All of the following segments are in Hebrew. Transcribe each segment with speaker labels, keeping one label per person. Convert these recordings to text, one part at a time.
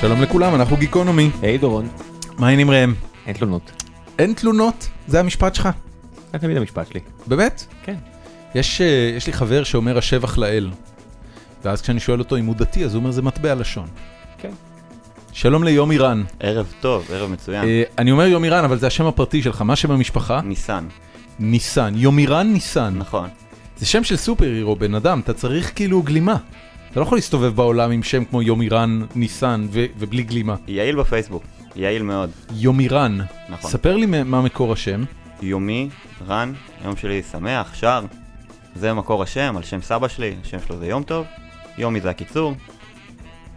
Speaker 1: שלום לכולם, אנחנו גיקונומי.
Speaker 2: היי דורון,
Speaker 1: מה העניינים ראם?
Speaker 2: אין תלונות.
Speaker 1: אין תלונות, זה המשפט שלך.
Speaker 2: זה תמיד המשפט שלי.
Speaker 1: באמת?
Speaker 2: כן.
Speaker 1: יש, אה, יש לי חבר שאומר השבח לאל. ואז כשאני שואל אותו אם הוא דתי, אז הוא אומר זה מטבע לשון.
Speaker 2: כן.
Speaker 1: שלום ליום איראן.
Speaker 3: ערב טוב, ערב מצוין.
Speaker 1: אה, אני אומר יום איראן, אבל זה השם הפרטי שלך, מה שם המשפחה?
Speaker 3: ניסן,
Speaker 1: ניסן. יום איראן ניסן.
Speaker 3: כן. נכון.
Speaker 1: זה שם של סופר הירו, בן אדם, אתה צריך כאילו גלימה. אתה לא יכול להסתובב בעולם עם שם כמו יום איראן, ניסן ו- ובלי גלימה.
Speaker 3: יעיל בפייסבוק, יעיל מאוד.
Speaker 1: יום איראן.
Speaker 3: נכון.
Speaker 1: ספר לי מה- מה מקור השם.
Speaker 3: יומי, רן, יום שלי שמח, שר. זה מקור השם, על שם סבא שלי, השם שלו זה יום טוב. יומי זה הקיצור,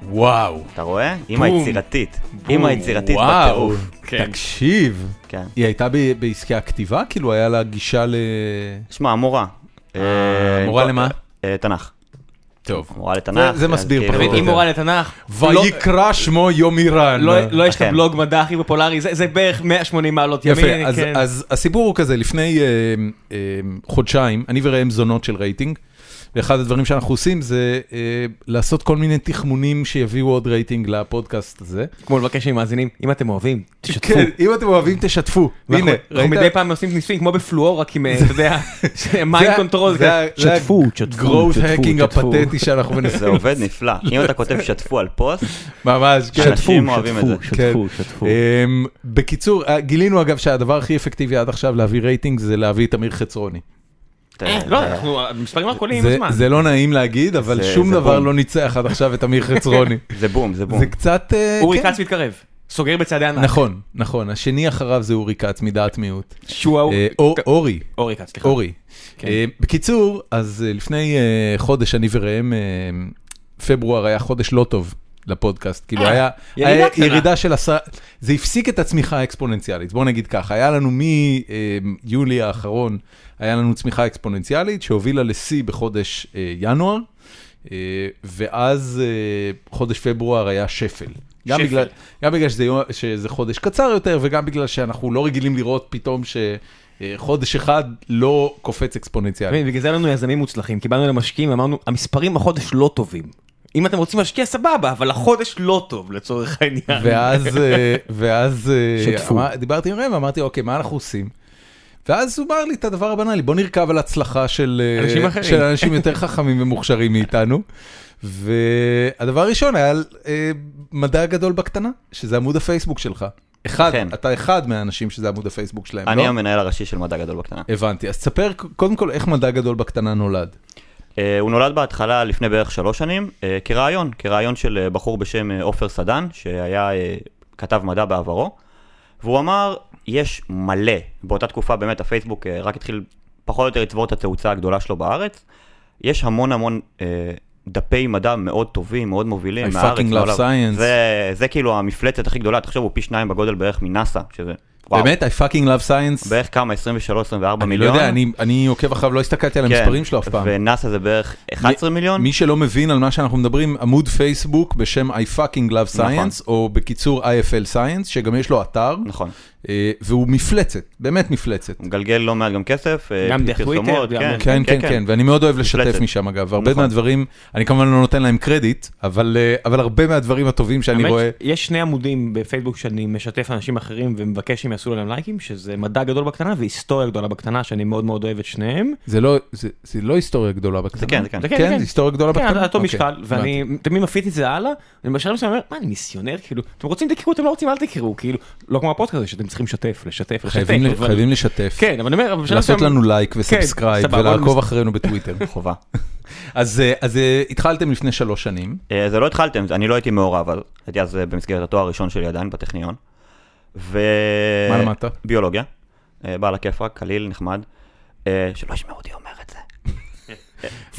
Speaker 1: וואו.
Speaker 3: אתה רואה? אימא
Speaker 4: בום.
Speaker 3: יצירתית. אימא יצירתית
Speaker 1: וואו,
Speaker 3: בטירוף.
Speaker 4: כן.
Speaker 1: תקשיב.
Speaker 3: כן.
Speaker 1: היא הייתה ב- בעסקי הכתיבה? כאילו היה לה גישה ל...
Speaker 3: שמע, המורה. אה,
Speaker 1: מורה
Speaker 3: לא-
Speaker 1: למה?
Speaker 3: אה, תנ"ך.
Speaker 1: טוב.
Speaker 3: מורה לתנ"ך.
Speaker 1: זה מסביר
Speaker 3: אז כאילו-
Speaker 1: פחות או
Speaker 4: ואם
Speaker 1: יותר.
Speaker 4: מורה לתנ"ך, לא-
Speaker 1: ויקרא שמו יום איראן.
Speaker 4: לא לא יש את
Speaker 3: אכן.
Speaker 4: הבלוג מדע הכי פופולרי, זה זה בערך 180 מעלות ימין.
Speaker 1: יפה, אז,
Speaker 4: כן.
Speaker 1: אז הסיפור הוא כזה, לפני אה, אה, חודשיים, אני וראם זונות של רייטינג, ואחד הדברים שאנחנו עושים זה אה, לעשות כל מיני תחמונים שיביאו עוד רייטינג לפודקאסט הזה. כן,
Speaker 4: כמו לבקש ממאזינים, אם אתם אוהבים, תשתפו.
Speaker 1: אם אתם אוהבים, תשתפו.
Speaker 4: ואנחנו-
Speaker 1: הנה,
Speaker 4: אנחנו מדי פעם עושים ניסויים כמו בפלואור, רק עם, אה, אתה יודע, כן. מיינד קונטרול.
Speaker 1: שתפו, שתפו, גרוט האקינג הפתטי שאנחנו
Speaker 3: זה
Speaker 1: מנסים.
Speaker 3: עובד נפלא.
Speaker 1: לא.
Speaker 3: אם אתה כותב שתפו על פוסט,
Speaker 1: ממש, כן.
Speaker 3: אנשים אוהבים את זה.
Speaker 1: שתפו, שתפו. בקיצור, אה, גילינו אגב שהדבר הכי אפקטיבי עד עכשיו להביא רייטינג זה להביא את אמיר חצרוני.
Speaker 3: כן,
Speaker 4: לא, אנחנו, המספרים רק עולים עם
Speaker 1: זה-
Speaker 4: הזמן.
Speaker 1: זה לא נעים להגיד, אבל
Speaker 3: זה-
Speaker 1: שום
Speaker 3: זה
Speaker 1: דבר
Speaker 3: בום.
Speaker 1: לא ניצח עד עכשיו את אמיר חצרוני.
Speaker 3: זה בום, זה בום.
Speaker 1: זה קצת... אה,
Speaker 4: אורי
Speaker 1: כן.
Speaker 4: כץ מתקרב, סוגר בצעדי ענק.
Speaker 1: נכון, נכון. השני אחריו זה אורי כץ מדעת מיעוט.
Speaker 4: שהוא ההוא-
Speaker 1: אה, אור- אורי,
Speaker 4: אורי כץ, סליחה. כן.
Speaker 1: אורי. אה, בקיצור, אז אה, לפני אה, חודש אני וראם, אה, פברואר היה חודש לא טוב לפודקאסט, כאילו
Speaker 4: אה,
Speaker 1: היה
Speaker 4: ירידה
Speaker 1: היה
Speaker 4: קטנה.
Speaker 1: ירידה של עשרה, זה הפסיק את הצמיחה האקספוננציאלית, בוא נגיד ככה, היה לנו מיולי האחרון, היה לנו צמיחה אקספוננציאלית שהובילה לשיא בחודש אה, ינואר, אה, ואז אה, חודש פברואר היה שפל. גם
Speaker 4: שפל.
Speaker 1: בגלל, גם בגלל שזה, יום- שזה חודש קצר יותר, וגם בגלל שאנחנו לא רגילים לראות פתאום שחודש אחד לא קופץ
Speaker 4: אתה
Speaker 1: אקספוננציאלית.
Speaker 4: מבין, בגלל זה אין לנו יזמים מוצלחים, כי באנו למשקיעים ואמרנו, המספרים החודש לא טובים. אם אתם רוצים להשקיע סבבה, אבל החודש לא טוב לצורך העניין.
Speaker 1: ואז, אה, ואז אה,
Speaker 4: שתפו.
Speaker 1: אמר- דיברתי עם ראם, אמרתי, אוקיי, מה אנחנו עושים? ואז הוא אמר לי את הדבר הבנאלי, בוא נרכב על הצלחה של אה,
Speaker 4: אנשים אחרים.
Speaker 1: של אנשים יותר חכמים ומוכשרים מאיתנו. והדבר הראשון היה על אה, מדע גדול בקטנה, שזה עמוד הפייסבוק שלך. אחד,
Speaker 4: כן.
Speaker 3: אכן.
Speaker 1: אתה אחד מהאנשים שזה עמוד הפייסבוק שלהם,
Speaker 3: אני
Speaker 1: לא?
Speaker 3: המנהל הראשי של מדע גדול בקטנה.
Speaker 1: הבנתי, אז תספר קודם כל איך מדע גדול בקטנה נולד.
Speaker 3: אה, הוא נולד בהתחלה לפני בערך שלוש שנים, אה, כרעיון, כרעיון של אה, בחור בשם אה, עופר סדן, שהיה אה, כתב מדע בעברו, והוא אמר, יש מלא, באותה תקופה באמת הפייסבוק אה, רק התחיל פחות או יותר לצבור את התאוצה הגדולה שלו בארץ, יש המון המון אה, דפי מדע מאוד טובים, מאוד מובילים
Speaker 1: I
Speaker 3: מהארץ.
Speaker 1: fucking love
Speaker 3: מהעולם."
Speaker 1: science.
Speaker 3: זה, זה כאילו המפלצת הכי גדולה, תחשוב, הוא פי שניים בגודל בערך מנאסא, שזה... וואו,
Speaker 1: באמת, I fucking love science.
Speaker 3: בערך כמה, 23-24 מיליון?
Speaker 1: אני לא יודע, אני- אני עוקב אחריו, לא הסתכלתי על
Speaker 3: כן,
Speaker 1: המספרים שלו אף פעם.
Speaker 3: ונאסא זה בערך 11 מיליון?
Speaker 1: מי שלא מבין על מה שאנחנו מדברים, עמוד פייסבוק בשם I fucking love
Speaker 3: נכון.
Speaker 1: science, או בקיצור IFL science, שגם יש לו אתר,
Speaker 3: נכון.
Speaker 1: אה, והוא מפלצת, באמת מפלצת.
Speaker 3: הוא מגלגל לא מעט גם כסף, אה,
Speaker 4: גם דרך
Speaker 3: פרסומות,
Speaker 4: טוויטר, גם-
Speaker 1: כן, כן, כן, ואני מאוד אוהב לשתף
Speaker 3: מפלצת.
Speaker 1: משם אגב, הרבה
Speaker 3: נכון.
Speaker 1: מהדברים, אני כמובן לא נותן להם קרדיט, אבל אה, אבל הרבה מהדברים הטובים שאני
Speaker 4: האמת,
Speaker 1: רואה,
Speaker 4: יש שני עמודים בפייסבוק שאני משתף אנשים אחרים ומבקש שהם יעשו להם לייקים, שזה מדע גדול בקטנה והיסטוריה גדולה בקטנה, שאני מאוד מאוד אוהב את שניהם.
Speaker 1: זה לא- זה זה לא היסטוריה גדולה בקטנה.
Speaker 3: זה כן, זה כן.
Speaker 4: זה
Speaker 1: כן, זה היסטוריה גדולה
Speaker 4: כן,
Speaker 1: בקטנה.
Speaker 4: על אותו
Speaker 1: אוקיי,
Speaker 4: משקל, ואני תמיד מפיץ את זה הלאה, ובשלב מסוים אומר, מה, אני מיסיונר? כאילו, אתם רוצים תקראו, אתם לא רוצים אל תקראו, כאילו, לא כמו הפודקאסט הזה שאתם צריכים לשתף, לשתף, לשתף.
Speaker 1: חייבים ל-
Speaker 4: אבל-
Speaker 1: חייבים לשתף,
Speaker 4: כן, אבל אני אומר, אבל בשלב
Speaker 1: לעשות
Speaker 4: מסוים-
Speaker 1: לנו לייק
Speaker 4: כן,
Speaker 1: וסאבסקרייב
Speaker 4: סבבה, אבל
Speaker 1: ולעקוב אחרינו בטוויטר.
Speaker 3: חובה.
Speaker 1: אז אה, אז, אה, התחלתם לפני שלוש שנים.
Speaker 3: אה, זה לא התחלתם, זה- אני לא הייתי מעורב, אבל הייתי אז אה, במסגרת התואר הראשון שלי עדיין בטכניון. ו...
Speaker 1: מה למדת?
Speaker 3: ביולוגיה. אה, בעל הכיף רק, קליל, נחמד. אה, שלא ישמעו אותי אומר את זה.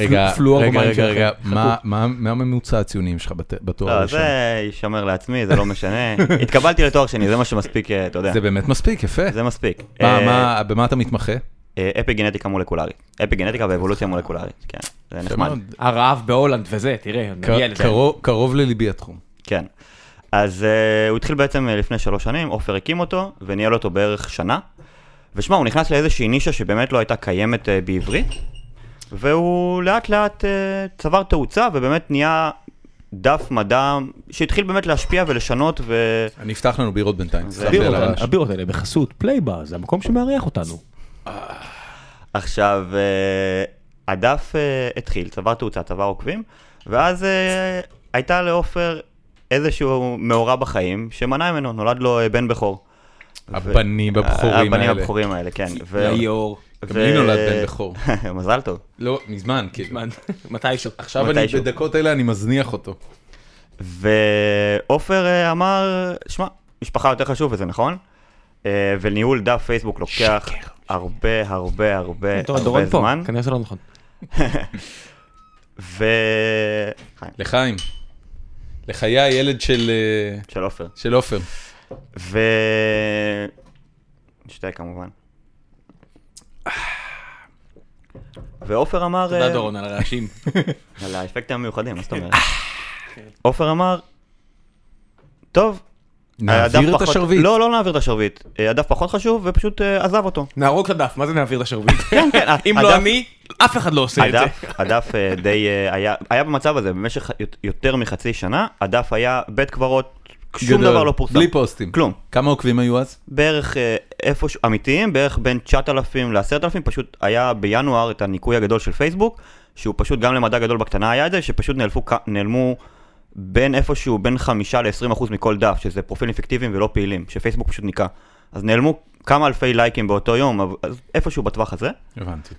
Speaker 1: רגע,
Speaker 4: פלואור
Speaker 1: רגע,
Speaker 4: במים
Speaker 1: רגע,
Speaker 4: שלכם.
Speaker 1: רגע,
Speaker 4: חכו.
Speaker 1: מה- מה מה ממוצע הציונים שלך בת- בתואר
Speaker 3: לא,
Speaker 1: הראשון?
Speaker 3: זה יישמר לעצמי, זה לא משנה. התקבלתי לתואר שני, זה מה שמספיק, אה, אתה יודע.
Speaker 1: זה באמת מספיק, יפה.
Speaker 3: זה מספיק.
Speaker 1: מה,
Speaker 3: אה,
Speaker 1: מה, במה אתה מתמחה?
Speaker 3: אה, אפי-גנטיקה מולקולרית. אפי-גנטיקה ואבולוציה מולקולרית, כן. זה נחמד.
Speaker 1: מאוד.
Speaker 4: הרעב בהולנד וזה, תראה,
Speaker 1: ק-
Speaker 4: נגיע לזה.
Speaker 1: קרוב- קרוב לליבי התחום.
Speaker 3: כן. אז uh, הוא התחיל בעצם אה, לפני שלוש שנים, עופר הקים אותו, וניהל אותו בערך שנה. ושמע, הוא נכנס לאיזושהי נישה שבאמת לא הייתה קיימת uh, בעברית, והוא לאט לאט uh, צבר תאוצה, אה, ובאמת נהיה דף מדע שהתחיל באמת להשפיע ולשנות, ו...
Speaker 1: אני אפתח לנו בירות בינתיים. סלח לי על
Speaker 4: הבירות האלה-
Speaker 1: הרעש.
Speaker 4: הבירות האלה בחסות פלייבר, זה המקום שמארח אותנו.
Speaker 3: עכשיו, אה, הדף אה, התחיל, צבר תאוצה, צבר עוקבים, ואז אה, הייתה לעופר איזשהו מאורע בחיים שמנע ממנו, נולד לו אה, בן בכור. אה,
Speaker 1: הבנים הבכורים
Speaker 3: הבנים
Speaker 1: האלה.
Speaker 3: הבכורים האלה, כן. ו-
Speaker 4: ליאור.
Speaker 1: גם לי נולד בן בכור.
Speaker 3: מזל טוב.
Speaker 1: לא, מזמן, כאילו.
Speaker 4: מתישהו.
Speaker 1: עכשיו אני,
Speaker 3: מתישהו.
Speaker 1: בדקות האלה אני מזניח אותו.
Speaker 3: ועופר אה, אמר, שמע, משפחה יותר חשוב וזה נכון? אה, וניהול דף פייסבוק לוקח הרבה הרבה הרבה הרבה
Speaker 4: דורון פה,
Speaker 3: זמן.
Speaker 4: כנראה זה לא נכון.
Speaker 3: ו... חיים,
Speaker 1: לחיים. לחיי הילד של אה,
Speaker 3: של עופר.
Speaker 1: של עופר.
Speaker 3: ו... שתה כמובן. ועופר אמר... אה,
Speaker 4: על הרעשים.
Speaker 3: על האפקטים המיוחדים, מה זאת אומרת? עופר אמר, טוב,
Speaker 1: נעביר את
Speaker 3: הדף פחות-
Speaker 1: השרביט.
Speaker 3: לא, לא נעביר את השרביט. אה, הדף פחות חשוב, ופשוט אה, עזב אותו.
Speaker 1: לא
Speaker 4: נהרוג את הדף, מה זה נעביר את השרביט?
Speaker 3: כן, כן,
Speaker 4: אם
Speaker 3: הדף-
Speaker 4: לא אני, אף אחד לא עושה את זה.
Speaker 3: הדף, הדף אה, די אה, היה, היה במצב הזה במשך יות- יותר מחצי שנה, הדף היה בית קברות, שום
Speaker 1: גדול.
Speaker 3: דבר לא פורסם.
Speaker 1: בלי פוסטים.
Speaker 3: כלום.
Speaker 1: כמה עוקבים היו אז?
Speaker 3: בערך אה, איפה, ש- אמיתיים, בערך בין 9,000 ל-10,000, פשוט היה בינואר את הניקוי הגדול של פייסבוק, שהוא פשוט גם למדע גדול בקטנה היה את זה, שפשוט נעלפו, כ- נעלמו בין איפשהו, בין 5 ל-20 אחוז מכל דף, שזה פרופילים פיקטיביים ולא פעילים, שפייסבוק פשוט ניקה. אז נעלמו כמה אלפי לייקים באותו יום, אבל- אז איפשהו בטווח הזה. אמ,
Speaker 1: הבנתי.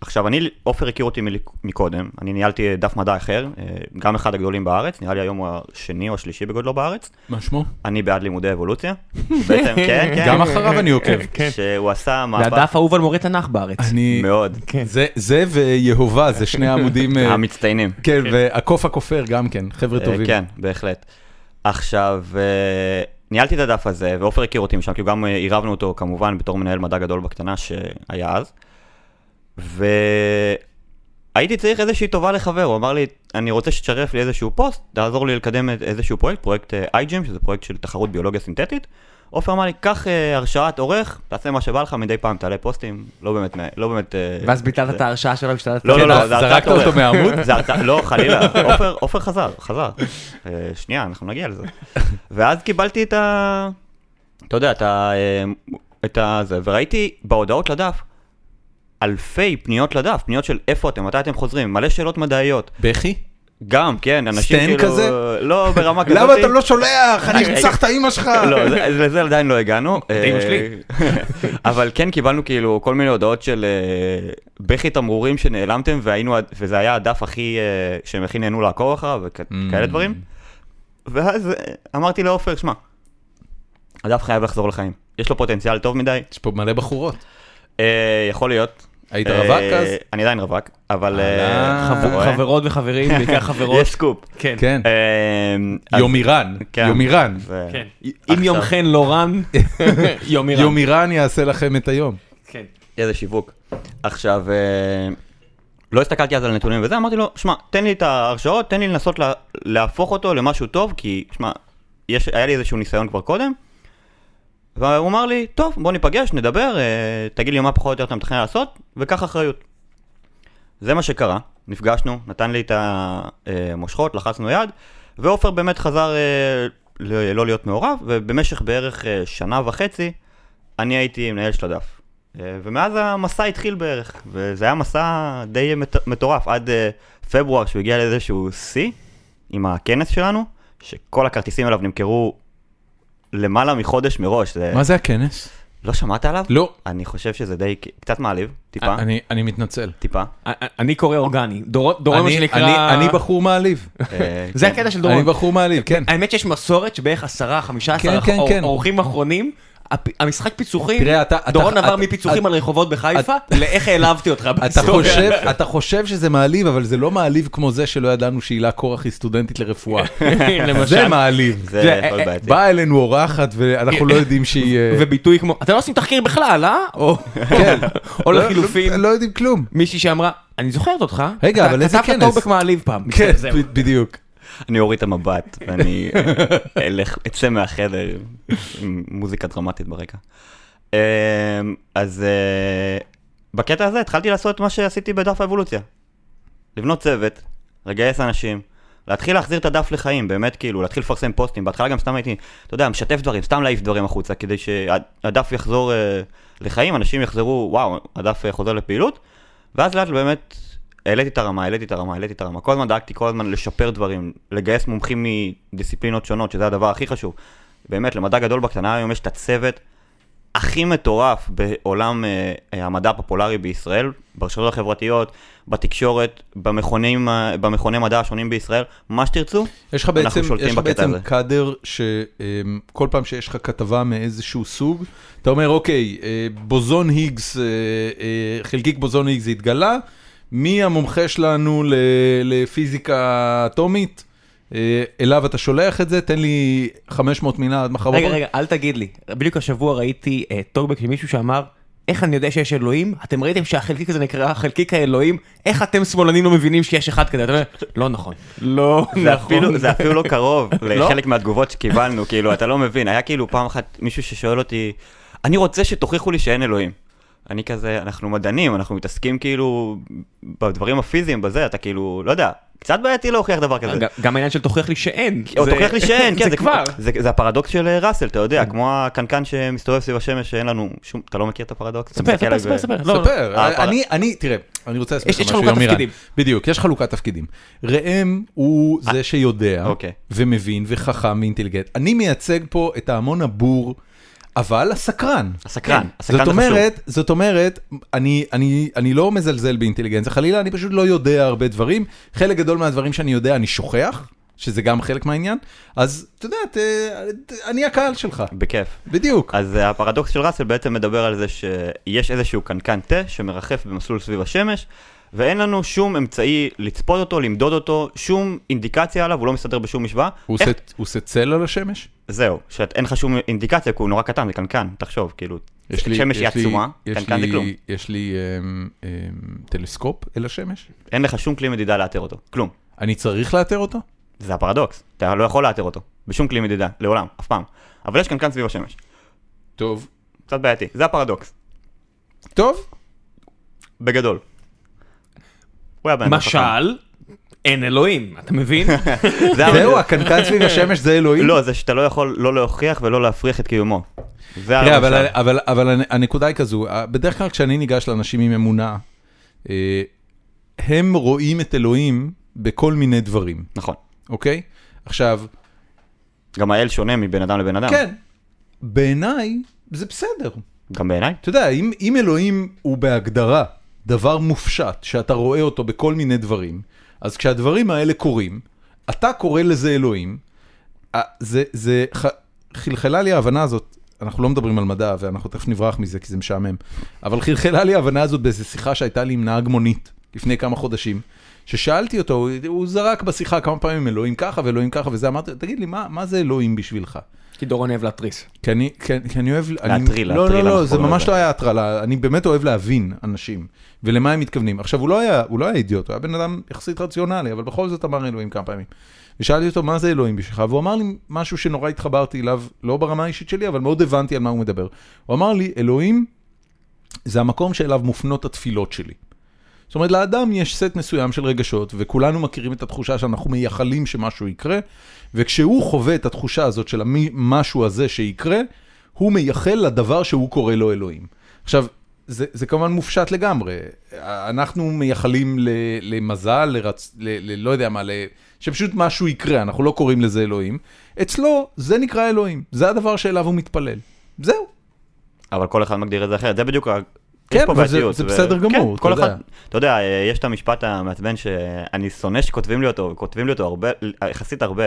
Speaker 3: ועכשיו אני, עופר הכיר אותי מלק- מקודם, אני ניהלתי דף מדע אחר, אה, גם אחד הגדולים בארץ, נראה לי היום הוא השני או השלישי בגודלו בארץ.
Speaker 1: מה שמו?
Speaker 3: אני בעד לימודי אבולוציה. בעצם, כן, כן.
Speaker 1: גם אחריו אני עוקב.
Speaker 3: שהוא עשה
Speaker 4: זה
Speaker 3: מאבק
Speaker 4: הדף האהוב על מורה תנ"ך בארץ.
Speaker 1: אני...
Speaker 3: מאוד.
Speaker 4: כן.
Speaker 1: זה- זה ויהובה, זה שני העמודים... אה,
Speaker 3: המצטיינים.
Speaker 1: כן, והקוף הכופר גם כן, חבר'ה
Speaker 3: אה,
Speaker 1: טובים.
Speaker 3: כן, בהחלט. עכשיו, אה, ניהלתי את הדף הזה, ועופר הכיר אותי משם, כי גם אה, עירבנו אותו כמובן בתור מנהל מדע גדול בקטנה שהיה אז. והייתי צריך איזושהי טובה לחבר, הוא אמר לי, אני רוצה שתשרף לי איזשהו פוסט, תעזור לי לקדם את- איזשהו פרויקט, פרויקט אה, אייג'ים, שזה פרויקט של תחרות ביולוגיה סינתטית. עופר אמר לי, קח אה, הרשאת עורך, תעשה מה שבא לך, מדי פעם תעלה פוסטים, לא באמת, לא באמת... אה,
Speaker 4: ואז ביטלת את ההרשעה שלו, השתלטת.
Speaker 3: לא,
Speaker 1: כן,
Speaker 3: לא, לא,
Speaker 1: אז
Speaker 3: זה הרצאה
Speaker 1: זרקת
Speaker 3: תורך.
Speaker 1: אותו מהעמוד?
Speaker 3: זה הרצאה, לא, חלילה, עופר- עופר חזר, חזר. אה, שנייה, אנחנו נגיע לזה. ואז קיבלתי את ה... אתה יודע, את ה... אה, את ה... זה, וראיתי בהודעות לדף אלפי פניות לדף, פניות של איפה אתם, מתי אתם חוזרים, מלא שאלות מדעיות.
Speaker 1: בכי?
Speaker 3: גם, כן, אנשים
Speaker 1: סטן
Speaker 3: כאילו...
Speaker 1: כזה?
Speaker 3: לא, ברמה כזאת.
Speaker 1: למה אתה לא שולח? אני ארצח את האימא שלך.
Speaker 3: אה, לא, זה- לזה עדיין לא הגענו.
Speaker 4: אמא
Speaker 3: אה,
Speaker 4: שלי.
Speaker 3: אבל כן קיבלנו כאילו כל מיני הודעות של אה, בכי תמרורים שנעלמתם, והיינו, עד- וזה היה הדף הכי, אה, שהם הכי נהנו לעקוב אחריו, וכאלה דברים. ואז אה, אמרתי לעופר, שמע, הדף חייב לחזור לחיים. יש לו פוטנציאל טוב מדי,
Speaker 1: יש פה מלא בחורות.
Speaker 3: אה, יכול להיות.
Speaker 1: היית
Speaker 3: אה,
Speaker 1: רווק אז?
Speaker 3: אני עדיין רווק, אבל... אה,
Speaker 1: אהלן.
Speaker 3: אתה רואה?
Speaker 4: חברות וחברים, בעיקר חברות.
Speaker 3: יש סקופ.
Speaker 4: כן.
Speaker 1: כן.
Speaker 3: אה,
Speaker 1: יומירן.
Speaker 3: כן.
Speaker 1: יומירן.
Speaker 3: זה-
Speaker 4: כן.
Speaker 3: עכשיו-
Speaker 4: אם יום חן לא רן, יום ירן.
Speaker 1: יומירן יעשה לכם את היום.
Speaker 4: כן.
Speaker 3: איזה שיווק. עכשיו, אה, לא הסתכלתי אז על הנתונים וזה, אמרתי לו, שמע, תן לי את ההרשאות, תן לי לנסות לה, להפוך אותו למשהו טוב, כי, שמע, יש, היה לי איזשהו ניסיון כבר קודם. והוא אמר לי, טוב, בוא ניפגש, נדבר, אה, תגיד לי מה פחות או יותר אתה מתכנן לעשות, וקח אחריות. זה מה שקרה, נפגשנו, נתן לי את המושכות, לחצנו יד, ועופר באמת חזר אה, ל- לא להיות מעורב, ובמשך בערך אה, שנה וחצי, אני הייתי מנהל של הדף. אה, ומאז המסע התחיל בערך, וזה היה מסע די מט- מטורף, עד אה, פברואר שהוא הגיע לאיזשהו שיא עם הכנס שלנו, שכל הכרטיסים אליו נמכרו למעלה מחודש מראש. זה...
Speaker 1: מה זה הכנס?
Speaker 3: לא שמעת עליו?
Speaker 1: לא. אה,
Speaker 3: אני חושב שזה די כ- קצת מעליב, טיפה,
Speaker 1: אני אני מתנצל.
Speaker 3: טיפה.
Speaker 4: אני קורא אורגני. דורון, דורון מה
Speaker 1: אני- אני-
Speaker 4: שנקרא...
Speaker 1: אני בחור מעליב.
Speaker 3: אה,
Speaker 4: זה
Speaker 3: כן.
Speaker 4: הקטע של
Speaker 1: אני
Speaker 4: דורון.
Speaker 1: בחור מעליב, כן.
Speaker 4: האמת שיש מסורת שבערך עשרה, חמישה
Speaker 1: כן,
Speaker 4: עשר
Speaker 1: כן,
Speaker 4: אור-
Speaker 1: כן.
Speaker 4: אורחים אחרונים, הפ- המשחק פיצוחים,
Speaker 1: תראה, אתה- אתה-
Speaker 4: דורון
Speaker 1: אתה-
Speaker 4: עבר
Speaker 1: אתה-
Speaker 4: מפיצוחים על רחובות בחיפה, לאיך העלבתי אותך
Speaker 1: אתה
Speaker 4: בסוף.
Speaker 1: חושב, אתה חושב שזה מעליב, אבל זה לא מעליב כמו זה שלא ידענו שהילה קורח היא סטודנטית לרפואה.
Speaker 4: כן,
Speaker 1: זה מעליב.
Speaker 3: זה
Speaker 4: זה-
Speaker 3: יכול
Speaker 4: אה,
Speaker 3: בעייתי.
Speaker 1: באה אלינו אורחת ואנחנו לא יודעים שהיא... אה,
Speaker 4: וביטוי כמו, אתם לא עושים תחקיר בכלל, אה? או-
Speaker 1: כן.
Speaker 4: או
Speaker 1: לא-
Speaker 4: לחילופין,
Speaker 1: לא- לא יודעים כלום.
Speaker 4: מישהי שאמרה, אני זוכרת אותך.
Speaker 1: רגע,
Speaker 4: אתה-
Speaker 1: אבל איזה
Speaker 4: כתבת
Speaker 1: כנס?"
Speaker 4: טורבק מעליב פעם.
Speaker 1: כן,
Speaker 4: זהו.
Speaker 1: ב- בדיוק.
Speaker 3: אני אוריד את המבט, ואני אלך, אצא מהחדר עם מוזיקה דרמטית ברקע. אמ, אז אה, בקטע הזה התחלתי לעשות מה שעשיתי בדף האבולוציה. לבנות צוות, לגייס אנשים, להתחיל להחזיר את הדף לחיים, באמת כאילו, להתחיל לפרסם פוסטים. בהתחלה גם סתם הייתי, אתה יודע, משתף דברים, סתם להעיף דברים החוצה, כדי שהדף יחזור אה, לחיים, אנשים יחזרו, וואו, הדף אה, חוזר לפעילות, ואז לאט באמת העליתי את הרמה, העליתי את הרמה, העליתי את הרמה. כל הזמן דאגתי כל הזמן לשפר דברים, לגייס מומחים מדיסציפלינות שונות, שזה הדבר הכי חשוב. באמת, למדע גדול בקטנה היום יש את הצוות הכי מטורף בעולם אה, אה, המדע הפופולרי בישראל, ברשתות החברתיות, בתקשורת, במכונים, אה, במכוני מדע השונים בישראל, מה שתרצו.
Speaker 1: יש לך בעצם,
Speaker 3: שולטים
Speaker 1: יש לך
Speaker 3: בקטע
Speaker 1: בעצם
Speaker 3: הזה.
Speaker 1: קאדר שכל פעם שיש לך כתבה מאיזשהו סוג, אתה אומר, אוקיי, אה, בוזון היגס, אה, אה, חלקיק בוזון היגס התגלה, מי המומחה שלנו ל- לפיזיקה אטומית? אה, אליו אתה שולח את זה, תן לי 500 מילה עד מחר.
Speaker 4: רגע,
Speaker 1: בבוקר."
Speaker 4: רגע, אל תגיד לי. בדיוק השבוע ראיתי אה, טוקבק של מישהו שאמר, איך אני יודע שיש אלוהים? אתם ראיתם שהחלקיק הזה נקרא חלקיק האלוהים? איך אתם שמאלנים לא מבינים שיש אחד כזה? אתה אומר, לא נכון. לא
Speaker 3: זה
Speaker 4: נכון.
Speaker 3: אפילו, זה אפילו לא קרוב
Speaker 4: לא?
Speaker 3: לחלק מהתגובות שקיבלנו, כאילו, אתה לא מבין. היה כאילו פעם אחת מישהו ששואל אותי, אני רוצה שתוכיחו לי שאין אלוהים. אני כזה, אנחנו מדענים, אנחנו מתעסקים כאילו בדברים הפיזיים, בזה, אתה כאילו, לא יודע, קצת בעייתי להוכיח דבר כזה.
Speaker 4: גם- גם העניין של תוכיח לי שאין.
Speaker 3: או
Speaker 4: זה-
Speaker 3: תוכיח לי שאין, כן,
Speaker 4: זה כבר. כן.
Speaker 3: זה, זה הפרדוקס של אה, ראסל, אתה יודע, כמו הקנקן שמסתובב סביב השמש, שאין לנו שום, אתה לא מכיר את הפרדוקס? אתה
Speaker 4: ספר,
Speaker 3: מסתכל
Speaker 4: ספר,
Speaker 3: עליי
Speaker 4: ספר,
Speaker 3: ו-
Speaker 4: ספר. לא, לא.
Speaker 1: ספר,
Speaker 3: אה, פרה-
Speaker 1: אני, אני, תראה, אני רוצה להסביר
Speaker 4: יש-
Speaker 1: לך
Speaker 4: יש
Speaker 1: משהו,
Speaker 4: חלוקת
Speaker 1: יום איראן.
Speaker 4: תפקידים.
Speaker 1: בדיוק, יש חלוקת תפקידים. ראם הוא זה שיודע,
Speaker 3: אוקיי.
Speaker 1: ומבין, וחכם ואינטליגנט. אני מייצג פה את ההמון הבור, אבל הסקרן. כן.
Speaker 3: הסקרן, הסקרן
Speaker 1: זאת
Speaker 3: זה חשוב.
Speaker 1: אומרת, זאת אומרת, אני, אני, אני לא מזלזל באינטליגנציה, חלילה, אני פשוט לא יודע הרבה דברים. חלק גדול מהדברים שאני יודע, אני שוכח, שזה גם חלק מהעניין. אז, אתה יודע, ת- ת- אני הקהל שלך,
Speaker 3: בכיף.
Speaker 1: בדיוק.
Speaker 3: אז אה, הפרדוקס של ראסל בעצם מדבר על זה שיש איזשהו קנקן תה שמרחף במסלול סביב השמש, ואין לנו שום אמצעי לצפות אותו, למדוד אותו, שום אינדיקציה עליו, הוא לא מסתדר בשום משוואה.
Speaker 1: הוא
Speaker 3: איך-
Speaker 1: עושה- הוא עושה צל על השמש?
Speaker 3: זהו, שאין לך שום אינדיקציה, כי הוא נורא קטן, זה קנקן, תחשוב, כאילו,
Speaker 1: יש לי,
Speaker 3: שמש
Speaker 1: יש
Speaker 3: היא
Speaker 1: לי-
Speaker 3: עצומה,
Speaker 1: יש
Speaker 3: קנקן
Speaker 1: לי-
Speaker 3: זה כלום.
Speaker 1: יש לי אמ, אמ, טלסקופ אל השמש,
Speaker 3: אין לך שום כלי מדידה לאתר אותו, כלום.
Speaker 1: אני צריך לאתר אותו?
Speaker 3: זה הפרדוקס, אתה לא יכול לאתר אותו, בשום כלי מדידה, לעולם, אף פעם. אבל יש קנקן סביב השמש,
Speaker 1: טוב.
Speaker 3: קצת בעייתי, זה הפרדוקס,
Speaker 1: טוב,
Speaker 3: בגדול. הוא היה בן אדם חכם.
Speaker 4: משל, אין אלוהים, אתה מבין?
Speaker 3: זה היה-
Speaker 1: זהו, הקנקן סביב השמש זה אלוהים?
Speaker 3: לא, זה שאתה לא יכול לא להוכיח ולא להפריך את קיומו. זה
Speaker 1: תראה, אבל,
Speaker 3: הרעיון.
Speaker 1: אבל, אבל הנ- הנקודה היא כזו, אה, בדרך כלל כשאני ניגש לאנשים עם אמונה, אה, הם רואים את אלוהים בכל מיני דברים,
Speaker 3: נכון.
Speaker 1: אוקיי? עכשיו,
Speaker 3: גם האל שונה מבין אדם לבין אדם.
Speaker 1: כן, בעיניי זה בסדר.
Speaker 3: גם בעיניי.
Speaker 1: אתה יודע, אם, אם אלוהים הוא בהגדרה דבר מופשט, שאתה רואה אותו בכל מיני דברים, אז כשהדברים האלה קורים, אתה קורא לזה אלוהים, אה, זה, זה ח, חלחלה לי ההבנה הזאת, אנחנו לא מדברים על מדע, ואנחנו תכף נברח מזה כי זה משעמם, אבל חלחלה לי ההבנה הזאת באיזו שיחה שהייתה לי עם נהג מונית לפני כמה חודשים, ששאלתי אותו, הוא- הוא זרק בשיחה כמה פעמים אלוהים ככה ואלוהים ככה וזה, אמרתי, לו, תגיד לי, מה, מה זה אלוהים בשבילך?
Speaker 4: כי דורון אוהב להתריס.
Speaker 1: כי אני, כי, כי אני אוהב... אני-
Speaker 3: להטריל,
Speaker 1: לא,
Speaker 3: להטריל,
Speaker 1: לא, לא,
Speaker 3: אנחנו
Speaker 1: זה
Speaker 3: קוראים
Speaker 1: ממש
Speaker 3: לזה.
Speaker 1: לא היה הטרלה, אני באמת אוהב להבין אנשים, ולמה הם מתכוונים. עכשיו, הוא לא היה, הוא לא היה אידיוט, הוא היה בן אדם יחסית רציונלי, אבל בכל זאת אמר אלוהים כמה פעמים. ושאלתי אותו, מה זה אלוהים בשבילך? והוא אמר לי משהו שנורא התחברתי אליו, לא ברמה האישית שלי, אבל מאוד הבנתי על מה הוא מדבר. הוא אמר לי, אלוהים זה המקום שאליו מופנות התפילות שלי. זאת אומרת, לאדם יש סט מסוים של רגשות, וכולנו מכירים את התחושה שאנחנו מייחלים שמשהו יקרה, וכשהוא חווה את התחושה הזאת של המשהו הזה שיקרה, הוא מייחל לדבר שהוא קורא לו אלוהים. עכשיו, זה, זה כמובן מופשט לגמרי. אנחנו מייחלים ל, למזל, לרצ... ל, ל, לא יודע מה, ל, שפשוט משהו יקרה, אנחנו לא קוראים לזה אלוהים. אצלו, זה נקרא אלוהים, זה הדבר שאליו הוא מתפלל. זהו.
Speaker 3: אבל כל אחד מגדיר את זה אחרת, זה בדיוק ה...
Speaker 1: כן,
Speaker 3: יש פה
Speaker 1: אבל זה-
Speaker 3: בעייתיות,
Speaker 1: זה
Speaker 3: ו-
Speaker 1: בסדר גמור,
Speaker 3: כן, כל
Speaker 1: אתה
Speaker 3: אחד,
Speaker 1: יודע.
Speaker 3: אתה יודע, אה, יש את המשפט המעצבן שאני שונא שכותבים לי אותו, כותבים לי אותו הרבה, יחסית הרבה.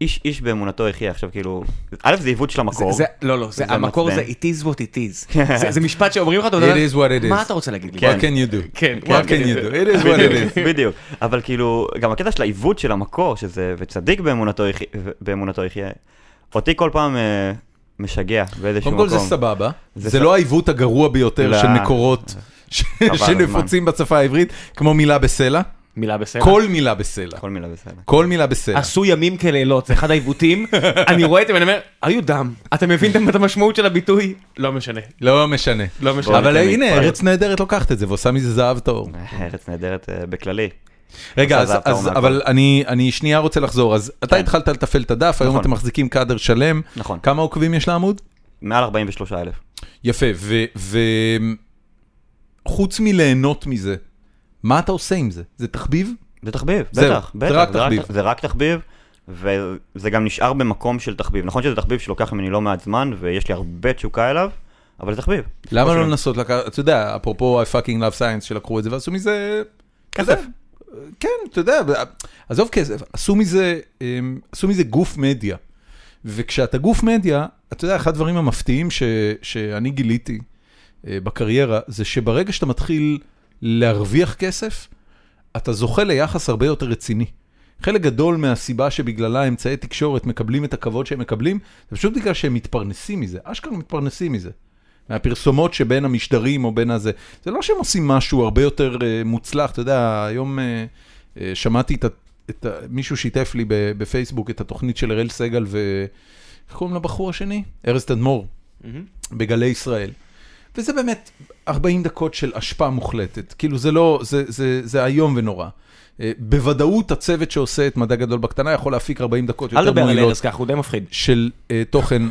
Speaker 3: איש איש באמונתו יחיה, עכשיו כאילו, א' זה עיוות של המקור,
Speaker 4: זה- לא, לא, זה-
Speaker 3: זה
Speaker 4: המקור זה
Speaker 3: מעצבן.
Speaker 4: it is what it is. זה- זה משפט שאומרים לך, אתה
Speaker 1: כן. It is what it is.
Speaker 4: מה אתה רוצה להגיד לי?
Speaker 1: What can you do?
Speaker 4: כן,
Speaker 1: What can you do? It is what it is.
Speaker 3: בדיוק, בדיוק, אבל כאילו, גם הקטע של העיוות של המקור, שזה וצדיק באמונתו יחי- באמונתו יחיה, אותי כל פעם אה, משגע באיזשהו
Speaker 1: קודם כל זה
Speaker 3: מקום.
Speaker 1: סבבה,
Speaker 3: זה
Speaker 1: זה
Speaker 3: ס-
Speaker 1: לא העיוות הגרוע ביותר
Speaker 3: לא.
Speaker 1: של מקורות ש-
Speaker 3: חבל הזמן. כן.
Speaker 1: שנפוצים בשפה העברית, כמו מילה בסלע,
Speaker 4: מילה בסדר.
Speaker 1: כל מילה בסלע,
Speaker 3: כל מילה בסדר.
Speaker 1: כל מילה בסלע.
Speaker 4: עשו ימים כלילות, זה אחד העיוותים, אני רואה את זה ואני אומר, are you dumb? אתה מבין את המשמעות של הביטוי? לא משנה.
Speaker 1: לא משנה.
Speaker 4: לא משנה.
Speaker 1: אבל
Speaker 3: ניתן
Speaker 1: הנה,
Speaker 3: להתפרץ.
Speaker 1: כן. ארץ נהדרת לוקחת את זה ועושה מזה זהב טהור.
Speaker 3: ארץ נהדרת אה, בכללי.
Speaker 1: רגע, אז,
Speaker 3: שעזבת
Speaker 1: אז,
Speaker 3: אומן.
Speaker 1: אבל אני, אני שנייה רוצה לחזור, אז אתה
Speaker 3: כן.
Speaker 1: התחלת לתפעל את הדף, היום
Speaker 3: נכון.
Speaker 1: אתם מחזיקים קאדר שלם,
Speaker 3: נכון.
Speaker 1: כמה עוקבים יש לעמוד?
Speaker 3: מעל 43 אלף.
Speaker 1: יפה, וחוץ מליהנות מזה, מה אתה עושה עם זה? זה תחביב?
Speaker 3: זה תחביב,
Speaker 1: זהו,
Speaker 3: בטח,
Speaker 1: זה
Speaker 3: בטח.
Speaker 1: רק תחביב.
Speaker 3: זה רק תחביב, וזה גם נשאר במקום של תחביב. נכון שזה תחביב שלוקח ממני לא מעט זמן, ויש לי הרבה תשוקה אליו, אבל זה תחביב.
Speaker 1: למה
Speaker 3: בסופו
Speaker 1: לא
Speaker 3: של-
Speaker 1: לנסות לקחת, אתה יודע, אפרופו ה-fucking love science שלקחו את זה ועשו מזה... אתה יודע,
Speaker 3: כסף.
Speaker 1: כן, אתה יודע, עזוב כסף, עשו מזה, אמ, עשו מזה גוף מדיה. וכשאתה גוף מדיה, אתה יודע, אחד הדברים המפתיעים ש, שאני גיליתי אה, בקריירה, זה שברגע שאתה מתחיל להרוויח כסף, אתה זוכה ליחס הרבה יותר רציני. חלק גדול מהסיבה שבגללה אמצעי תקשורת מקבלים את הכבוד שהם מקבלים, זה פשוט בגלל שהם מתפרנסים מזה, אשכרה מתפרנסים מזה. מהפרסומות שבין המשדרים או בין הזה. זה לא שהם עושים משהו הרבה יותר אה, מוצלח, אתה יודע, היום אה, אה, שמעתי את ה... את ה... מישהו שיתף לי ב- בפייסבוק את התוכנית של אראל סגל ו... איך קוראים לבחור השני? ארז תדמור, בגלי ישראל. וזה באמת 40 דקות של אשפה מוחלטת. כאילו זה לא, זה, זה, זה איום ונורא. אה, בוודאות הצוות שעושה את מדע גדול בקטנה יכול להפיק 40 דקות
Speaker 4: אל
Speaker 1: יותר
Speaker 4: תדבר על
Speaker 1: מועילות
Speaker 4: ארז ככה, הוא די מפחיד.
Speaker 1: של אה, תוכן.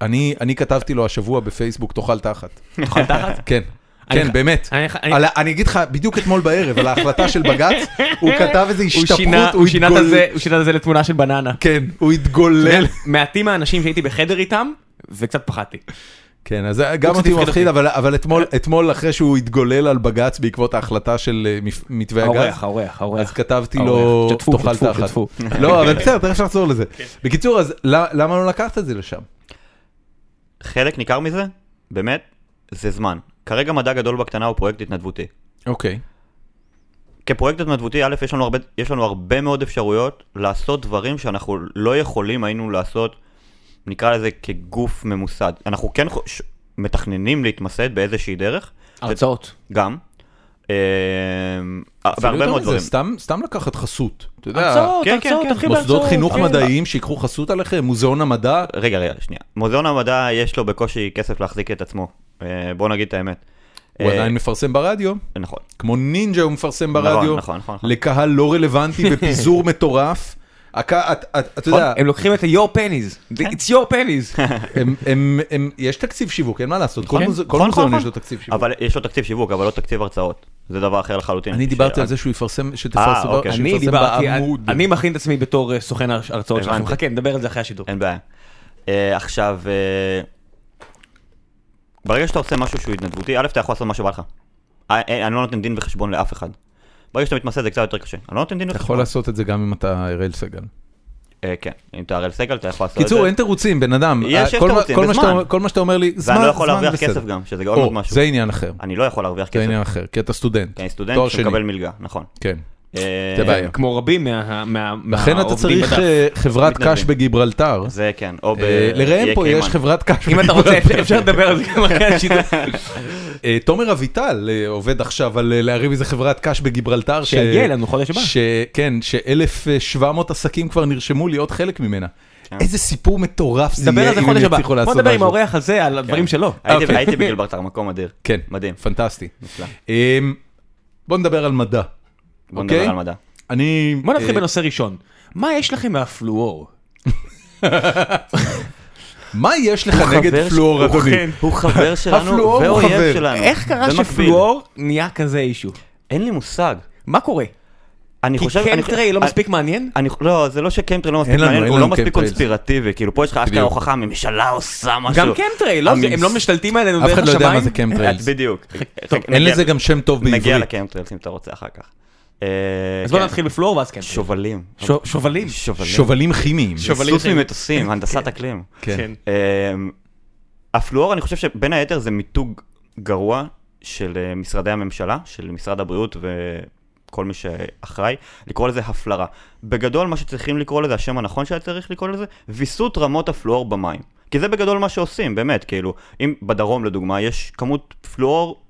Speaker 1: אני, אני כתבתי לו השבוע בפייסבוק, תאכל תחת.
Speaker 4: תאכל תחת?
Speaker 1: כן,
Speaker 4: אני
Speaker 1: כן,
Speaker 4: ח-
Speaker 1: באמת.
Speaker 4: אני ח- אני-
Speaker 1: על ה- אני אגיד לך, בדיוק אתמול בערב, על ההחלטה של בג"ץ, הוא כתב איזה
Speaker 4: הוא
Speaker 1: השתפכות,
Speaker 4: שינה- הוא שינה את
Speaker 1: התגולל-
Speaker 4: הזה- הוא שינה את זה לתמונה של בננה.
Speaker 1: כן, הוא התגולל.
Speaker 4: מעטים האנשים שהייתי בחדר איתם, וקצת פחדתי.
Speaker 1: כן, אז זה גם
Speaker 4: הוא
Speaker 1: אותי
Speaker 4: קצת הפחיד
Speaker 1: מפחיד,
Speaker 4: אותי.
Speaker 1: אבל- אבל אתמול- אתמול אחרי שהוא התגולל על בג"ץ בעקבות ההחלטה של אה, מפ- מתווה הגז,
Speaker 4: האורח, האורח,
Speaker 1: אז
Speaker 4: האורח.
Speaker 1: כתבתי
Speaker 4: האורח.
Speaker 1: לו,
Speaker 4: שתפו,
Speaker 1: תאכל
Speaker 4: שתפו,
Speaker 1: תחת.
Speaker 4: שתפו. כן.
Speaker 1: לא, אבל בסדר, תכף נחזור לזה. בקיצור, אז למה למה לא לקחת את זה לשם?
Speaker 3: חלק ניכר מזה, באמת, זה זמן. כרגע מדע גדול בקטנה הוא פרויקט התנדבותי.
Speaker 1: אוקיי.
Speaker 3: כפרויקט התנדבותי, א', יש לנו, הרבה, יש לנו הרבה מאוד אפשרויות לעשות דברים שאנחנו לא יכולים היינו לעשות, נקרא לזה כגוף ממוסד. אנחנו כן חוש... מתכננים להתמסד באיזושהי דרך,
Speaker 4: הרצאות.
Speaker 3: גם. אה, והרבה מאוד דברים.
Speaker 1: סתם לקחת חסות. אתה יודע,
Speaker 4: הרצאות,
Speaker 3: כן, כן,
Speaker 4: הרצאות,
Speaker 3: כן.
Speaker 4: תתחיל בהרצאות.
Speaker 1: מוסדות חינוך
Speaker 4: כן.
Speaker 1: מדעיים שיקחו חסות עליכם, מוזיאון המדע,
Speaker 3: רגע, רגע, שנייה. מוזיאון המדע יש לו בקושי כסף להחזיק את עצמו. אה, בוא נגיד את האמת.
Speaker 1: הוא
Speaker 3: אה,
Speaker 1: עדיין מפרסם ברדיו,
Speaker 3: נכון.
Speaker 1: כמו נינג'ה הוא מפרסם
Speaker 3: נכון,
Speaker 1: ברדיו,
Speaker 3: נכון, נכון, נכון.
Speaker 1: לקהל לא רלוונטי בפיזור מטורף. הק- את- את-
Speaker 3: נכון.
Speaker 1: אתה יודע,
Speaker 4: הם לוקחים את ה-your pennies, it's your pennies.
Speaker 1: הם- הם- הם- יש תקציב שיווק, אין מה לעשות, כל
Speaker 3: כן,
Speaker 1: מוז- כל
Speaker 3: נכון,
Speaker 1: מוזיאון
Speaker 3: נכון,
Speaker 1: יש לו
Speaker 3: נכון.
Speaker 1: תקציב שיווק.
Speaker 3: אבל יש לו תקציב שיווק, אבל לא תקציב הרצאות. זה דבר אחר לחלוטין.
Speaker 1: אני דיברתי
Speaker 3: ש-
Speaker 1: על זה שהוא יפרסם, שתפרסם
Speaker 3: אה, אוקיי.
Speaker 1: שהוא
Speaker 4: אני
Speaker 1: יפרסם
Speaker 4: דיברתי,
Speaker 1: בעמוד.
Speaker 4: אני מכין את עצמי בתור אה, סוכן הר- הרצאות שלכם.
Speaker 3: הבנתי.
Speaker 4: חכה, נדבר על זה אחרי השידור.
Speaker 3: אין בעיה. אה, עכשיו, אה, ברגע שאתה עושה משהו שהוא התנדבותי, א', אתה יכול לעשות מה שבא לך. אה, אה, אני לא נותן דין וחשבון לאף אחד. ברגע שאתה מתמסד זה קצת יותר קשה. אני לא נותן דין
Speaker 1: אתה יכול
Speaker 3: וחשבון.
Speaker 1: לעשות את זה גם אם אתה אראל סגל.
Speaker 3: אה, כן, אם אתה הראל סגל אתה יכול לעשות את זה.
Speaker 1: קיצור, אין תירוצים, בן אדם.
Speaker 3: יש- יש
Speaker 1: כל מה-
Speaker 3: תירוצים,
Speaker 1: כל
Speaker 3: זה
Speaker 1: מה שאתה-
Speaker 3: זמן.
Speaker 1: כל מה שאתה אומר לי, זמן, זמן,
Speaker 3: ואני לא יכול להרוויח
Speaker 1: בסדר.
Speaker 3: כסף גם, שזה גם עוד
Speaker 1: או,
Speaker 3: משהו.
Speaker 1: זה עניין אחר,
Speaker 3: אני לא יכול להרוויח
Speaker 1: זה
Speaker 3: כסף.
Speaker 1: עניין אחר, כי אתה סטודנט.
Speaker 3: כי אני סטודנט
Speaker 1: תואר שני.
Speaker 3: שמקבל מלגה, נכון.
Speaker 1: כן.
Speaker 3: אה,
Speaker 1: זה בעיה.
Speaker 4: כמו רבים מה- מה- מהעובדים
Speaker 1: לכן אתה צריך
Speaker 4: בדף.
Speaker 1: אה, חברת
Speaker 3: מתנדבים.
Speaker 1: קש בגיברלטר.
Speaker 3: זה כן, או ב...
Speaker 1: אה, לראם
Speaker 3: איי
Speaker 1: פה יש
Speaker 3: קיימן.
Speaker 1: חברת קש
Speaker 4: אם אתה רוצה,
Speaker 1: בגיברלטר.
Speaker 4: אפשר- אפשר לדבר על זה גם אחרי השידור.
Speaker 1: אה, תומר אביטל אה, עובד עכשיו על אה, להרים איזה חברת קש בגיברלטר. ש-
Speaker 4: שיגיע אלינו חודש הבא.
Speaker 1: ש- כן, ש-1,700 עסקים כבר נרשמו להיות חלק ממנה. איזה סיפור מטורף זה
Speaker 4: נדבר
Speaker 1: יהיה
Speaker 4: על זה
Speaker 1: אם הם
Speaker 4: חודש הבא.
Speaker 1: יצליחו לעשות משהו.
Speaker 4: בוא נדבר עם האורח הזה על הדברים שלו.
Speaker 3: הייתי-
Speaker 1: אוקיי.
Speaker 3: הייתי בגלברטר, מקום אדיר.
Speaker 1: כן,
Speaker 3: מדהים.
Speaker 1: פנטסטי.
Speaker 3: נפלא.
Speaker 1: אמ, בוא נדבר על מדע.
Speaker 3: בוא נדבר
Speaker 1: אוקיי?
Speaker 3: על מדע.
Speaker 1: אני...
Speaker 4: בוא נתחיל
Speaker 1: אה,
Speaker 4: בנושא ראשון. מה יש לכם מהפלואור?
Speaker 1: מה יש לך נגד
Speaker 3: חבר ש-
Speaker 1: פלואור,
Speaker 3: הוא
Speaker 1: אדוני?
Speaker 4: כן.
Speaker 3: חן, הוא חבר שלנו
Speaker 1: הפלואור הוא חבר.
Speaker 3: ואויב שלנו.
Speaker 4: איך קרה
Speaker 3: במקביל.
Speaker 4: שפלואור נהיה כזה אישו?
Speaker 3: אין לי מושג.
Speaker 4: מה קורה?
Speaker 3: אני
Speaker 4: כי
Speaker 3: חושב... אה, אני-
Speaker 4: קמטרי לא
Speaker 3: אני-
Speaker 4: מספיק מעניין?
Speaker 3: אני, לא, זה לא שקמטרי לא מספיק
Speaker 1: אין לנו-
Speaker 3: מעניין,
Speaker 1: אין
Speaker 3: הוא לא
Speaker 1: לנו
Speaker 3: מספיק
Speaker 1: קמטרייל.
Speaker 3: קונספירטיבי, כאילו פה יש לך אשכרה
Speaker 1: בדיוק.
Speaker 3: הוכחה, ממשלה עושה משהו.
Speaker 4: גם קמטרי, לא? זה- הם לא משתלטים עלינו
Speaker 1: אף
Speaker 4: דרך
Speaker 1: אחד לא יודע מה
Speaker 4: השמיים?
Speaker 1: זה קמפטריילס.
Speaker 3: בדיוק.
Speaker 4: טוב,
Speaker 1: אין
Speaker 3: נגיע-
Speaker 1: לזה גם שם טוב
Speaker 3: נגיע
Speaker 1: בעברית.
Speaker 3: לקמטריילס אם אתה רוצה אחר כך. אה,
Speaker 4: אז בוא
Speaker 3: כן.
Speaker 4: נתחיל בפלואור ואז קמטרי.
Speaker 3: שובלים.
Speaker 4: שו- שובלים.
Speaker 3: שובלים.
Speaker 1: שובלים כימיים.
Speaker 4: שובלים
Speaker 3: סוס
Speaker 4: של-
Speaker 3: ממטוסים, הנדסת אקלים.
Speaker 1: כן.
Speaker 3: אמ, הפלואור, אני חושב שבין היתר זה מיתוג גרוע של אה, משרדי הממשלה, של משרד הבריאות וכל מי שאחראי, לקרוא לזה הפלרה. בגדול, מה שצריכים לקרוא לזה, השם הנכון שהיה צריך לקרוא לזה, ויסות רמות הפלואור במים. כי זה בגדול מה שעושים, באמת, כאילו, אם בדרום לדוגמה יש כמות פלואור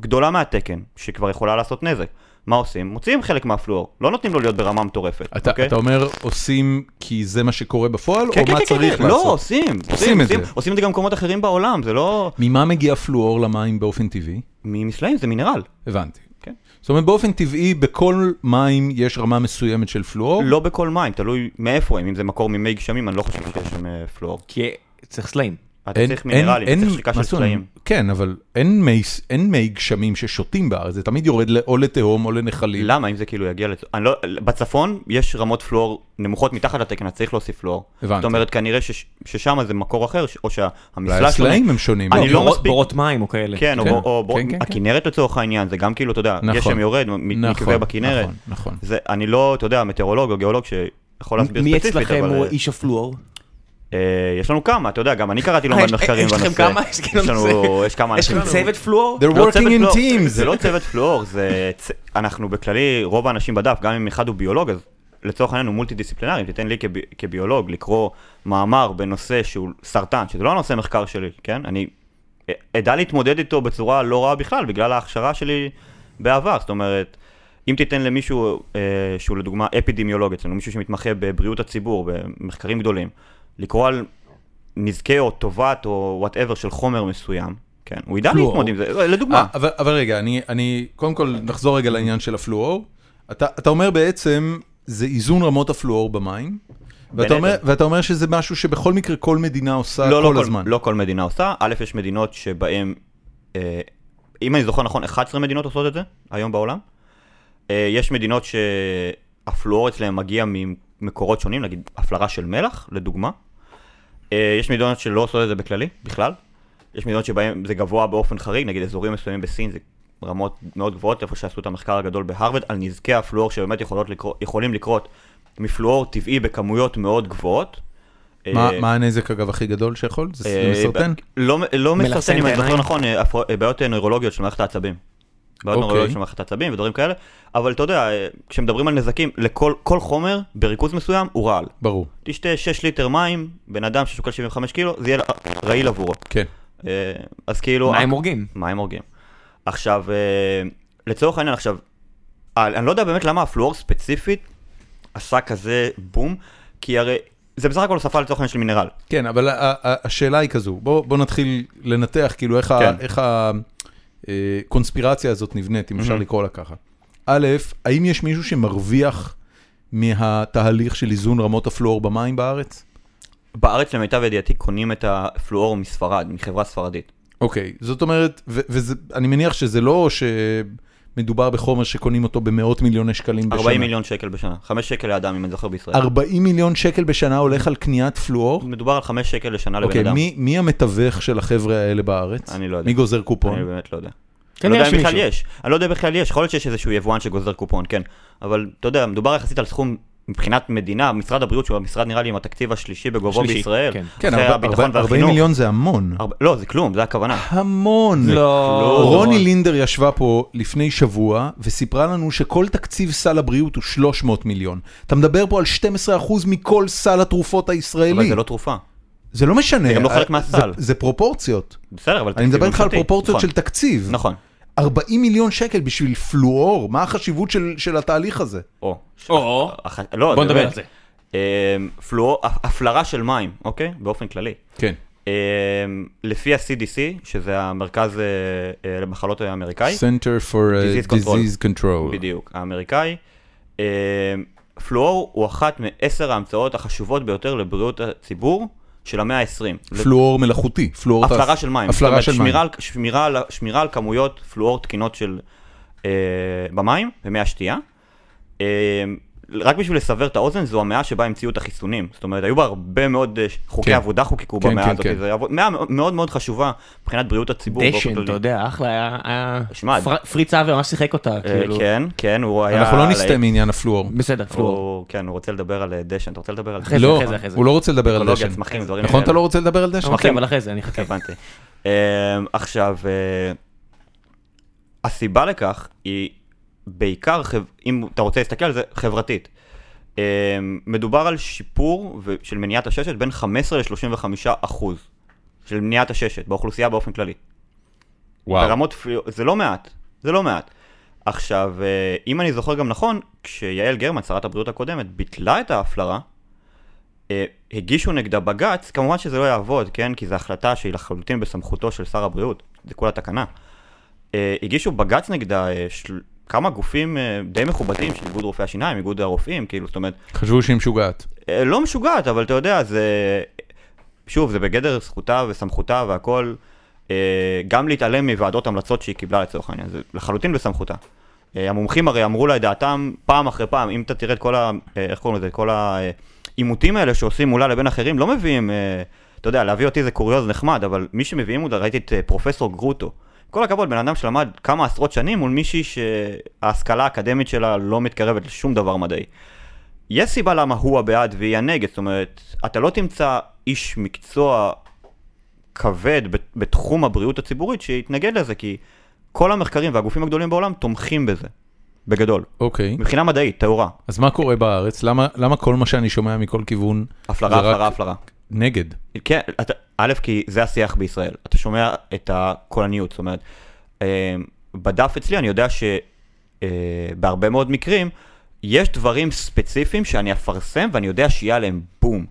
Speaker 3: גדולה מהתקן, שכבר יכולה לעשות נזק. מה עושים? מוציאים חלק מהפלואור, לא נותנים לו להיות ברמה מטורפת,
Speaker 1: אתה
Speaker 3: אוקיי?
Speaker 1: אתה אומר עושים כי זה מה שקורה בפועל,
Speaker 3: כן,
Speaker 1: או
Speaker 3: כן,
Speaker 1: מה
Speaker 3: כן,
Speaker 1: צריך
Speaker 3: כן. לא,
Speaker 1: לעשות?
Speaker 3: עושים,
Speaker 1: עושים
Speaker 3: עושים,
Speaker 1: את
Speaker 3: עושים,
Speaker 1: זה.
Speaker 3: עושים את זה גם במקומות אחרים בעולם, זה לא...
Speaker 1: ממה מגיע פלואור למים באופן טבעי?
Speaker 3: ממסלעים זה מינרל.
Speaker 1: הבנתי.
Speaker 3: כן.
Speaker 1: זאת אומרת, באופן טבעי, בכל מים יש רמה מסוימת של פלואור.
Speaker 3: לא בכל מים, תלוי מאיפה הם, אם זה מקור ממי גשמים, אני לא חושב שיש שם אה, פלואור.
Speaker 4: כי צריך סלעים.
Speaker 3: אתה צריך מינרלים, אתה צריך שחיקה
Speaker 1: מה
Speaker 3: של
Speaker 1: זאת אומרת?
Speaker 3: סלעים.
Speaker 1: כן, אבל אין מי, אין מי גשמים ששותים בארץ, זה תמיד יורד ל- או לתהום או לנחלים.
Speaker 3: למה אם זה כאילו יגיע לצ... אני לא... בצפון יש רמות פלואור נמוכות מתחת לתקן, אז צריך להוסיף פלואור.
Speaker 1: הבנתי.
Speaker 3: זאת אומרת, כנראה שש... ששם זה מקור אחר, ש... או
Speaker 1: אולי
Speaker 3: שהמסלע
Speaker 1: הסלעים הם שונים.
Speaker 3: אני לא
Speaker 4: בורות-
Speaker 3: מספיק-
Speaker 4: בורות מים או כאלה.
Speaker 3: כן, או,
Speaker 1: כן,
Speaker 3: או, או
Speaker 1: כן, כן, כן.
Speaker 3: הכנרת לצורך העניין, זה גם כאילו, אתה יודע,
Speaker 1: נכון.
Speaker 3: גשם יורד, מ- מקווה בכנרת.
Speaker 1: נכון, נכון.
Speaker 3: זה, אני לא, אתה יודע, מטאורולוג או גיאולוג שיכול להסביר
Speaker 4: מי
Speaker 3: ספציפית,
Speaker 4: אצלכם
Speaker 3: אבל,
Speaker 4: הוא
Speaker 3: אה,
Speaker 4: איש הפלואור?
Speaker 3: אה, יש לנו כמה, אתה יודע, גם אני קראתי לא
Speaker 4: אה,
Speaker 3: מעט
Speaker 4: יש-
Speaker 3: מחקרים
Speaker 4: יש
Speaker 3: בנושא.
Speaker 4: לכם כמה? יש כאילו
Speaker 3: לנו-
Speaker 4: נושא.
Speaker 3: יש כמה
Speaker 4: יש לכם
Speaker 3: אנשים.
Speaker 4: צוות פלואור?
Speaker 1: They're
Speaker 3: לא צוות
Speaker 1: working in
Speaker 3: פלואור,
Speaker 1: teams.
Speaker 3: זה לא צוות פלואור, זה... צ- אנחנו בכללי, רוב האנשים בדף, גם אם אחד הוא ביולוג, אז לצורך העניין הוא מולטי דיסציפלינרי, תיתן לי כב- כביולוג לקרוא מאמר בנושא שהוא סרטן, שזה לא הנושא מחקר שלי, כן? אני אה, אדע להתמודד איתו בצורה לא רעה בכלל, בגלל ההכשרה שלי בעבר, זאת אומרת... אם תיתן למישהו אה, שהוא לדוגמה אפידמיולוג אצלנו, מישהו שמתמחה בבריאות הציבור, במחקרים גדולים, לקרוא על נזקי או טובת או וואטאבר של חומר מסוים, כן, הוא ידע
Speaker 1: פלואור.
Speaker 3: להתמודד עם זה, לא, לדוגמה.
Speaker 1: אה, אבל, אבל רגע, אני, אני, קודם כל נחזור רגע לעניין של הפלואור. אתה, אתה אומר בעצם, זה איזון רמות הפלואור במים, ואתה
Speaker 3: היתר.
Speaker 1: אומר, ואתה אומר שזה משהו שבכל מקרה כל מדינה עושה
Speaker 3: לא,
Speaker 1: כל
Speaker 3: לא,
Speaker 1: הזמן.
Speaker 3: כל, לא כל מדינה עושה, א', יש מדינות שבהן, אה, אם אני זוכר נכון, 11 מדינות עושות את זה היום בעולם. אה, יש מדינות שהפלואור אצלהם מגיע ממקורות שונים, נגיד הפלרה של מלח, לדוגמה. אה, יש מדינות שלא עושות את זה בכללי, בכלל. יש מדינות שבהן זה גבוה באופן חריג, נגיד אזורים מסוימים בסין זה רמות מאוד גבוהות, איפה שעשו את המחקר הגדול בהרווארד, על נזקי הפלואור שבאמת יכולות לקרות, יכולים לקרות מפלואור טבעי בכמויות מאוד גבוהות.
Speaker 1: מה,
Speaker 3: אה,
Speaker 1: מה הנזק אגב הכי גדול שיכול? זה
Speaker 3: אה,
Speaker 1: מסרטן?
Speaker 3: ב- לא מ- לא
Speaker 4: מלחסן
Speaker 3: מסרטן, אם אני
Speaker 4: את
Speaker 3: זוכר
Speaker 4: העיניים.
Speaker 3: נכון, אה, הפר- אה, בעיות אה, נוירולוגיות של מערכת העצבים. בעיות
Speaker 1: אוקיי.
Speaker 3: נוירולוגיות של מערכת העצבים ודברים כאלה, אבל אתה יודע, אה, כשמדברים על נזקים, לכל כל חומר בריכוז מסוים הוא רעל.
Speaker 1: ברור,
Speaker 3: תשתה 6 ליטר מים, בן אדם ששוקל 75 קילו, זה יהיה לה- רעיל עבורו.
Speaker 1: כן.
Speaker 3: אה, אז כאילו...
Speaker 4: מים הורגים.
Speaker 3: מים הורגים. עכשיו, אה, לצורך העניין עכשיו, אה, אני לא יודע באמת למה הפלואור ספציפית עשה כזה בום, כי הרי זה בסך הכל הוספה לצורך העניין של מינרל.
Speaker 1: כן, אבל ה- ה- ה- השאלה היא כזו, בוא, בוא נתחיל לנתח כאילו איך,
Speaker 3: כן.
Speaker 1: ה, איך הקונספירציה הזאת נבנית, אם אפשר
Speaker 3: מהמם.
Speaker 1: לקרוא לה ככה. א', האם יש מישהו שמרוויח מהתהליך של איזון רמות הפלואור במים בארץ?
Speaker 3: בארץ למיטב ידיעתי קונים את הפלואור מספרד, מחברה ספרדית.
Speaker 1: אוקיי, זאת אומרת, ואני מניח שזה לא שמדובר בחומר שקונים אותו במאות מיליוני שקלים בשנה.
Speaker 3: 40 מיליון שקל בשנה, 5 שקל לאדם אם אני זוכר בישראל.
Speaker 1: 40 מיליון שקל בשנה הולך על קניית פלואור?
Speaker 3: מדובר על 5 שקל לשנה לא, לבן
Speaker 1: אוקיי,
Speaker 3: אדם.
Speaker 1: מי, מי המתווך של החבר'ה האלה בארץ?
Speaker 3: אני לא יודע.
Speaker 1: מי גוזר קופון?
Speaker 3: אני באמת לא יודע.
Speaker 4: כן,
Speaker 3: אני לא יודע
Speaker 4: יש
Speaker 3: אם בכלל
Speaker 4: מישהו.
Speaker 3: יש, אני לא יודע אם בכלל יש, יכול להיות שיש איזשהו יבואן שגוזר קופון, כן. אבל אתה יודע, מדובר יחסית על סכום מבחינת מדינה, משרד הבריאות, שהוא המשרד נראה לי עם התקציב השלישי בגובהו
Speaker 4: שלישי,
Speaker 3: בישראל.
Speaker 4: כן.
Speaker 1: כן,
Speaker 3: אחרי
Speaker 1: ארבע-
Speaker 3: הביטחון
Speaker 1: ארבע- 40
Speaker 3: והחינוך.
Speaker 1: מיליון זה המון.
Speaker 3: ארבע- לא, זה כלום, זה הכוונה.
Speaker 1: המון.
Speaker 4: לא.
Speaker 1: רוני לינדר ישבה פה לפני שבוע וסיפרה לנו שכל תקציב סל הבריאות הוא 300 מיליון. אתה מדבר פה על 12% מכל סל התרופות הישראלי.
Speaker 3: אבל זה לא תרופה.
Speaker 1: זה לא משנה.
Speaker 3: זה גם לא חלק
Speaker 1: זה-
Speaker 3: מהסל.
Speaker 1: זה פרופורציות.
Speaker 3: בסדר, אבל...
Speaker 1: אני
Speaker 3: תקציב
Speaker 1: מדבר איתך על
Speaker 3: ממשלתי.
Speaker 1: פרופורציות
Speaker 3: נכון.
Speaker 1: של תקציב.
Speaker 3: נכון.
Speaker 1: 40 מיליון שקל בשביל פלואור, מה החשיבות של- של התהליך הזה?
Speaker 3: או.
Speaker 4: או,
Speaker 3: הח- לא,
Speaker 4: בוא נדבר
Speaker 3: באמת.
Speaker 4: על זה.
Speaker 3: אמ, פלואור, הפ- הפלרה של מים, אוקיי? באופן כללי.
Speaker 1: כן.
Speaker 3: אמ, לפי ה-CDC, שזה המרכז אה, אה, למחלות האמריקאי,
Speaker 1: Center for
Speaker 3: Disease Control.
Speaker 1: Control.
Speaker 3: בדיוק, האמריקאי, אמ, פלואור הוא אחת מעשר ההמצאות החשובות ביותר לבריאות הציבור של המאה ה-20.
Speaker 1: פלואור מלאכותי. פלואור תעש-
Speaker 3: הפלרה של מים. זאת
Speaker 1: הפלרה
Speaker 3: אומרת,
Speaker 1: של מים.
Speaker 3: שמירה, על- שמירה, על- שמירה על כמויות פלואור תקינות של, אה, במים, במי השתייה. אה, רק בשביל לסבר את האוזן, זו המאה שבה המציאו את החיסונים. זאת אומרת, היו בה הרבה מאוד אה, חוקי
Speaker 1: כן.
Speaker 3: עבודה חוקקו
Speaker 1: כן,
Speaker 3: במאה
Speaker 1: כן,
Speaker 3: הזאת.
Speaker 1: כן.
Speaker 3: זו עבוד- מאה מאוד מאוד חשובה מבחינת בריאות הציבור. באופן
Speaker 4: דשן,
Speaker 3: כללי.
Speaker 4: אתה יודע, אחלה, היה- היה...
Speaker 3: שמע,
Speaker 4: פר- פריץ אבר ממש שיחק אותה,
Speaker 3: אה,
Speaker 4: כאילו.
Speaker 3: כן, כן, הוא היה...
Speaker 1: אנחנו לא
Speaker 3: על
Speaker 1: נסטה
Speaker 3: ה-
Speaker 1: מעניין הפלואור.
Speaker 4: בסדר, פלואור. אוקיי,
Speaker 3: הוא- כן, הוא רוצה לדבר על אה, דשן, אתה רוצה לדבר על
Speaker 4: אחרי זה,
Speaker 1: לא,
Speaker 4: אחרי זה, אחרי זה.
Speaker 1: הוא לא רוצה לדבר על
Speaker 3: טכנולוגיה,
Speaker 1: דשן.
Speaker 3: צמחים, דברים
Speaker 1: נכון אתה
Speaker 3: כאלה.
Speaker 1: לא רוצה לדבר על דשן?
Speaker 4: אוקיי,
Speaker 3: שמחים. כן,
Speaker 4: אבל אחרי זה, אני אחכה.
Speaker 3: הבנתי. אמ, עכשיו, אה, הסיבה לכך היא בעיקר, חב- אם אתה רוצה להסתכל על זה, חברתית. אמ, מדובר על שיפור ו- של מניעת הששת בין 15 ל-35 אחוז של מניעת הששת באוכלוסייה באופן כללי. ברמות פליו, זה לא מעט, זה לא מעט. עכשיו, אה, אם אני זוכר גם נכון, כשיעל גרמן, שרת הבריאות הקודמת, ביטלה את ההפלרה, אה, הגישו נגדה בג"ץ, כמובן שזה לא יעבוד, כן? כי זו החלטה שהיא לחלוטין בסמכותו של שר הבריאות, זה כולה תקנה. אה, הגישו בג"ץ נגדה אה, של... כמה גופים אה, די מכובדים של איגוד רופאי השיניים, איגוד הרופאים, כאילו, זאת אומרת,
Speaker 1: חשבו שהיא משוגעת.
Speaker 3: אה, לא משוגעת, אבל אתה יודע, זה... שוב, זה בגדר זכותה וסמכותה והכל, אה, גם להתעלם מוועדות המלצות שהיא קיבלה לצורך העניין, זה לחלוטין בסמכותה. אה, המומחים הרי אמרו לה את דעתם פעם אחרי פעם, אם אתה תראה את כל ה... אה, איך קוראים לזה? את כל העימותים האלה שעושים מולה לבין אחרים, לא מביאים... אה, אתה יודע, להביא אותי זה קוריוז נחמד, אבל מי שמביאים אותה, ראיתי את אה, פרופסור גרוטו. כל הכבוד, בן אדם שלמד כמה עשרות שנים מול מישהי שההשכלה האקדמית שלה לא מתקרבת לשום דבר מדעי. יש סיבה למה הוא הבעד והיא הנגד, זאת אומרת, אתה לא תמצא איש מקצוע כבד ב- בתחום הבריאות הציבורית שיתנגד לזה, כי כל המחקרים והגופים הגדולים בעולם תומכים בזה, בגדול.
Speaker 1: אוקיי,
Speaker 3: מבחינה מדעית, טהורה,
Speaker 1: אז מה קורה בארץ? למה למה כל מה שאני שומע מכל כיוון
Speaker 3: הפלרה,
Speaker 1: זה רק-
Speaker 3: הפלרה, הפלרה.
Speaker 1: נגד?
Speaker 3: כן, אתה, א', כי זה השיח בישראל. אתה שומע את הקולניות, זאת אומרת, אה, בדף אצלי אני יודע שבהרבה מאוד מקרים, יש דברים ספציפיים שאני אפרסם ואני יודע שיהיה עליהם בום.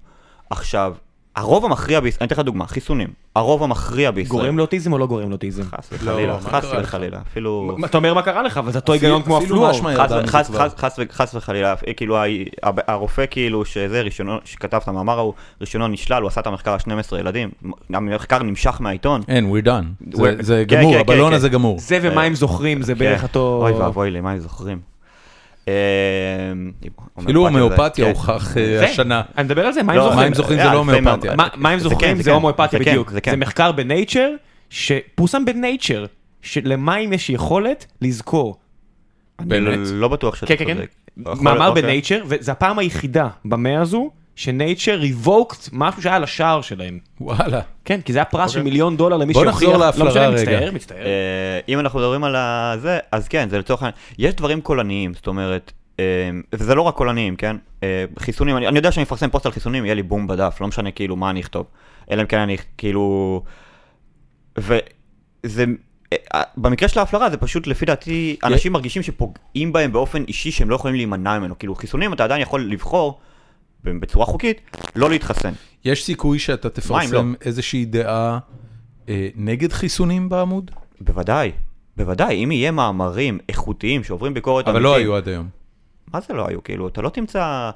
Speaker 3: עכשיו, הרוב המכריע בישראל, אני אתן לך דוגמה, חיסונים. הרוב המכריע בישראל.
Speaker 4: גורם לאוטיזם או לא גורם לאוטיזם?
Speaker 3: חס
Speaker 1: לא,
Speaker 3: וחלילה,
Speaker 1: מה
Speaker 3: חס
Speaker 1: קרה לך?
Speaker 3: וחלילה, אפילו...
Speaker 4: מה, אתה אומר מה קרה לך, אבל זה אותו
Speaker 1: אפילו-
Speaker 4: היגיון כמו
Speaker 1: אפילו
Speaker 4: הפלואור.
Speaker 1: משמע
Speaker 3: חס-
Speaker 1: ידענו
Speaker 3: חס-
Speaker 1: זה כבר.
Speaker 3: חס- חס ו- חס וחלילה, אה, כאילו ה- ה- הרופא כאילו שזה רישיונו, שכתב את המאמר ההוא, רישיונו נשלל, הוא עשה את המחקר על 12 ילדים, גם המחקר נמשך מהעיתון.
Speaker 1: אין, we're done. זה-
Speaker 3: We're-
Speaker 1: זה
Speaker 3: כן,
Speaker 1: גמור,
Speaker 3: כן,
Speaker 1: הבלון
Speaker 3: כן,
Speaker 1: הזה
Speaker 3: כן.
Speaker 1: גמור.
Speaker 4: זה ומה הם זוכרים, זה בערך
Speaker 3: כן.
Speaker 4: אותו...
Speaker 3: אוי ואבוי לי, מה הם זוכרים? אה,
Speaker 1: אפילו
Speaker 3: הומאופתיה זה-
Speaker 1: כאילו הומאופתיה
Speaker 3: כן.
Speaker 1: הוכח
Speaker 4: זה.
Speaker 1: אה, השנה.
Speaker 4: אני מדבר על זה, מה
Speaker 3: לא,
Speaker 4: הם
Speaker 1: הם
Speaker 4: זוכרים?
Speaker 1: זוכרים? זה
Speaker 3: אה,
Speaker 1: לא
Speaker 3: לפעמים-
Speaker 1: הומאופתיה.
Speaker 4: מה- מה הם
Speaker 3: זה
Speaker 4: זוכרים?
Speaker 3: כן,
Speaker 4: זה
Speaker 3: כן,
Speaker 4: הומואפתיה
Speaker 3: זה כן,
Speaker 4: בדיוק.
Speaker 3: זה כן.
Speaker 4: זה מחקר בנייצ'ר, שפורסם בנייצ'ר, שלמים יש יכולת לזכור.
Speaker 3: אני
Speaker 1: באמת?
Speaker 3: לא בטוח שאתה
Speaker 4: כן,
Speaker 3: צודק.
Speaker 4: כן, כן.
Speaker 3: יכול-
Speaker 4: מאמר
Speaker 3: אוקיי.
Speaker 4: בנייצ'ר, וזו הפעם היחידה במאה הזו, שנייצ'ר ריבוקט משהו שהיה על השער שלהם.
Speaker 1: וואלה.
Speaker 4: כן, כי זה היה פרס
Speaker 3: אוקיי.
Speaker 4: של מיליון דולר למי
Speaker 1: בוא נחזור
Speaker 4: לא
Speaker 1: להפלרה
Speaker 4: משנה,
Speaker 1: רגע.
Speaker 4: מצטער, מצטער.
Speaker 3: אה, אם אנחנו מדברים על זה, אז כן, זה לצורך העניין. יש דברים קולניים, זאת אומרת, אה, וזה לא רק קולניים, כן? אה, חיסונים, אני, אני יודע שאני מפרסם פוסט על חיסונים, יהיה לי בום בדף, לא משנה כאילו מה אני אכתוב. אלא אם כן אני כאילו... וזה... אה, במקרה של ההפלרה זה פשוט לפי דעתי אנשים מרגישים שפוגעים בהם באופן אישי שהם לא יכולים להימנע ממנו כאילו חיסונים אתה עדיין יכול לבחור בצורה חוקית לא להתחסן.
Speaker 1: יש סיכוי שאתה
Speaker 3: לא?
Speaker 1: תפרסם איזושהי דעה אה, נגד חיסונים בעמוד?
Speaker 3: בוודאי, בוודאי אם יהיה מאמרים איכותיים שעוברים ביקורת
Speaker 1: אבל לא
Speaker 3: אמיתית-
Speaker 1: היו עד היום.
Speaker 3: מה זה כן. לא היו? כאילו, אתה לא תמצא...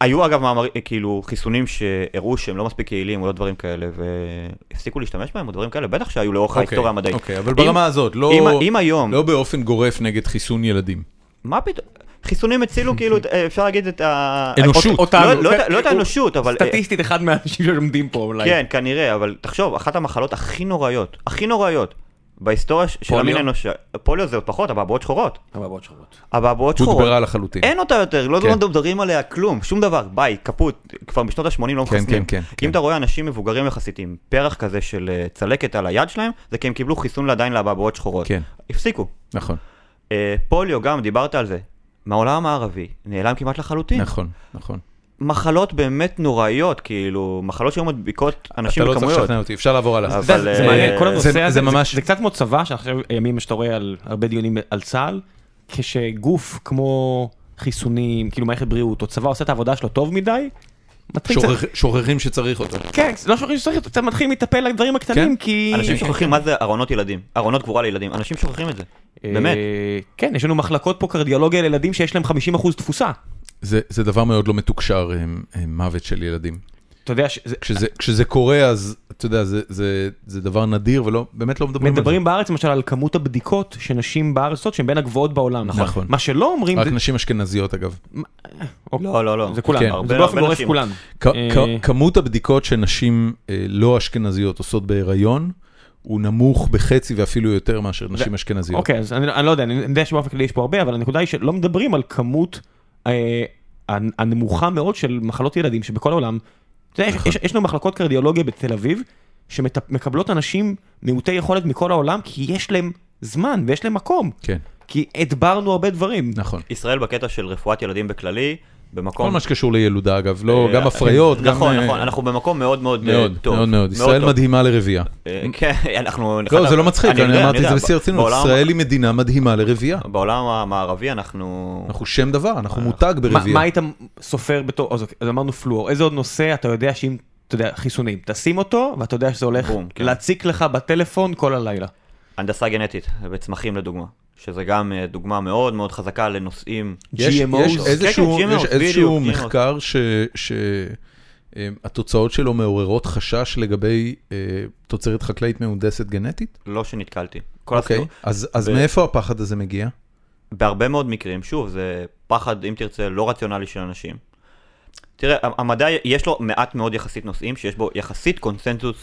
Speaker 3: היו אגב מאמרים, כאילו, חיסונים שהראו שהם לא מספיק יעילים או לא דברים כאלה, והפסיקו להשתמש בהם או דברים כאלה, בטח שהיו לאורך
Speaker 1: אוקיי,
Speaker 3: ההיסטוריה המדעית.
Speaker 1: אוקיי, אבל
Speaker 3: אם-
Speaker 1: ברמה הזאת, לא-
Speaker 3: אם- אם היום,
Speaker 1: לא באופן גורף נגד חיסון ילדים.
Speaker 3: מה פתאום? חיסונים הצילו כאילו, את- אה, אפשר להגיד את ה...
Speaker 1: אנושות. כן, כאילו,
Speaker 3: לא-
Speaker 4: אותנו.
Speaker 3: לא את ה- לא את האנושות, אבל... אה,
Speaker 4: סטטיסטית אחד מהאנשים שלומדים פה אולי.
Speaker 3: כן, כנראה, אבל תחשוב, אחת המחלות הכי נוראיות, הכי נוראיות, בהיסטוריה ש- של המין
Speaker 4: פוליו?
Speaker 3: האנושי, פוליו זה עוד פחות, אבעבועות שחורות.
Speaker 4: אבל בוא תשמעות.
Speaker 3: אבעבועות שחורות.
Speaker 1: הודברה לחלוטין.
Speaker 3: נכון. אין אותה יותר, לא
Speaker 1: כן.
Speaker 3: לא מדברים עליה כלום, שום דבר, ביי, קפוט, כבר בשנות ה-80 לא
Speaker 1: כן,
Speaker 3: מחסנים.
Speaker 1: כן, כן, כן.
Speaker 3: אם אתה רואה אנשים מבוגרים יחסית עם פרח כזה של אה, צלקת על היד שלהם, זה כי הם קיבלו חיסון עדיין לאבעבועות שחורות.
Speaker 1: כן,
Speaker 3: הפסיקו.
Speaker 1: נכון,
Speaker 3: אה, פוליו גם, דיברת על זה. מהעולם הערבי, נעלם כמעט לחלוטין.
Speaker 1: נכון, נכון.
Speaker 3: מחלות באמת נוראיות, כאילו, מחלות שהיו מדביקות
Speaker 1: אתה
Speaker 3: אנשים
Speaker 1: לא צריך
Speaker 3: בכמויות.
Speaker 1: לשכנע אותי, אפשר לעבור עליו.
Speaker 3: אבל,
Speaker 4: אתה יודע, זה
Speaker 3: אה,
Speaker 4: מעניין, כל הנושא
Speaker 1: זה- זה
Speaker 4: הזה, זה-
Speaker 1: ממש-
Speaker 4: זה קצת כמו צבא, שעכשיו ימים שאתה רואה על הרבה דיונים על צה"ל, כשגוף כמו חיסונים, כאילו מערכת בריאות, או צבא עושה את העבודה שלו טוב מדי, מתחיל קצת-
Speaker 1: שוכח- שוכחים שצריך אותו.
Speaker 4: כן, לא שוכחים שצריך, אתה מתחיל מטפל לדברים
Speaker 1: כן?
Speaker 4: הקטנים, כי...
Speaker 3: אנשים שוכחים מה זה ארונות ילדים, ארונות קבורה לילדים, אנשים שוכחים את זה,
Speaker 4: אה,
Speaker 3: באמת.
Speaker 4: כן, יש לנו מחלקות פה קרדיולוגיה לילדים שיש להם 50% תפוסה.
Speaker 1: זה זה דבר מאוד לא מתוקשר, הם- הם מוות של ילדים.
Speaker 4: אתה יודע, שזה-
Speaker 1: כשזה- כשזה קורה, אז אתה יודע, זה- זה- זה דבר נדיר, ולא, באמת לא מדברים על זה.
Speaker 4: מדברים בארץ למשל על כמות הבדיקות שנשים בארץ עושות שהן בין הגבוהות בעולם.
Speaker 1: נכון.
Speaker 4: מה שלא אומרים
Speaker 1: רק
Speaker 4: זה...
Speaker 1: נשים אשכנזיות, אגב.
Speaker 3: לא, לא, לא.
Speaker 4: זה כולם,
Speaker 1: כן.
Speaker 4: זה
Speaker 3: הרבה-
Speaker 4: באופן
Speaker 3: הרבה
Speaker 4: גורף
Speaker 3: נשים.
Speaker 4: כולם.
Speaker 1: כ-
Speaker 4: אה,
Speaker 1: כ- כמות הבדיקות שנשים אה, לא אשכנזיות עושות בהיריון, הוא נמוך בחצי ואפילו יותר מאשר נשים אשכנזיות.
Speaker 4: אוקיי, אז אני אני לא יודע, אני יודע שבאופן כללי יש פה הרבה, אבל הנקודה היא שלא מדברים על כמות אה, הנ- הנמוכה מאוד של מחלות ילדים שבכל העולם. אתה יודע, יש- יש- יש לנו מחלקות קרדיולוגיה בתל אביב, שמקבלות אנשים מעוטי יכולת מכל העולם, כי יש להם זמן ויש להם מקום.
Speaker 1: כן,
Speaker 4: כי הדברנו הרבה דברים.
Speaker 1: נכון.
Speaker 3: ישראל בקטע של רפואת ילדים בכללי, במקום...
Speaker 1: כל מה שקשור לילודה, אגב, לא,
Speaker 3: אה,
Speaker 1: גם הפריות, גם...
Speaker 3: נכון,
Speaker 1: אה,
Speaker 3: נכון, אנחנו במקום מאוד מאוד אה,
Speaker 1: מאוד,
Speaker 3: טוב.
Speaker 1: מאוד מאוד. ישראל
Speaker 3: טוב.
Speaker 1: מדהימה לרבייה.
Speaker 3: אה, כן, אנחנו...
Speaker 1: לא,
Speaker 3: אחד
Speaker 1: זה
Speaker 3: ה-
Speaker 1: לא מצחיק,
Speaker 3: יודע,
Speaker 1: אני אמרתי את
Speaker 3: יודע,
Speaker 1: זה בשיא הרצינות.
Speaker 3: בעולם- אה.
Speaker 1: ישראל היא מדינה מדהימה לרבייה.
Speaker 3: בעולם המערבי אנחנו...
Speaker 1: אנחנו שם דבר,
Speaker 3: אה.
Speaker 1: אנחנו מותג
Speaker 4: מה
Speaker 1: ברבייה.
Speaker 4: מה היית סופר בתור, אז אוקיי, אז אמרנו פלואור, איזה עוד נושא אתה יודע שאם, אתה יודע, חיסונים, תשים אותו ואתה יודע שזה הולך
Speaker 3: בום, כן.
Speaker 4: להציק לך בטלפון כל הלילה.
Speaker 3: הנדסה גנטית, בצמחים לדוגמה. שזה גם אה, דוגמה מאוד מאוד חזקה לנושאים
Speaker 1: יש,
Speaker 4: GMOs.
Speaker 1: יש איזשהו,
Speaker 3: כן, כן,
Speaker 1: יש
Speaker 3: GMOs,
Speaker 1: איזשהו
Speaker 3: בדיוק, GMOs.
Speaker 1: מחקר שהתוצאות שלו מעוררות חשש לגבי אה, תוצרת חקלאית מהונדסת גנטית?
Speaker 3: לא שנתקלתי. כל
Speaker 1: אוקיי,
Speaker 3: הסיפור-
Speaker 1: אז אז
Speaker 3: ו-
Speaker 1: מאיפה הפחד הזה מגיע?
Speaker 3: בהרבה מאוד מקרים, שוב, זה פחד, אם תרצה, לא רציונלי של אנשים. תראה, ה- המדע יש לו מעט מאוד יחסית נושאים שיש בו יחסית קונסנזוס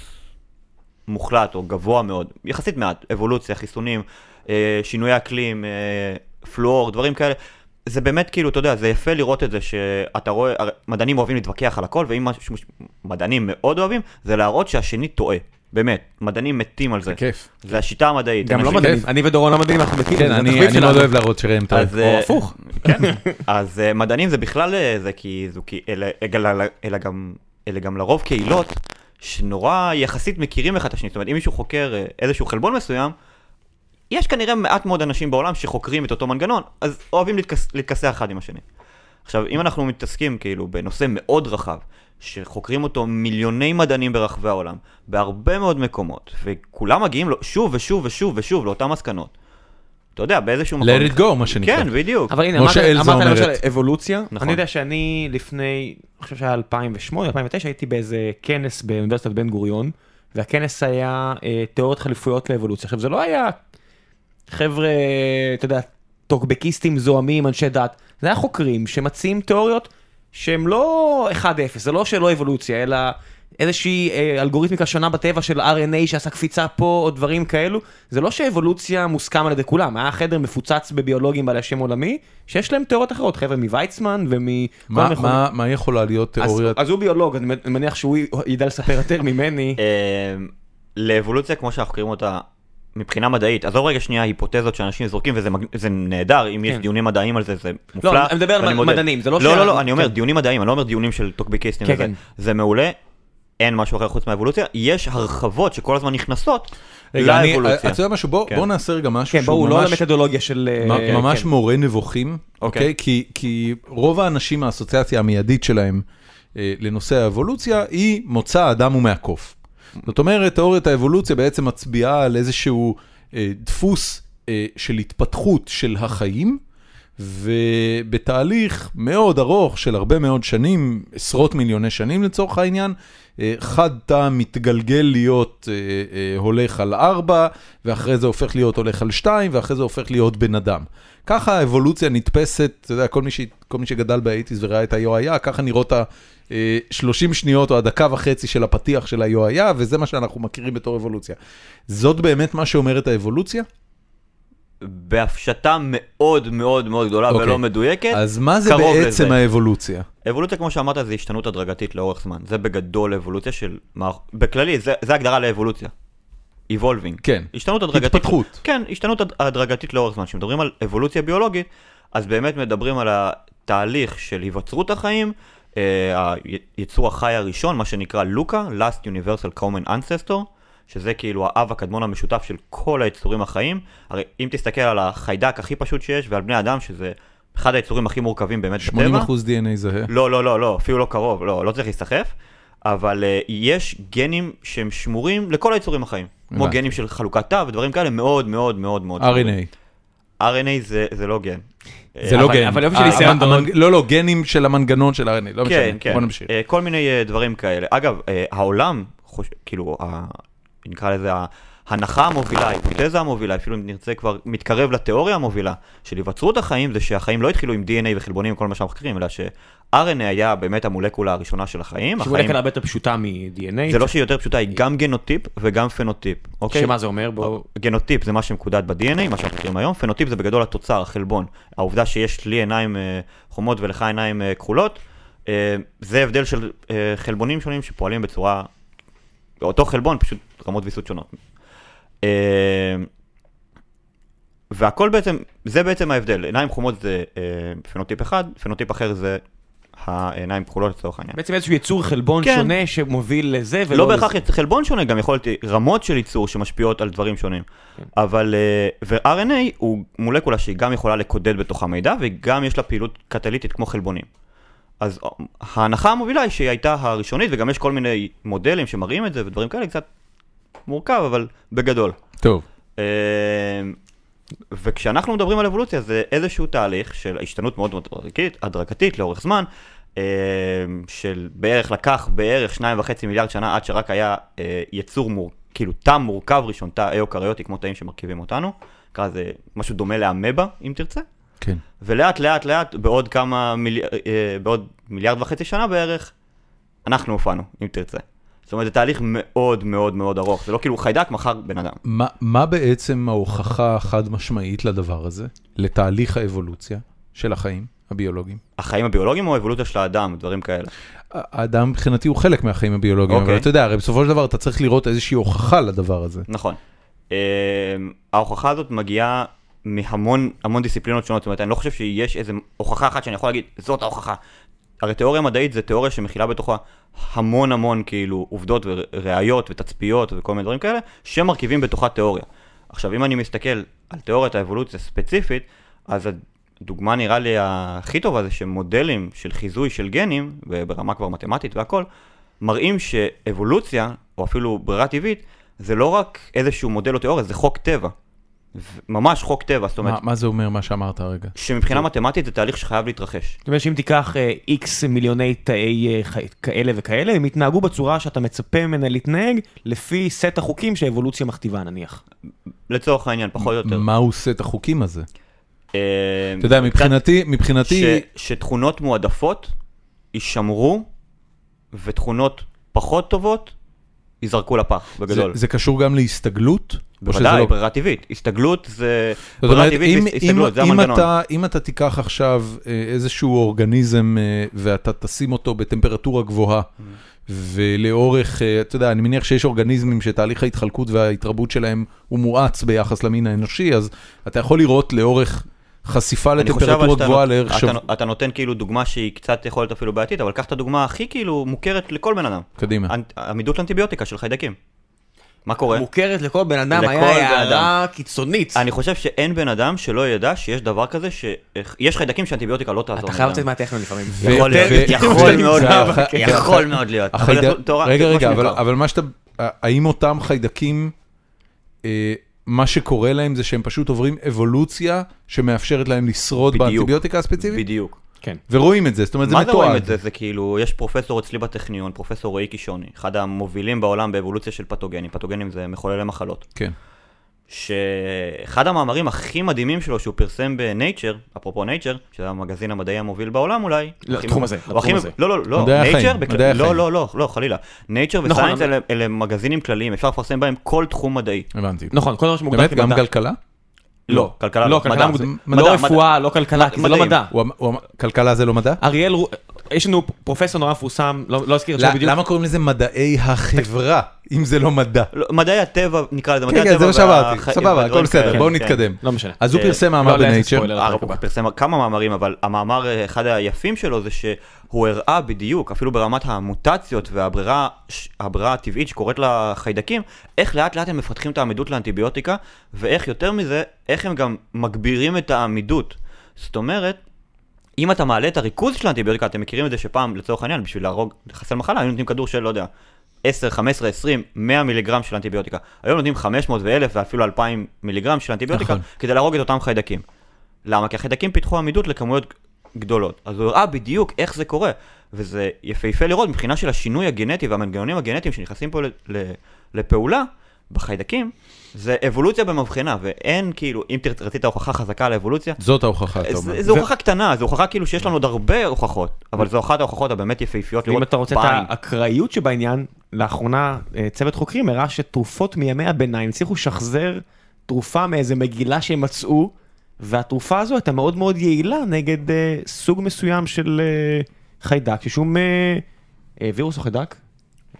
Speaker 3: מוחלט או גבוה מאוד, יחסית מעט, אבולוציה, חיסונים, אה, שינוי אקלים, אה, פלואור, דברים כאלה. זה באמת כאילו, אתה יודע, זה יפה לראות את זה שאתה רואה, הרי מדענים אוהבים להתווכח על הכל, ואם משהו שמדענים מאוד אוהבים, זה להראות שהשני טועה, באמת, מדענים מתים על זה.
Speaker 1: כיף.
Speaker 3: זה השיטה המדעית.
Speaker 4: כן. גם לא
Speaker 1: כיף.
Speaker 4: מדהים, אני ודורון לא מדהים, אנחנו מכירים,
Speaker 1: כן,
Speaker 4: זה
Speaker 1: אני
Speaker 4: התחביב
Speaker 1: אני מאוד
Speaker 4: שלנו.
Speaker 1: אוהב להראות שראם טועה.
Speaker 3: אז,
Speaker 4: או
Speaker 3: אה,
Speaker 4: הפוך.
Speaker 3: כן. אז אה, מדענים זה בכלל אה, זה כי, זו כי אלה, אלה, אלה, גם, אלה גם לרוב קהילות שנורא יחסית מכירים אחד את השני. זאת אומרת, אם מישהו חוקר אה, איזשהו חלבון מסוים, יש כנראה מעט מאוד אנשים בעולם שחוקרים את אותו מנגנון, אז אוהבים להתכס- להתכסח אחד עם השני. עכשיו, אם אנחנו מתעסקים כאילו בנושא מאוד רחב, שחוקרים אותו מיליוני מדענים ברחבי העולם, בהרבה מאוד מקומות, וכולם מגיעים לו, שוב ושוב ושוב ושוב לאותן מסקנות. אתה יודע, באיזשהו מקום...
Speaker 1: Let it go, מה שנקרא.
Speaker 3: כן, בדיוק.
Speaker 4: אבל הנה,
Speaker 1: כמו
Speaker 4: אמרת
Speaker 1: שאלזה
Speaker 4: אמרת למשל
Speaker 1: אומרת.
Speaker 4: אבולוציה,
Speaker 3: נכון.
Speaker 4: אני יודע שאני לפני, אני חושב שהיה 2008, 2009, הייתי באיזה כנס באוניברסיטת בן גוריון, והכנס היה אה, תיאוריות חליפויות לאבולוציה. עכשיו זה לא היה חבר'ה, אתה יודע, טוקבקיסטים זוהמים, אנשי דת, זה היה חוקרים שמציעים תיאוריות שהם לא 1-0, זה לא שלא אבולוציה, אלא איזושהי אה, אלגוריתמיקה שונה בטבע של RNA שעשה קפיצה פה או דברים כאלו, זה לא שאבולוציה מוסכם על ידי כולם, היה חדר מפוצץ בביולוגים בעלי שם עולמי, שיש להם תיאוריות אחרות, חבר'ה מוויצמן ומכל
Speaker 1: מה-
Speaker 4: המכונים.
Speaker 1: מה- מה יכולה להיות
Speaker 4: אז,
Speaker 1: תיאוריה?
Speaker 4: אז הוא ביולוג, אני מ- אני מניח שהוא י- ידע לספר יותר ממני.
Speaker 1: אה,
Speaker 3: אמ, לאבולוציה כמו שאנחנו קוראים אותה מבחינה מדעית, עזוב רגע שנייה היפותזות שאנשים זורקים וזה מג- זה נהדר, אם יש
Speaker 4: כן.
Speaker 3: דיונים מדעיים על זה זה מופלא.
Speaker 4: אני מדבר על
Speaker 3: ואני
Speaker 4: מד-
Speaker 3: מודה.
Speaker 4: מדענים, זה לא
Speaker 3: לא,
Speaker 4: שה-
Speaker 3: לא, לא, אני אומר
Speaker 4: כן.
Speaker 3: דיונים מדעיים, אני לא אומר דיונים של טוקבקיסטים
Speaker 4: כן,
Speaker 3: וזה,
Speaker 4: כן.
Speaker 3: זה מעולה, אין משהו אחר חוץ מהאבולוציה, יש הרחבות שכל הזמן נכנסות
Speaker 1: רגע, אני-
Speaker 3: לאבולוציה.
Speaker 4: אה,
Speaker 1: אתה יודע משהו? בוא
Speaker 3: כן.
Speaker 1: בוא נעשה רגע משהו
Speaker 4: כן,
Speaker 1: שהוא
Speaker 4: בואו, לא
Speaker 1: ממש
Speaker 4: למתודולוגיה של... אה,
Speaker 1: מ- ממש
Speaker 4: כן.
Speaker 1: מורה נבוכים,
Speaker 3: אוקיי.
Speaker 1: אוקיי? כי- כי רוב האנשים, האסוציאציה המיידית שלהם אה, לנושא האבולוציה היא מוצא האדם ומהקוף. זאת אומרת, תיאוריית האבולוציה בעצם מצביעה על איזשהו אה, דפוס אה, של התפתחות של החיים. ובתהליך מאוד ארוך של הרבה מאוד שנים, עשרות מיליוני שנים לצורך העניין, אה, חד תא מתגלגל להיות אה, אה, הולך על ארבע, ואחרי זה הופך להיות הולך על שתיים, ואחרי זה הופך להיות בן אדם. ככה האבולוציה נתפסת, אתה יודע, כל מי, ש... כל מי שגדל באייטיז וראה את היו-היה, ככה נראות ה-30 שניות או הדקה וחצי של הפתיח של היו-היה, וזה מה שאנחנו מכירים בתור אבולוציה. זאת באמת מה שאומרת האבולוציה?
Speaker 3: בהפשטה מאוד מאוד מאוד גדולה
Speaker 1: אוקיי.
Speaker 3: ולא מדויקת,
Speaker 1: אז מה זה
Speaker 3: כן. קרוב
Speaker 1: בעצם
Speaker 3: לזה.
Speaker 1: האבולוציה?
Speaker 3: אבולוציה, כמו שאמרת, זה השתנות הדרגתית לאורך זמן. זה בגדול אבולוציה של מערכ... בכללי, זה, זה הגדרה לאבולוציה. Evolving.
Speaker 1: כן.
Speaker 3: השתנות הדרגתית.
Speaker 1: התפתחות.
Speaker 3: כן, השתנות הד- הדרגתית לאורך זמן. כשמדברים על אבולוציה ביולוגית, אז באמת מדברים על התהליך של היווצרות החיים, אה, היצור החי הראשון, מה שנקרא לוקה, Last Universal Common Ancestor, שזה כאילו האב הקדמון המשותף של כל היצורים החיים. הרי אם תסתכל על החיידק הכי פשוט שיש, ועל בני אדם, שזה אחד היצורים הכי מורכבים באמת
Speaker 1: 80%
Speaker 3: בטבע.
Speaker 1: DNA זהה.
Speaker 3: לא, לא, לא, לא, אפילו לא קרוב, לא, לא צריך להסתחף, אבל uh, יש גנים שהם שמורים לכל היצורים החיים. כמו
Speaker 1: הבנתי.
Speaker 3: גנים של חלוקת תא ודברים כאלה מאוד מאוד מאוד מאוד. שמורים.
Speaker 1: RNA.
Speaker 3: RNA זה, זה לא גן.
Speaker 1: זה
Speaker 3: אה,
Speaker 1: לא
Speaker 4: אבל-
Speaker 1: גן.
Speaker 4: אבל יופי של
Speaker 1: ה-
Speaker 4: ניסיון,
Speaker 1: המנג-
Speaker 4: דורון.
Speaker 1: לא, לא, גנים של המנגנון של RNA, לא
Speaker 3: כן,
Speaker 1: משנה.
Speaker 3: כן.
Speaker 1: בוא נמשיך.
Speaker 3: אה, כל מיני אה, דברים כאלה. אגב, אה, העולם, חוש... כאילו, ה... נקרא לזה ההנחה המובילה, ההיפותזה המובילה, אפילו אם נרצה כבר מתקרב לתיאוריה המובילה של היווצרות החיים, זה שהחיים לא התחילו עם DNA וחלבונים וכל מה שאנחנו מכירים, אלא ש-RNA היה באמת המולקולה הראשונה של החיים.
Speaker 4: שהוא הולך
Speaker 3: החיים-
Speaker 4: כאן הרבה יותר פשוטה מ-DNA.
Speaker 3: זה לא שהיא יותר פשוטה, היא גם גנוטיפ וגם פנוטיפ, אוקיי?
Speaker 4: שמה זה אומר? בואו...
Speaker 3: גנוטיפ זה מה שמקודד ב-DNA, מה שאנחנו מכירים היום, פנוטיפ זה בגדול התוצר, החלבון. העובדה שיש לי עיניים אה, חומות ולך עיניים אה, כחולות, אה, זה הבדל של אה, חלבונים שונים שפועלים בצורה... אותו חלבון, פשוט רמות ויסות שונות. אה, והכל בעצם, זה בעצם ההבדל, עיניים חומות זה אה, פנוטיפ אחד, פנוטיפ אחר זה העיניים כחולות לצורך העניין.
Speaker 4: בעצם איזשהו יצור חלבון
Speaker 3: כן.
Speaker 4: שונה שמוביל לזה ולא...
Speaker 3: לא בהכרח
Speaker 4: לזה.
Speaker 3: יצ- חלבון שונה, גם יכול להיות אה, רמות של ייצור שמשפיעות על דברים שונים.
Speaker 4: כן.
Speaker 3: אבל, אה, ו-RNA הוא מולקולה שהיא גם יכולה לקודד בתוכה מידע, וגם יש לה פעילות קטליטית כמו חלבונים. אז אה, ההנחה המובילה היא שהיא הייתה הראשונית, וגם יש כל מיני מודלים שמראים את זה ודברים כאלה, קצת מורכב, אבל בגדול.
Speaker 1: טוב.
Speaker 3: אה, וכשאנחנו מדברים על אבולוציה זה איזשהו תהליך של השתנות מאוד מאוד הדרגתית, הדרגתית לאורך זמן, אה, של בערך לקח בערך שניים וחצי מיליארד שנה עד שרק היה אה, יצור מור, כאילו תא מורכב ראשון, תא איוקריוטי כמו תאים שמרכיבים אותנו, נקרא לזה משהו דומה לאמבה אם תרצה,
Speaker 1: כן.
Speaker 3: ולאט לאט לאט בעוד כמה מיל... אה, בעוד מיליארד וחצי שנה בערך, אנחנו הופענו אם תרצה. זאת אומרת זה תהליך מאוד מאוד מאוד ארוך, זה לא כאילו חיידק מחר בן אדם.
Speaker 1: מה, מה בעצם ההוכחה החד משמעית לדבר הזה, לתהליך האבולוציה של החיים הביולוגיים?
Speaker 3: החיים הביולוגיים או האבולוציה של האדם, דברים כאלה.
Speaker 1: האדם מבחינתי הוא חלק מהחיים הביולוגיים, אבל
Speaker 3: אוקיי.
Speaker 1: אתה יודע, הרי בסופו של דבר אתה צריך לראות איזושהי הוכחה לדבר הזה.
Speaker 3: נכון. אה, ההוכחה הזאת מגיעה מהמון המון דיסציפלינות שונות, זאת אומרת, אני לא חושב שיש איזה הוכחה אחת שאני יכול להגיד, זאת ההוכחה. הרי תיאוריה מדעית זה תיאוריה שמכילה בתוכה המון המון כאילו עובדות וראיות ותצפיות וכל מיני דברים כאלה, שמרכיבים בתוכה תיאוריה. עכשיו, אם אני מסתכל על תיאוריית האבולוציה ספציפית, אז הדוגמה נראה לי הכי טובה זה שמודלים של חיזוי של גנים, ברמה כבר מתמטית והכל, מראים שאבולוציה, או אפילו ברירה טבעית, זה לא רק איזשהו מודל או תיאוריה, זה חוק טבע. ו- ממש חוק טבע, זאת אומרת,
Speaker 1: מה, כן. מה זה אומר מה שאמרת הרגע?
Speaker 3: שמבחינה מתמטית זה תהליך שחייב להתרחש.
Speaker 4: זאת אומרת שאם תיקח אה, איקס מיליוני תאי אה, חי- כאלה וכאלה, הם יתנהגו בצורה שאתה מצפה ממנה להתנהג, לפי סט החוקים שהאבולוציה מכתיבה נניח.
Speaker 3: לצורך העניין, פחות או יותר.
Speaker 1: מהו סט החוקים הזה?
Speaker 3: אה,
Speaker 1: אתה יודע,
Speaker 3: קצת
Speaker 1: מבחינתי, מבחינתי,
Speaker 3: ש- שתכונות מועדפות יישמרו, ותכונות פחות טובות ייזרקו לפח,
Speaker 1: זה,
Speaker 3: בגדול.
Speaker 1: זה קשור גם להסתגלות? או שזה
Speaker 3: בוודאי,
Speaker 1: לא-
Speaker 3: ברירה טבעית. הסתגלות זה...
Speaker 1: זאת אומרת,
Speaker 3: ברירה טבעית
Speaker 1: אם,
Speaker 3: זה
Speaker 1: אם,
Speaker 3: הסתגלות, זה
Speaker 1: אם,
Speaker 3: המנגנון.
Speaker 1: אתה, אם אתה תיקח עכשיו אה, איזשהו אורגניזם אה, ואתה תשים אותו בטמפרטורה גבוהה,
Speaker 3: Mm.
Speaker 1: ולאורך, אה, אתה יודע, אני מניח שיש אורגניזמים שתהליך ההתחלקות וההתרבות שלהם הוא מואץ ביחס למין האנושי, אז אתה יכול לראות לאורך חשיפה
Speaker 3: אני חושב אבל
Speaker 1: לטמפרטורה
Speaker 3: שאתה
Speaker 1: גבוהה
Speaker 3: נות-
Speaker 1: לערך
Speaker 3: אתה
Speaker 1: שווה.
Speaker 3: נו- אתה נותן כאילו דוגמה שהיא קצת יכול להיות אפילו בעייתית, אבל קח את הדוגמה הכי כאילו מוכרת לכל בן אדם.
Speaker 1: קדימה.
Speaker 3: אנ- עמידות לאנטיביוטיקה של חיידקים. מה קורה?
Speaker 4: מוכרת לכל בן אדם,
Speaker 3: לכל
Speaker 4: היה
Speaker 3: בן
Speaker 4: הערה קיצונית.
Speaker 3: אני חושב שאין בן אדם שלא ידע שיש דבר כזה, שיש חיידקים שאנטיביוטיקה לא תעזור.
Speaker 4: אתה חייב
Speaker 3: לבן
Speaker 4: לצאת
Speaker 3: אדם.
Speaker 4: מהטכנון לפעמים.
Speaker 1: ו-
Speaker 3: יכול להיות,
Speaker 1: ו-
Speaker 3: יכול
Speaker 1: ו-
Speaker 3: מאוד
Speaker 1: זה
Speaker 3: להיות,
Speaker 1: הח-
Speaker 3: יכול מאוד להיות. אבל
Speaker 1: החיידק-
Speaker 3: יכול- תורה-
Speaker 1: רגע,
Speaker 3: זה
Speaker 1: רגע,
Speaker 3: משהו
Speaker 1: אבל-
Speaker 3: מוכר.
Speaker 1: אבל מה שאתה... האם אותם חיידקים, אה, מה שקורה להם זה שהם פשוט עוברים אבולוציה שמאפשרת להם לשרוד
Speaker 3: בדיוק.
Speaker 1: באנטיביוטיקה הספציפית?
Speaker 3: בדיוק.
Speaker 4: כן.
Speaker 1: ורואים את זה, זאת אומרת, זה
Speaker 3: מה
Speaker 1: מתועד.
Speaker 3: זה רואים את זה? זה כאילו, יש פרופסור אצלי בטכניון, פרופסור רועי קישוני, אחד המובילים בעולם באבולוציה של פתוגנים, פתוגנים זה מחוללי מחלות.
Speaker 1: כן.
Speaker 3: שאחד המאמרים הכי מדהימים שלו שהוא פרסם בנייצ'ר, אפרופו נייצ'ר, שזה המגזין המדעי המוביל בעולם אולי.
Speaker 4: לא,
Speaker 3: הכי
Speaker 4: לתחום
Speaker 3: מ-
Speaker 4: הזה,
Speaker 3: הוא
Speaker 4: לתחום
Speaker 3: הכי מ-
Speaker 4: הזה.
Speaker 3: לא, לא, לא,
Speaker 1: מדעי החיים,
Speaker 3: נייצ'ר,
Speaker 1: מדעי החיים.
Speaker 3: לא, לא, לא, לא, חלילה. נייצ'ר
Speaker 4: נכון,
Speaker 3: וסיינס
Speaker 4: אבל-
Speaker 3: אלה- אלה מגזינים כלליים, אפשר לפרסם בהם כל תחום מדעי.
Speaker 1: הבנתי.
Speaker 4: נכון, כל דבר שמוגדר
Speaker 1: באמת, גם
Speaker 4: כמדע.
Speaker 1: כלכלה?
Speaker 3: לא, כלכלה
Speaker 4: לא,
Speaker 3: לא,
Speaker 4: כלכלה
Speaker 3: מדע.
Speaker 4: מוגדר-
Speaker 1: מדע,
Speaker 4: לא
Speaker 3: מדע.
Speaker 4: רפואה, לא כלכלה, כי זה לא
Speaker 3: מדעים.
Speaker 4: מדע.
Speaker 1: הוא אמר- הוא אמר- כלכלה זה לא מדע?
Speaker 4: אריאל, רו- יש לנו פרופסור נורא מפורסם, לא לא אזכיר
Speaker 1: לא,
Speaker 4: עכשיו בדיוק.
Speaker 1: למה קוראים לזה מדעי החברה, אם זה לא מדע?
Speaker 3: לא, מדעי הטבע, נקרא לזה, מדעי
Speaker 1: כן,
Speaker 3: הטבע.
Speaker 1: כן, זה מה שאמרתי,
Speaker 3: והח-
Speaker 1: סבבה, הכל
Speaker 3: והדברים
Speaker 1: בסדר,
Speaker 3: כאלה.
Speaker 1: בואו
Speaker 3: כן,
Speaker 1: נתקדם.
Speaker 4: לא משנה.
Speaker 1: אז הוא
Speaker 3: אה,
Speaker 1: פרסם
Speaker 4: לא,
Speaker 1: מאמר
Speaker 4: לא, אין
Speaker 1: בנייצ'ר,
Speaker 4: ספוילר.
Speaker 3: אה,
Speaker 4: לפרק הבא.
Speaker 3: הוא פרסם כמה מאמרים, אבל המאמר, אה, אחד היפים שלו זה שהוא הראה בדיוק, אפילו ברמת המוטציות והברירה ש- הברירה הטבעית שקורית לחיידקים, איך לאט לאט הם מפתחים את העמידות לאנטיביוטיקה, ואיך יותר מזה, איך הם גם מגבירים את העמידות. זאת אומרת, אם אתה מעלה את הריכוז של האנטיביוטיקה, אתם מכירים את זה שפעם, לצורך העניין, בשביל להרוג, לחסל מחלה, היו נותנים כדור של, לא יודע, 10, 15, 20, 100 מיליגרם של אנטיביוטיקה. היום נותנים 500 ו-1000 ואפילו 2,000 מיליגרם של אנטיביוטיקה,
Speaker 1: נכון.
Speaker 3: כדי להרוג את אותם חיידקים. למה? כי החיידקים פיתחו עמידות לכמויות גדולות. אז הוא הראה בדיוק איך זה קורה, וזה יפהפה לראות מבחינה של השינוי הגנטי והמנגנונים הגנטיים שנכנסים פה ל- ל- לפעולה בחיידקים, זה אבולוציה במבחנה, ואין כאילו, אם תרצ- רצית הוכחה חזקה לאבולוציה,
Speaker 1: זאת ההוכחה, אתה אומר.
Speaker 3: זה- זו הוכחה קטנה, זו הוכחה כאילו שיש לנו עוד הרבה הוכחות, אבל זו אחת ההוכחות הבאמת יפהפיות לראות
Speaker 4: אם אתה רוצה את
Speaker 3: בעין.
Speaker 4: האקראיות שבעניין, לאחרונה אה, צוות חוקרים הראה שתרופות מימי הביניים הצליחו לשחזר תרופה מאיזה מגילה שהם מצאו, והתרופה הזו הייתה מאוד מאוד יעילה נגד אה, סוג מסוים של אה, חיידק, ששום אה, אה, וירוס או חיידק?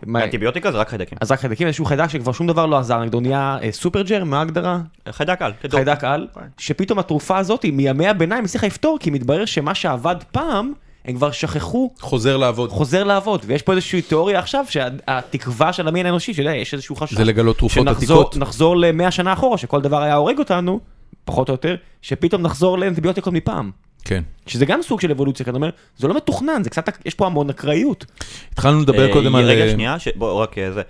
Speaker 4: מה-
Speaker 3: אנטיביוטיקה זה רק חיידקים.
Speaker 4: אז רק חיידקים, איזשהו חיידק שכבר שום דבר לא עזר נגדו, נהיה אה, סופרג'ר, מה ההגדרה?
Speaker 3: חיידק על, תדעו.
Speaker 4: חיידק על, שפתאום התרופה הזאת מימי הביניים הצליחה לפתור, כי מתברר שמה שעבד פעם, הם כבר שכחו
Speaker 1: חוזר לעבוד.
Speaker 4: חוזר לעבוד, ויש פה איזושהי תיאוריה עכשיו שהתקווה של המין האנושי, שאתה יודע, יש איזשהו חשש.
Speaker 1: זה לגלות תרופות
Speaker 4: שנחזור-
Speaker 1: עתיקות.
Speaker 4: נחזור ל-100 שנה אחורה, שכל דבר היה הורג אותנו, פחות או יותר, שפתאום נחזור לאנטיביוטיקות מפעם.
Speaker 1: כן.
Speaker 4: שזה גם סוג של אבולוציה, כי אתה אומר, זה לא מתוכנן, זה קצת, יש פה המון אקראיות.
Speaker 1: התחלנו לדבר
Speaker 3: אה,
Speaker 1: קודם על...
Speaker 3: רגע,
Speaker 1: אה,
Speaker 3: שנייה, ש- בוא, רק אה, זה.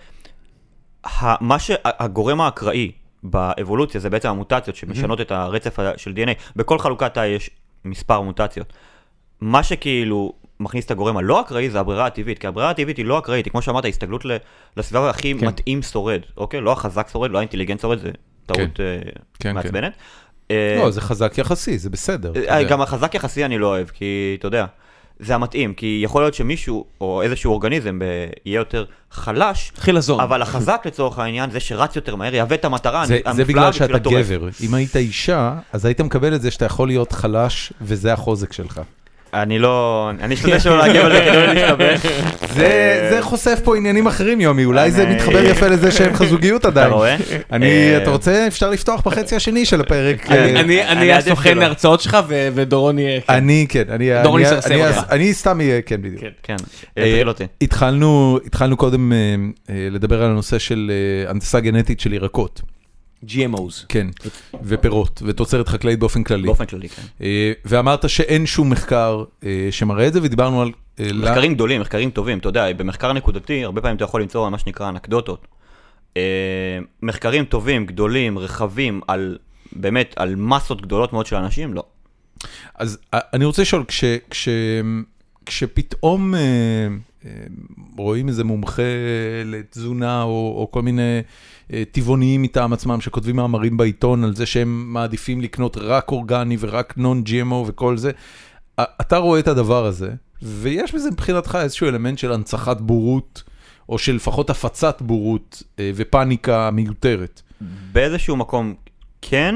Speaker 3: ה- מה שהגורם האקראי באבולוציה זה בעצם המוטציות שמשנות את הרצף ה- של DNA. בכל חלוקת תא יש מספר מוטציות. מה שכאילו מכניס את הגורם הלא אקראי זה הברירה הטבעית, כי הברירה הטבעית היא לא אקראית, היא כמו שאמרת, הסתגלות ל- לסביבה הכי
Speaker 4: כן.
Speaker 3: מתאים שורד, אוקיי? לא החזק שורד, לא האינטליגנט שורד, זה טעות אה,
Speaker 1: כן.
Speaker 3: מעצבנת. אה,
Speaker 1: לא, זה חזק יחסי, זה בסדר. אתה
Speaker 3: אה,
Speaker 1: יודע.
Speaker 3: גם החזק יחסי אני לא אוהב, כי אתה יודע, זה המתאים, כי יכול להיות שמישהו, או איזשהו אורגניזם, ב- יהיה יותר חלש,
Speaker 4: חילזון.
Speaker 3: אבל החזק לצורך העניין, זה שרץ יותר מהר, יהווה את המטרה
Speaker 1: נכון. זה,
Speaker 3: הנפלאה
Speaker 1: זה בגלל
Speaker 3: בשביל
Speaker 1: שאתה
Speaker 3: הטורף.
Speaker 1: גבר. אם היית אישה, אז היית מקבל את זה שאתה יכול להיות חלש, וזה החוזק שלך.
Speaker 3: אני לא, אני אשתדל שלא להגיב על זה כדי לא להשתבש.
Speaker 1: זה, זה חושף פה עניינים אחרים, יומי, אולי זה
Speaker 3: אה, אני-
Speaker 1: מתחבר יפה לזה שאין לך זוגיות
Speaker 3: אתה
Speaker 1: עדיין.
Speaker 3: רואה?
Speaker 1: אני,
Speaker 3: אה, כן.
Speaker 1: אתה רוצה, אפשר לפתוח בחצי השני של הפרק. אה,
Speaker 2: אני
Speaker 3: אני
Speaker 2: אני
Speaker 3: עדיף
Speaker 2: הסוכן
Speaker 3: שלא.
Speaker 2: ההרצאות שלך ו- ודורון יהיה... כן.
Speaker 1: אני, כן, אני,
Speaker 2: דורון
Speaker 1: אני-
Speaker 2: יסרסר
Speaker 1: אני-
Speaker 2: אותך.
Speaker 1: אני סתם אהיה, כן, בדיוק.
Speaker 2: כן.
Speaker 3: כן, תתחיל אותי.
Speaker 1: התחלנו, התחלנו קודם אה, אה, לדבר על הנושא של אה, הנדסה גנטית של ירקות,
Speaker 4: GMOs.
Speaker 1: כן, ופירות, ותוצרת חקלאית באופן כללי.
Speaker 3: באופן כללי, כן.
Speaker 1: אה, ואמרת שאין שום מחקר אה, שמראה את זה, ודיברנו על... אה, לה-
Speaker 3: מחקרים גדולים, מחקרים טובים, אתה יודע, במחקר נקודתי, הרבה פעמים אתה יכול למצוא מה שנקרא אנקדוטות. אה, מחקרים טובים, גדולים, רחבים, על, באמת, על מסות גדולות מאוד של אנשים, לא.
Speaker 1: אז אה, אני רוצה לשאול, כש, כש, כשפתאום אה, אה, רואים איזה מומחה לתזונה או, או כל מיני אה, טבעוניים מטעם עצמם שכותבים מאמרים בעיתון על זה שהם מעדיפים לקנות רק אורגני ורק נון-GMO וכל זה, אה, אתה רואה את הדבר הזה, ויש בזה מבחינתך איזשהו אלמנט של הנצחת בורות, או של לפחות הפצת בורות אה, ופאניקה מיותרת.
Speaker 3: באיזשהו מקום כן,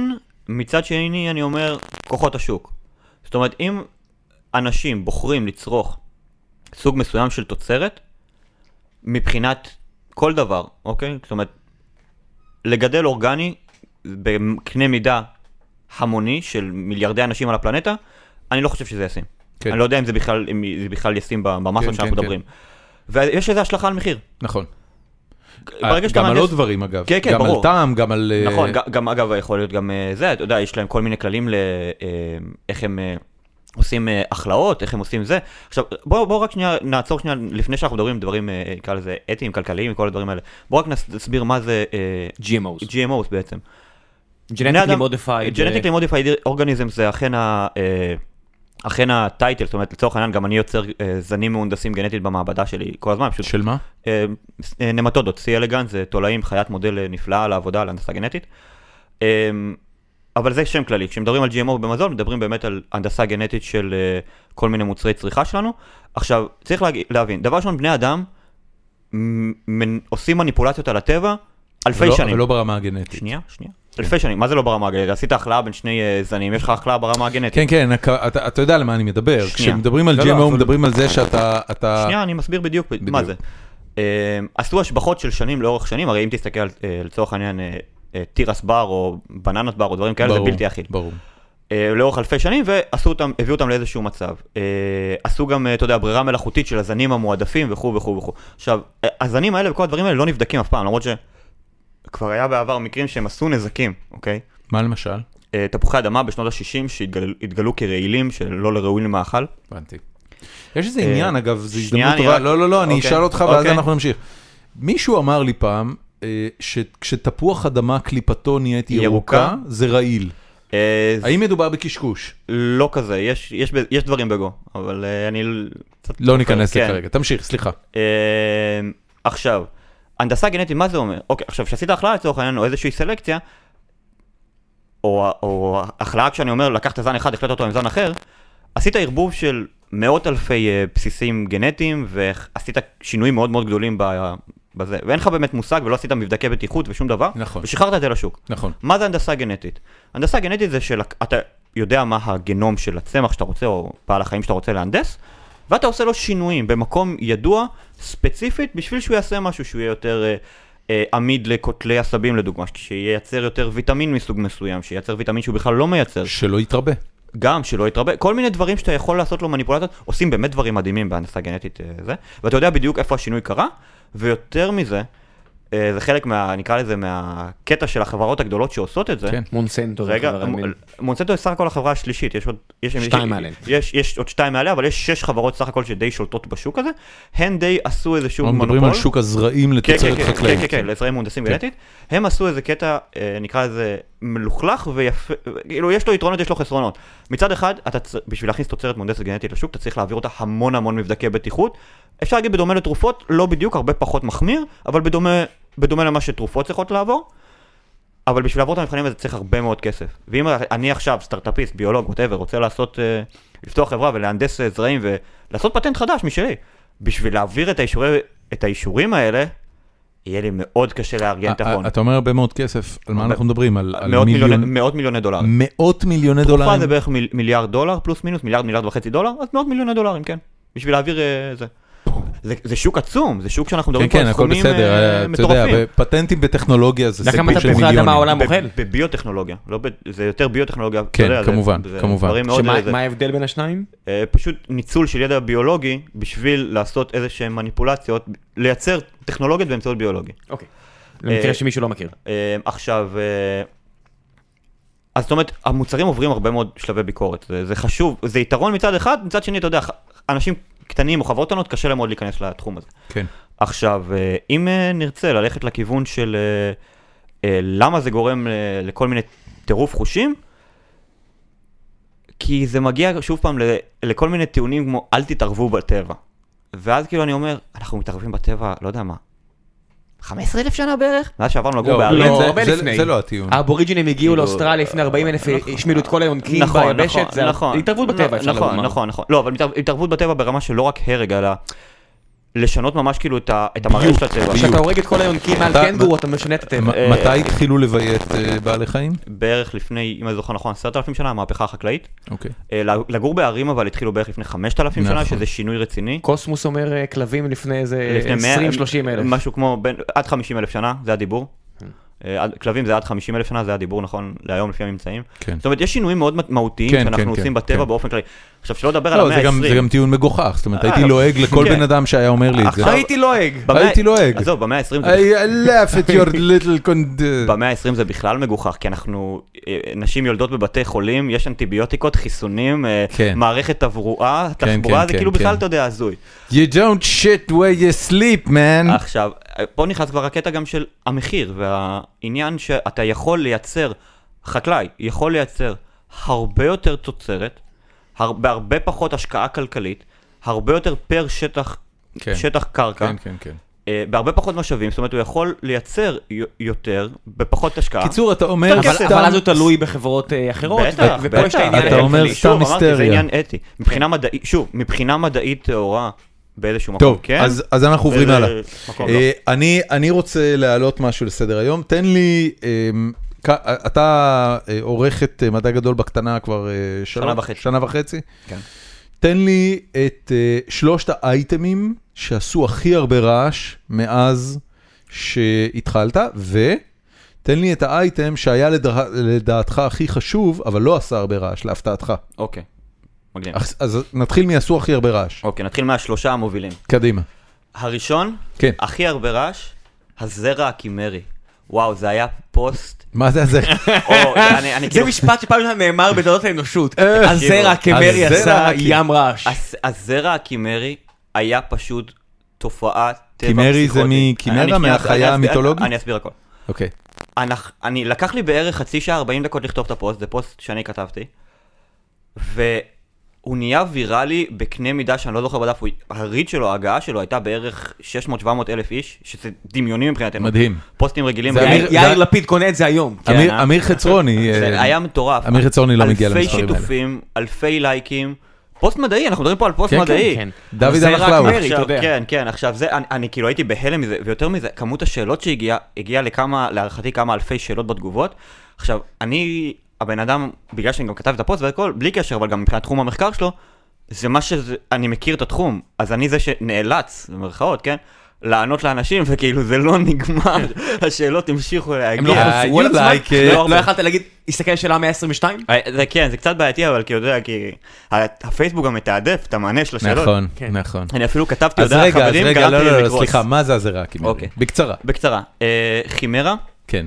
Speaker 3: מצד שני אני אומר כוחות השוק. זאת אומרת, אם אנשים בוחרים לצרוך סוג מסוים של תוצרת, מבחינת כל דבר, אוקיי? זאת אומרת, לגדל אורגני בקנה מידה המוני של מיליארדי אנשים על הפלנטה, אני לא חושב שזה ישים.
Speaker 1: כן.
Speaker 3: כן. אני לא יודע אם זה בכלל, אם זה בכלל ישים במסות
Speaker 1: כן, כן,
Speaker 3: שאנחנו
Speaker 1: כן.
Speaker 3: מדברים. ויש לזה השלכה על מחיר.
Speaker 1: נכון. אה,
Speaker 3: ברגע שאתה
Speaker 1: גם על
Speaker 3: מהנדס-
Speaker 1: עוד דברים אגב.
Speaker 3: כן, כן,
Speaker 1: גם על
Speaker 3: ברור.
Speaker 1: טעם, גם על... אה,
Speaker 3: נכון, ג- גם אגב יכול להיות גם אה, זה, אתה יודע, יש להם כל מיני כללים לאיך הם אה, עושים אה, הכלאות, איך הם עושים זה. עכשיו, בואו בוא רק שנייה, נעצור שנייה, לפני שאנחנו מדברים דברים, אה, נקרא לזה אתיים, כלכליים וכל הדברים האלה. בואו רק נס- נסביר מה זה אה,
Speaker 4: GMOs.
Speaker 3: GMOs בעצם.
Speaker 4: גנטיקלי
Speaker 3: אדם-
Speaker 4: מודיפייד. אה,
Speaker 3: גנטיקלי מודיפייד אורגניזם זה אכן ה... אה, אכן הטייטל, זאת אומרת לצורך העניין גם אני יוצר אה, זנים מהונדסים גנטית במעבדה שלי כל הזמן, פשוט
Speaker 1: של מה?
Speaker 3: אה, אה, נמטודות, סי אלגן זה תולעים, חיית מודל אה, נפלאה על העבודה על הנדסה גנטית. אה, אבל זה שם כללי, כשמדברים על GMO במזון, מדברים באמת על הנדסה גנטית של אה, כל מיני מוצרי צריכה שלנו. עכשיו, צריך להגיד- להבין, דבר ראשון, בני אדם מ- מנ- עושים מניפולציות על הטבע אלפי
Speaker 1: ולא-
Speaker 3: שנים.
Speaker 1: ולא לא, ברמה הגנטית.
Speaker 3: שנייה, שנייה. אלפי שנים, מה זה לא ברמה הגנטית? עשית הכלאה בין שני אה, זנים, יש לך הכלאה ברמה הגנטית.
Speaker 1: כן, כן, הכ- אתה, אתה יודע למה אני מדבר.
Speaker 3: שנייה.
Speaker 1: כשמדברים על
Speaker 4: לא, לא,
Speaker 1: GMO,
Speaker 4: אבל-
Speaker 1: מדברים על זה שאתה... אתה...
Speaker 3: שנייה, אני מסביר בדיוק, מה
Speaker 1: אה. בדיוק.
Speaker 3: זה. אמ, עשו השבחות של שנים לאורך שנים, הרי אם תסתכל על, אה, לצורך העניין, אה, אה, תירס בר או בננות בר או דברים כאלה, זה
Speaker 1: ברור,
Speaker 3: בלתי אחיד.
Speaker 1: ברור.
Speaker 3: אה, לאורך אלפי שנים, ועשו אותם, הביאו אותם לאיזשהו מצב. אה, עשו גם, אה, אתה יודע, ברירה מלאכותית של הזנים המועדפים וכו' וכו' וכו'. עכשיו, אה, הזנים האלה וכל הדברים האלה לא נבדקים אף פעם, למרות שכבר היה בעבר מקרים שהם עשו נזקים, אוקיי?
Speaker 1: מה למשל?
Speaker 3: אה, תפוחי אדמה בשנות ה-60 שהתגלו כרעילים, שלא לראויים למאכל.
Speaker 1: הבנתי. יש איזה
Speaker 3: אה,
Speaker 1: עניין, אגב, זו
Speaker 3: שנייה,
Speaker 1: הזדמנות
Speaker 3: אני
Speaker 1: טובה.
Speaker 3: רק-
Speaker 1: לא, לא, לא, אני
Speaker 3: אוקיי,
Speaker 1: אשאל אותך ואז
Speaker 3: אוקיי.
Speaker 1: אנחנו נמשיך. מישהו אמר לי פעם, אה, שכשתפוח אדמה קליפתו נהיית
Speaker 3: ירוקה?
Speaker 1: ירוקה, זה רעיל.
Speaker 3: אה,
Speaker 1: האם מדובר בקשקוש?
Speaker 3: לא כזה, יש, יש, ב- יש דברים בגו, אבל אה, אני... ל- קצת
Speaker 1: לא ניכנס
Speaker 3: כן.
Speaker 1: לזה כרגע. תמשיך, סליחה.
Speaker 3: אה, עכשיו, הנדסה גנטית, מה זה אומר? אוקיי, עכשיו, כשעשית הכלאה לצורך העניין, או איזושהי סלקציה, או, או הכלאה כשאני אומר, לקחת זן אחד, החלטת אותו עם זן אחר, עשית ערבוב של מאות אלפי אה, בסיסים גנטיים, ועשית שינויים מאוד מאוד גדולים ב- בזה, ואין לך באמת מושג, ולא עשית מבדקי בטיחות ושום דבר,
Speaker 1: נכון.
Speaker 3: ושחררת את זה לשוק.
Speaker 1: נכון.
Speaker 3: מה זה הנדסה גנטית? הנדסה גנטית זה שאתה יודע מה הגנום של הצמח שאתה רוצה, או בעל החיים שאתה רוצה להנדס, ואתה עושה לו שינויים במקום ידוע, ספציפית, בשביל שהוא יעשה משהו שהוא יהיה יותר אה, אה, עמיד לקוטלי עשבים לדוגמה, שייצר יותר ויטמין מסוג מסוים, שייצר ויטמין שהוא בכלל לא מייצר,
Speaker 1: שלא יתרבה.
Speaker 3: גם שלא יתרבה, כל מיני דברים שאתה יכול לעשות לו מניפולציות, עושים באמת דברים מדהימים בהנדסה גנטית אה, זה, ואתה יודע בדיוק איפה השינוי קרה, ויותר מזה, אה, זה חלק מה... נקרא לזה מהקטע של החברות הגדולות שעושות את זה.
Speaker 1: כן.
Speaker 4: מונסנטו.
Speaker 3: רגע,
Speaker 4: וחברה
Speaker 3: מ-
Speaker 4: מ-
Speaker 3: מונסנטו היא סך הכל החברה השלישית, יש עוד... יש,
Speaker 4: שתיים
Speaker 3: יש,
Speaker 4: מעליהן.
Speaker 3: יש, יש עוד שתיים מעליה, אבל יש שש חברות סך הכל שדי שולטות בשוק הזה. הן די עשו איזשהו
Speaker 1: אנחנו
Speaker 3: מונופול.
Speaker 1: מדברים על שוק הזרעים
Speaker 3: כן, כן,
Speaker 1: לתוצרת
Speaker 3: כן,
Speaker 1: חקלאית.
Speaker 3: כן, כן, כן, לזרעים מהונדסים גנטית. הם עשו איזה קטע, אה, נקרא לזה, מלוכלך ויפה, כאילו יש לו יתרונות, יש לו חסרונות. מצד אחד, אתה צ- בשביל להכניס תוצרת מהונדסת גנטית לשוק, אתה צריך להעביר אותה המון המון מבדקי בטיחות. אפשר להגיד בדומה לתרופות, לא בדיוק, הרבה פחות מחמיר, אבל בדומה, בדומה למה שתרופות צריכות לעבור. אבל בשביל לעבור את המבחנים הזה צריך הרבה מאוד כסף. ואם אני עכשיו סטארט-אפיסט, ביולוג, ווטאבר, רוצה לעשות, אה, לפתוח חברה ולהנדס אה, זרעים ולעשות פטנט חדש משלי, בשביל להעביר את, האישורי, את האישורים האלה, יהיה לי מאוד קשה לארגן את ההון.
Speaker 1: אה, אתה אומר הרבה מאוד כסף, על מה
Speaker 3: הרבה-
Speaker 1: אנחנו מדברים? על על
Speaker 3: מאות מיליוני,
Speaker 1: מיליון-
Speaker 3: מאות מיליוני דולרים.
Speaker 1: מאות מיליוני
Speaker 3: תרופה זה
Speaker 1: דולרים.
Speaker 3: בערך מיל, מיליארד דולר, פלוס מינוס, מיליארד, מיליארד וחצי דולר, אז מאות מיליוני דולרים, כן. בשביל להעביר אה, זה. זה, זה שוק עצום, זה שוק שאנחנו
Speaker 1: כן,
Speaker 3: מדברים
Speaker 1: כן,
Speaker 3: פה על
Speaker 1: הכל
Speaker 3: סכומים
Speaker 1: בסדר,
Speaker 3: אה,
Speaker 1: אתה יודע,
Speaker 3: מטורפים.
Speaker 1: פטנטים בטכנולוגיה זה
Speaker 4: אתה יודע כמה
Speaker 1: סיפור של
Speaker 4: תפוחי אדמה
Speaker 1: מיליונים.
Speaker 4: העולם
Speaker 1: ב-
Speaker 4: אוכל?
Speaker 3: ב- בביוטכנולוגיה, לא ב... זה יותר ביוטכנולוגיה. אתה
Speaker 1: כן,
Speaker 3: יודע, זה-
Speaker 1: כמובן,
Speaker 3: זה
Speaker 1: כמובן.
Speaker 3: דברים מאוד,
Speaker 4: שמה-
Speaker 3: זה-
Speaker 4: מה ההבדל בין השניים?
Speaker 3: אה, פשוט ניצול של ידע ביולוגי בשביל לעשות איזה שהן מניפולציות, לייצר טכנולוגיות באמצעות ביולוגי.
Speaker 4: אוקיי. למקרה
Speaker 3: אה,
Speaker 4: שמישהו לא מכיר.
Speaker 3: אה, עכשיו, אה, אז זאת אומרת, המוצרים עוברים הרבה מאוד שלבי ביקורת, זה, זה חשוב, זה יתרון מצד אחד, מצד שני, אתה יודע, ח- אנשים קטנים או חברות קטנות, קשה להם מאוד להיכנס לתחום הזה.
Speaker 1: כן.
Speaker 3: עכשיו, אה, אם אה, נרצה ללכת לכיוון של אה, אה, למה זה גורם אה, לכל מיני טירוף חושים, כי זה מגיע שוב פעם ל- לכל מיני טיעונים כמו אל תתערבו בטבע. ואז כאילו אני אומר, אנחנו מתערבים בטבע, לא יודע מה, 15,000 שנה בערך? מאז שעברנו לגור
Speaker 1: לא,
Speaker 3: בערים.
Speaker 1: לא,
Speaker 4: זה הרבה
Speaker 1: זה-
Speaker 4: לפני.
Speaker 1: זה לא הטיעון.
Speaker 3: אה,
Speaker 4: האבוריג'ינים הגיעו לאוסטרליה לפני 40 אלף, השמידו את כל היונקים ביבשת, זה התערבות בטבע, אפשר
Speaker 3: נכון,
Speaker 4: לומר.
Speaker 3: נכון, נכון. לא, אבל התערב- התערבות בטבע ברמה של לא רק הרג, אלא לשנות ממש כאילו את ה- את המראה של הטבע.
Speaker 4: כשאתה הורג את כל היונקים מעל
Speaker 1: אתה-
Speaker 4: קנגורו, אתה משנה את הטבע.
Speaker 3: אה,
Speaker 1: מ- מתי התחילו לביית אה, בעלי חיים?
Speaker 3: בערך לפני, אם אני זוכר נכון, 10,000 שנה, המהפכה החקלאית.
Speaker 1: אוקיי.
Speaker 3: אה, לגור בערים אבל התחילו בערך לפני 5,000 שנה,
Speaker 1: נכון.
Speaker 3: שזה שינוי רציני.
Speaker 4: קוסמוס אומר אה, כלבים לפני איזה
Speaker 3: לפני 100
Speaker 4: 20-30 אלף.
Speaker 3: משהו כמו בין, עד 50 אלף שנה, זה הדיבור.
Speaker 1: כן.
Speaker 3: אה, עד- כלבים זה עד 50 אלף שנה, זה הדיבור נכון להיום לפי הממצאים.
Speaker 1: כן.
Speaker 3: זאת אומרת, יש שינויים מאוד מ- מהותיים
Speaker 1: כן,
Speaker 3: שאנחנו
Speaker 1: כן,
Speaker 3: עושים
Speaker 1: כן,
Speaker 3: בטבע
Speaker 1: כן.
Speaker 3: באופן כללי. עכשיו, שלא לדבר על
Speaker 1: לא,
Speaker 3: המאה
Speaker 1: זה גם-
Speaker 3: ה-20.
Speaker 1: זה גם טיעון מגוחך, זאת אומרת,
Speaker 3: אה,
Speaker 1: הייתי לועג לכל
Speaker 3: כן.
Speaker 1: בן אדם שהיה אומר לי את זה.
Speaker 3: עכשיו-
Speaker 4: הייתי לועג.
Speaker 1: הייתי לועג.
Speaker 3: עזוב, במאה ה-20 זה
Speaker 1: I laugh at your little cond...
Speaker 3: במאה ה-20 זה בכלל מגוחך, כי אנחנו, אה, נשים יולדות בבתי חולים, יש אנטיביוטיקות, חיסונים, אה,
Speaker 1: כן.
Speaker 3: מערכת תברואה,
Speaker 1: כן,
Speaker 3: תחבורה,
Speaker 1: כן,
Speaker 3: זה
Speaker 1: כן,
Speaker 3: כאילו
Speaker 1: כן.
Speaker 3: בכלל, אתה יודע, הזוי.
Speaker 1: You don't shit where you sleep, man.
Speaker 3: עכשיו, אה, פה נכנס כבר הקטע גם של המחיר, והעניין שאתה יכול לייצר, חקלאי יכול לייצר הרבה יותר תוצרת, הר- בהרבה פחות השקעה כלכלית, הרבה יותר פר שטח,
Speaker 1: כן.
Speaker 3: שטח קרקע,
Speaker 1: כן, כן, כן.
Speaker 3: אה, בהרבה פחות משאבים, זאת אומרת, הוא יכול לייצר י- יותר, בפחות השקעה.
Speaker 1: קיצור, אתה אומר
Speaker 3: אבל-
Speaker 1: סתם...
Speaker 4: אבל אז הוא תלוי בחברות אה, אחרות,
Speaker 3: בטח,
Speaker 4: ו- ופה יש את העניין
Speaker 1: אתה
Speaker 4: הכלכלי.
Speaker 1: אומר סתם
Speaker 3: שוב, אמרתי, זה
Speaker 1: היסטריה.
Speaker 3: עניין אתי. מבחינה מדעית, שוב, מבחינה מדעית טהורה באיזשהו מקום,
Speaker 1: טוב,
Speaker 3: כן?
Speaker 1: אז, אז אנחנו עוברים
Speaker 3: באיזה
Speaker 1: הלאה.
Speaker 3: מקום לא.
Speaker 1: אה, אני, אני רוצה להעלות משהו לסדר היום. תן לי, אה, כ- אתה אה, עורכת אה, מדע גדול בקטנה כבר אה, שלוש-
Speaker 3: וחצי.
Speaker 1: שנה וחצי.
Speaker 3: כן.
Speaker 1: תן לי את אה, שלושת האייטמים שעשו הכי הרבה רעש מאז שהתחלת, ותן לי את האייטם שהיה לדע, לדעתך הכי חשוב, אבל לא עשה הרבה רעש, להפתעתך.
Speaker 3: אוקיי, מגניב.
Speaker 1: אז, אז נתחיל מעשו הכי הרבה רעש.
Speaker 3: אוקיי, נתחיל מהשלושה המובילים.
Speaker 1: קדימה.
Speaker 3: הראשון,
Speaker 1: כן.
Speaker 3: הכי הרבה רעש, הזרע הקימרי. וואו, זה היה פוסט.
Speaker 1: מה זה הזה?
Speaker 3: או, אני אני
Speaker 4: זה
Speaker 3: כאילו...
Speaker 4: משפט שפעם ראשונה נאמר בתולדות האנושות.
Speaker 1: אה,
Speaker 4: הזרע הקמרי
Speaker 1: הזרע
Speaker 4: עשה
Speaker 1: הק-
Speaker 4: ים רעש.
Speaker 3: הס- הזרע הקימרי היה פשוט תופעה טבע
Speaker 1: קימרי זה
Speaker 3: פסיכוטית.
Speaker 1: מקימרה,
Speaker 3: אני- שנייה,
Speaker 1: מהחיה
Speaker 3: אני אסביר-
Speaker 1: המיתולוגית?
Speaker 3: אני אסביר הכל.
Speaker 1: אוקיי.
Speaker 3: אנחנו, אני לקח לי בערך חצי שעה 40 דקות לכתוב את הפוסט, זה פוסט שאני כתבתי, והוא נהיה ויראלי בקנה מידה שאני לא זוכר בדף, הוא- הריד שלו, ההגעה שלו הייתה בערך 600-700 אלף איש, שזה דמיוני מבחינתנו.
Speaker 1: מדהים.
Speaker 3: פוסטים רגילים.
Speaker 1: זה
Speaker 3: בערך-
Speaker 1: אמיר-
Speaker 4: יאיר-
Speaker 1: זה-
Speaker 4: יאיר לפיד קונה את זה היום.
Speaker 3: כן,
Speaker 1: אמיר-
Speaker 3: אה?
Speaker 1: אמיר חצרוני,
Speaker 3: זה
Speaker 1: אה,
Speaker 3: היה מטורף.
Speaker 1: אמיר חצרוני לא מגיע למספרים
Speaker 3: אלפי
Speaker 1: האלה.
Speaker 3: שיתופים, אלפי לייקים, פוסט מדעי, אנחנו מדברים פה על פוסט
Speaker 1: כן, כן,
Speaker 3: מדעי.
Speaker 4: כן.
Speaker 1: דוד
Speaker 4: זה
Speaker 1: הלך
Speaker 4: רק מרי,
Speaker 1: לאורך.
Speaker 4: אתה
Speaker 3: עכשיו,
Speaker 4: יודע.
Speaker 3: כן, כן, עכשיו זה, אני, אני כאילו הייתי בהלם מזה, ויותר מזה, כמות השאלות שהגיעה, הגיעה לכמה, להערכתי כמה אלפי שאלות בתגובות. עכשיו, אני, הבן אדם, בגלל שאני גם כתב את הפוסט והכל, בלי קשר, אבל גם מבחינת תחום המחקר שלו, זה מה שזה, אני מכיר את התחום, אז אני זה שנאלץ, במרכאות, כן? לענות לאנשים, וכאילו זה לא נגמר,
Speaker 1: כן.
Speaker 3: השאלות המשיכו
Speaker 2: הם לא
Speaker 1: Yeah,
Speaker 3: להגיע.
Speaker 2: חזרו על
Speaker 1: you
Speaker 2: עצמם?
Speaker 1: like it.
Speaker 2: לא- לא יכלת להגיד, הסתכל על שאלה 122?
Speaker 3: אה, זה כן, זה קצת בעייתי, אבל כי יודע, כי ה- הפייסבוק גם מתעדף את המענה של השאלות.
Speaker 1: נכון,
Speaker 2: כן.
Speaker 1: נכון.
Speaker 3: אני אפילו כתבתי,
Speaker 1: אז
Speaker 3: יודע,
Speaker 1: רגע, אז
Speaker 3: חברים,
Speaker 1: רגע,
Speaker 3: גרמתי
Speaker 1: לא,
Speaker 3: לי
Speaker 1: לא, לא,
Speaker 3: לקרוס.
Speaker 1: סליחה, מה זה הזרק?
Speaker 3: אוקיי.
Speaker 1: בקצרה,
Speaker 3: בקצרה, אה, חימרה,
Speaker 1: כן.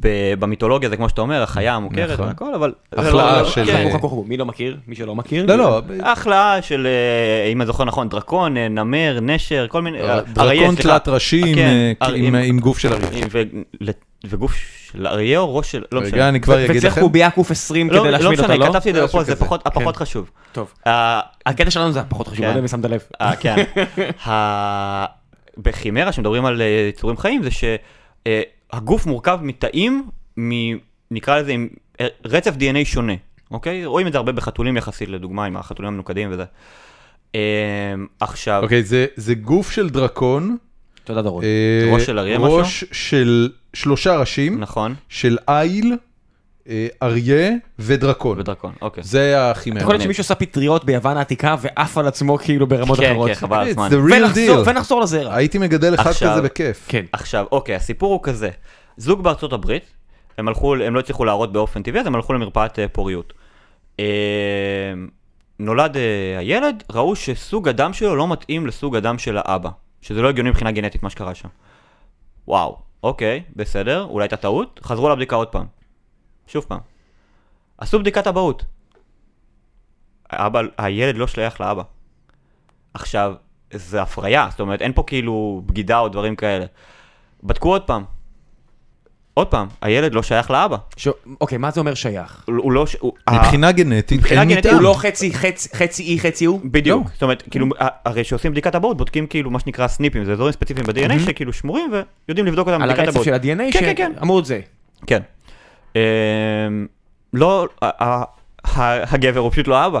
Speaker 3: ב- במיתולוגיה זה כמו שאתה אומר, החיה המוכרת
Speaker 1: נכון.
Speaker 3: והכל, אבל... זה
Speaker 1: אחלה
Speaker 3: לא-
Speaker 1: של-
Speaker 3: כן,
Speaker 4: חכו, חכו, חכו, מי לא מכיר? מי שלא מכיר?
Speaker 1: לא, לא, ב-
Speaker 3: אחלה של, אה, אם אני זוכר נכון, דרקון, אה, נמר, נשר, כל מיני... אה, אריה,
Speaker 1: דרקון
Speaker 3: סליחה.
Speaker 1: תלת ראשים
Speaker 3: כן,
Speaker 1: אה,
Speaker 3: אר-
Speaker 1: עם- עם גוף של אריה.
Speaker 3: עם- ו- וגוף של אריה או ראש של... לא
Speaker 1: רגע,
Speaker 3: משנה.
Speaker 1: אני כבר אגיד
Speaker 2: וצריך
Speaker 1: לכם.
Speaker 2: קובייה קוף 20
Speaker 3: לא
Speaker 2: כדי
Speaker 3: לא
Speaker 2: להשמיד אותה,
Speaker 3: משנה,
Speaker 2: לא?
Speaker 3: כתבתי את זה
Speaker 1: משהו
Speaker 3: פה, זה
Speaker 1: כזה. כן.
Speaker 3: פחות- הפחות חשוב.
Speaker 2: טוב.
Speaker 3: אה,
Speaker 2: הקטע שלנו זה הפחות חשוב,
Speaker 3: כן.
Speaker 4: לא יודע אם שמת לב.
Speaker 3: אה, כן. ה- בחימרה, שמדברים על אה, יצורים חיים, זה שהגוף מורכב מתאים, מ- נקרא לזה, עם אה, רצף DNA שונה, אוקיי? רואים את זה הרבה בחתולים יחסית, לדוגמה, עם החתולים המנוקדים וזה. אה, עכשיו,
Speaker 1: אוקיי, זה- זה גוף של דרקון.
Speaker 4: תודה דורון.
Speaker 1: אה,
Speaker 3: ראש של אריה,
Speaker 1: ראש של שלושה ראשים,
Speaker 3: נכון,
Speaker 1: של איל, אה, אריה ודרקון.
Speaker 3: בדרקון, אוקיי.
Speaker 1: זה
Speaker 4: יכול
Speaker 1: הכימר.
Speaker 4: להיות שמישהו עשה פטריות ביוון העתיקה ועף על עצמו כאילו ברמות
Speaker 3: כן,
Speaker 4: אחרות.
Speaker 3: כן, חבל על
Speaker 1: It's
Speaker 3: הזמן.
Speaker 1: the real
Speaker 4: ונחזור-
Speaker 1: deal. אה,
Speaker 4: ונחזור לזרע.
Speaker 1: הייתי מגדל אחד
Speaker 3: עכשיו-
Speaker 1: כזה בכיף.
Speaker 4: כן.
Speaker 3: עכשיו, אוקיי, הסיפור הוא כזה. זוג בארצות הברית, הם הלכו, הם לא הצליחו להראות באופן טבעי, אז הם הלכו למרפאת אה, פוריות. אה, נולד אה, הילד, ראו שסוג הדם שלו לא מתאים לסוג הדם של האבא. שזה לא הגיוני מבחינה גנטית, מה שקרה שם. וואו, אוקיי, בסדר, אולי הייתה טעות, חזרו לבדיקה עוד פעם. שוב פעם. עשו בדיקת אבהות. האבא, הילד לא שייך לאבא. עכשיו, זה הפריה, זאת אומרת, אין פה כאילו בגידה או דברים כאלה. בדקו עוד פעם. עוד פעם, הילד לא שייך לאבא.
Speaker 4: ש- אוקיי, מה זה אומר שייך?
Speaker 3: הוא הוא לא... ש- הוא-
Speaker 1: מבחינה גנטית
Speaker 3: מבחינה
Speaker 1: אין לא.
Speaker 3: גנטית
Speaker 1: מתאם.
Speaker 3: הוא
Speaker 4: הוא לא חצי חצי- חצי אי חצי הוא?
Speaker 3: בדיוק, זאת אומרת, כאילו, ה- הרי כשעושים בדיקת אבהות, בודקים כאילו מה שנקרא סניפים, זה אזורים ספציפיים ב-DNA שכאילו שמורים ויודעים לבדוק אותם
Speaker 4: על
Speaker 3: בבדיקת
Speaker 4: הרצף
Speaker 3: אבהות.
Speaker 4: של ה-DNA
Speaker 3: כן, כן, כן.
Speaker 4: שאמרו את זה.
Speaker 3: כן. אמ, לא, ה- ה- ה- הגבר הוא פשוט לא אבא.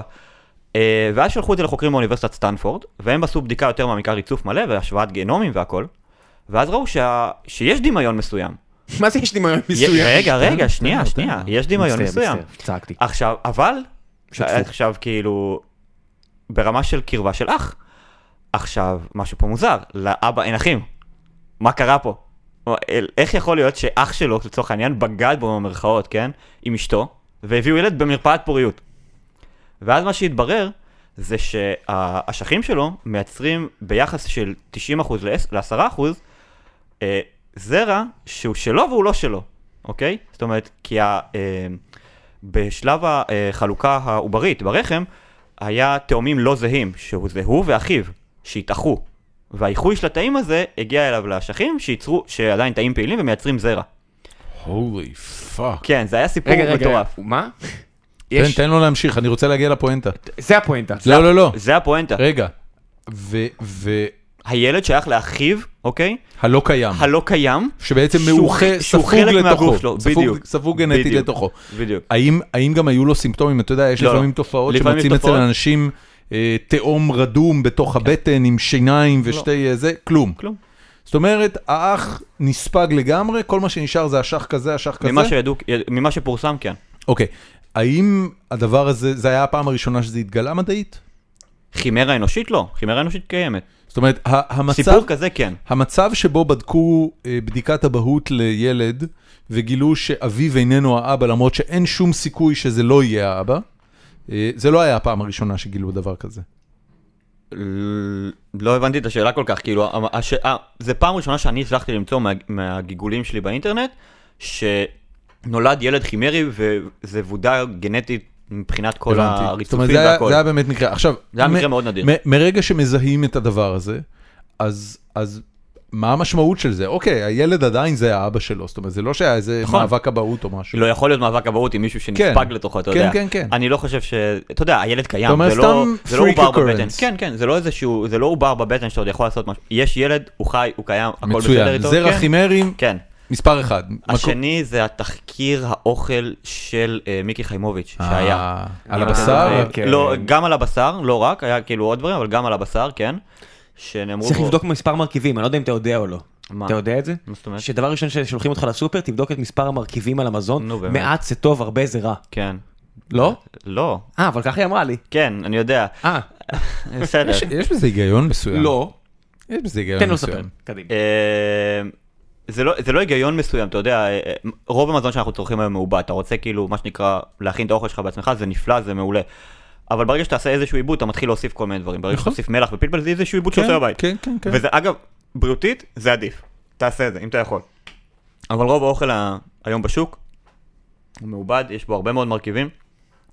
Speaker 3: אה, ואז שלחו את זה לחוקרים מאוניברסיטת סטנפורד, והם עשו בדיקה יותר מעמיקה, ריצוף מלא והשוואת גנומים והכל. ואז ראו שה- שיש דמיון מסוים.
Speaker 4: מה זה יש דמיון
Speaker 3: יש-
Speaker 4: מסוים?
Speaker 3: רגע, רגע, שנייה, שנייה, יש דמיון
Speaker 4: מצטער,
Speaker 3: מסוים.
Speaker 4: מצטער, צעקתי.
Speaker 3: עכשיו, אבל,
Speaker 4: שותפות.
Speaker 3: עכשיו כאילו, ברמה של קרבה של אח. עכשיו, משהו פה מוזר, לאבא אין אחים. מה קרה פה? איך יכול להיות שאח שלו, לצורך העניין, בגד בו במרכאות, כן? עם אשתו, והביאו ילד במרפאת פוריות. ואז מה שהתברר, זה שהאשכים שלו מייצרים ביחס של 90% ל-10% אה, זרע שהוא שלו והוא לא שלו, אוקיי? זאת אומרת, כי ה, אה, בשלב החלוקה העוברית ברחם, היה תאומים לא זהים, שהוא זה הוא ואחיו, שהתאחו. והאיחוי של התאים הזה הגיע אליו לאשכים שייצרו, שעדיין תאים פעילים ומייצרים זרע.
Speaker 1: הולי פאק.
Speaker 3: כן, זה היה סיפור
Speaker 4: רגע, רגע, רגע,
Speaker 3: מטורף.
Speaker 4: מה?
Speaker 3: כן,
Speaker 1: תן,
Speaker 4: יש-
Speaker 1: תן לו להמשיך, אני רוצה להגיע לפואנטה.
Speaker 4: זה הפואנטה.
Speaker 1: לא, לא, לא,
Speaker 3: זה הפואנטה.
Speaker 1: רגע. ו- והלא
Speaker 3: הילד שייך לאחיו, אוקיי?
Speaker 1: קיים,
Speaker 3: הלא קיים.
Speaker 1: שבעצם
Speaker 3: שהוא
Speaker 1: מאוחה,
Speaker 3: ח- שהוא
Speaker 1: ספוג
Speaker 3: חלק
Speaker 1: לתוכו,
Speaker 3: מהגוף שלו,
Speaker 1: ספוג-
Speaker 3: בדיוק.
Speaker 1: ספוג גנטית
Speaker 3: בדיוק.
Speaker 1: לתוכו.
Speaker 3: בדיוק.
Speaker 1: האם, האם גם היו לו סימפטומים? אתה יודע, יש
Speaker 3: לא,
Speaker 1: לפעמים
Speaker 3: לא.
Speaker 1: תופעות
Speaker 3: לפעמים
Speaker 1: שמוצאים אצל
Speaker 3: תופעות. כן.
Speaker 1: אנשים אה, תהום רדום בתוך הבטן עם שיניים ושתי אה, זה, כלום.
Speaker 3: לא. כלום.
Speaker 1: זאת אומרת, האח נספג לגמרי, כל מה שנשאר זה אשך כזה, אשך כזה.
Speaker 3: ממה שידעו, ממה שפורסם, כן.
Speaker 1: אוקיי, האם הדבר הזה, זה היה הפעם הראשונה שזה התגלה מדעית?
Speaker 3: חימרה אנושית לא, חימרה אנושית קיימת.
Speaker 1: זאת אומרת, ה- המצב,
Speaker 3: סיפור כזה כן.
Speaker 1: המצב שבו בדקו אה, בדיקת אבהות לילד וגילו שאביו איננו האבא, למרות שאין שום סיכוי שזה לא יהיה האבא, אה, זה לא היה הפעם הראשונה שגילו דבר כזה.
Speaker 3: ל- לא הבנתי את השאלה כל כך, כאילו, המ- הש... 아, זה פעם ראשונה שאני הצלחתי למצוא מה... מהגיגולים שלי באינטרנט, שנולד ילד חימרי וזה וודא גנטית מבחינת כל
Speaker 1: הבנתי. זאת אומרת,
Speaker 3: הריצופים
Speaker 1: זה היה-
Speaker 3: והכל.
Speaker 1: זה היה באמת מקרה. עכשיו,
Speaker 3: זה היה
Speaker 1: מ-
Speaker 3: מקרה מאוד נדיר.
Speaker 1: מ- מרגע שמזהים את הדבר הזה, אז, אז מה המשמעות של זה? אוקיי, הילד עדיין זה האבא שלו, זאת אומרת, זה לא שהיה איזה
Speaker 3: נכון.
Speaker 1: מאבק אבהות או משהו.
Speaker 3: לא יכול להיות מאבק אבהות עם מישהו שנספג
Speaker 1: כן.
Speaker 3: לתוכו, אתה
Speaker 1: כן,
Speaker 3: יודע.
Speaker 1: כן, כן.
Speaker 3: אני לא חושב ש... אתה יודע, הילד
Speaker 1: אתה
Speaker 3: קיים,
Speaker 1: אומר
Speaker 3: זה לא,
Speaker 1: סתם
Speaker 3: זה לא
Speaker 1: freak
Speaker 3: עובר
Speaker 1: occurrence.
Speaker 3: בבטן. כן, כן, זה לא איזשהו, זה לא עובר בבטן שאתה עוד יכול לעשות משהו. יש ילד, הוא חי, הוא קיים, הכל בסדר
Speaker 1: מצוין,
Speaker 3: איתו.
Speaker 1: זרע
Speaker 3: כן.
Speaker 1: חימרים,
Speaker 3: כן.
Speaker 1: מספר אחד. מקום-
Speaker 3: השני זה התחקיר האוכל של אה, מיקי חיימוביץ' שהיה.
Speaker 1: אה, על
Speaker 4: אני
Speaker 1: הבשר? אוקיי.
Speaker 4: כן.
Speaker 3: לא, גם על הבשר, לא רק, היה כאילו עוד דברים, אבל גם על הבשר, כן. שנאמרו
Speaker 4: צריך
Speaker 3: פה-
Speaker 4: לבדוק מספר מרכיבים, אני לא יודע אם אתה יודע או לא.
Speaker 3: מה?
Speaker 4: אתה יודע את זה?
Speaker 3: מה זאת אומרת?
Speaker 4: שדבר ראשון ששולחים אותך לסופר, תבדוק את מספר המרכיבים על המזון.
Speaker 3: נו, באמת.
Speaker 4: מעט זה טוב, הרבה זה רע.
Speaker 3: כן.
Speaker 4: לא?
Speaker 3: לא.
Speaker 4: אה, אבל ככה היא אמרה לי.
Speaker 3: כן, אני יודע.
Speaker 4: אה,
Speaker 3: בסדר. כן,
Speaker 1: יש בזה היגיון מסוים.
Speaker 4: לא.
Speaker 1: יש בזה היגיון
Speaker 4: תן לו
Speaker 1: מסוים.
Speaker 4: לספר, קדימה.
Speaker 3: אה, זה לא, זה לא היגיון מסוים, אתה יודע, אה, אה, רוב המזון שאנחנו צורכים היום מעובד, אתה רוצה כאילו, מה שנקרא, להכין את האוכל שלך בעצמך, זה נפלא, זה מעולה. אבל ברגע שאתה איזשהו עיבוד, אתה מתחיל להוסיף כל מיני דברים. ברגע שאתה
Speaker 1: נכון.
Speaker 3: תוסיף מלח ופלפל, זה איזשהו עיבוד
Speaker 1: כן,
Speaker 3: שעושה בבית.
Speaker 1: כן, כן, כן.
Speaker 3: וזה אגב, בריאותית, זה עדיף. תעשה את זה, אם אתה יכול. אבל רוב האוכל ה- היום בשוק, הוא מעובד, יש בו הרבה מאוד מרכיבים.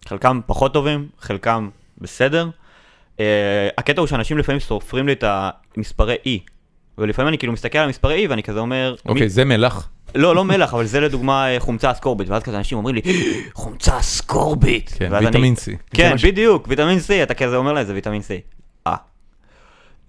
Speaker 3: חלקם פחות טובים, חלקם בסדר. Uh, הקטע הוא שאנשים לפעמים סופרים לי את המספרי E. ולפעמים אני כאילו מסתכל על המספרי E ואני כזה אומר,
Speaker 1: אוקיי, זה מלח.
Speaker 3: מי... לא, לא מלח, אבל זה לדוגמה אה, חומצה אסקורבית, ואז כזה אנשים אומרים לי, חומצה אסקורבית.
Speaker 1: כן,
Speaker 3: ואז
Speaker 1: ויטמין
Speaker 3: אני...
Speaker 1: C.
Speaker 3: כן, בדיוק, ויטמין C, אתה כזה אומר להם, זה ויטמין C. אה.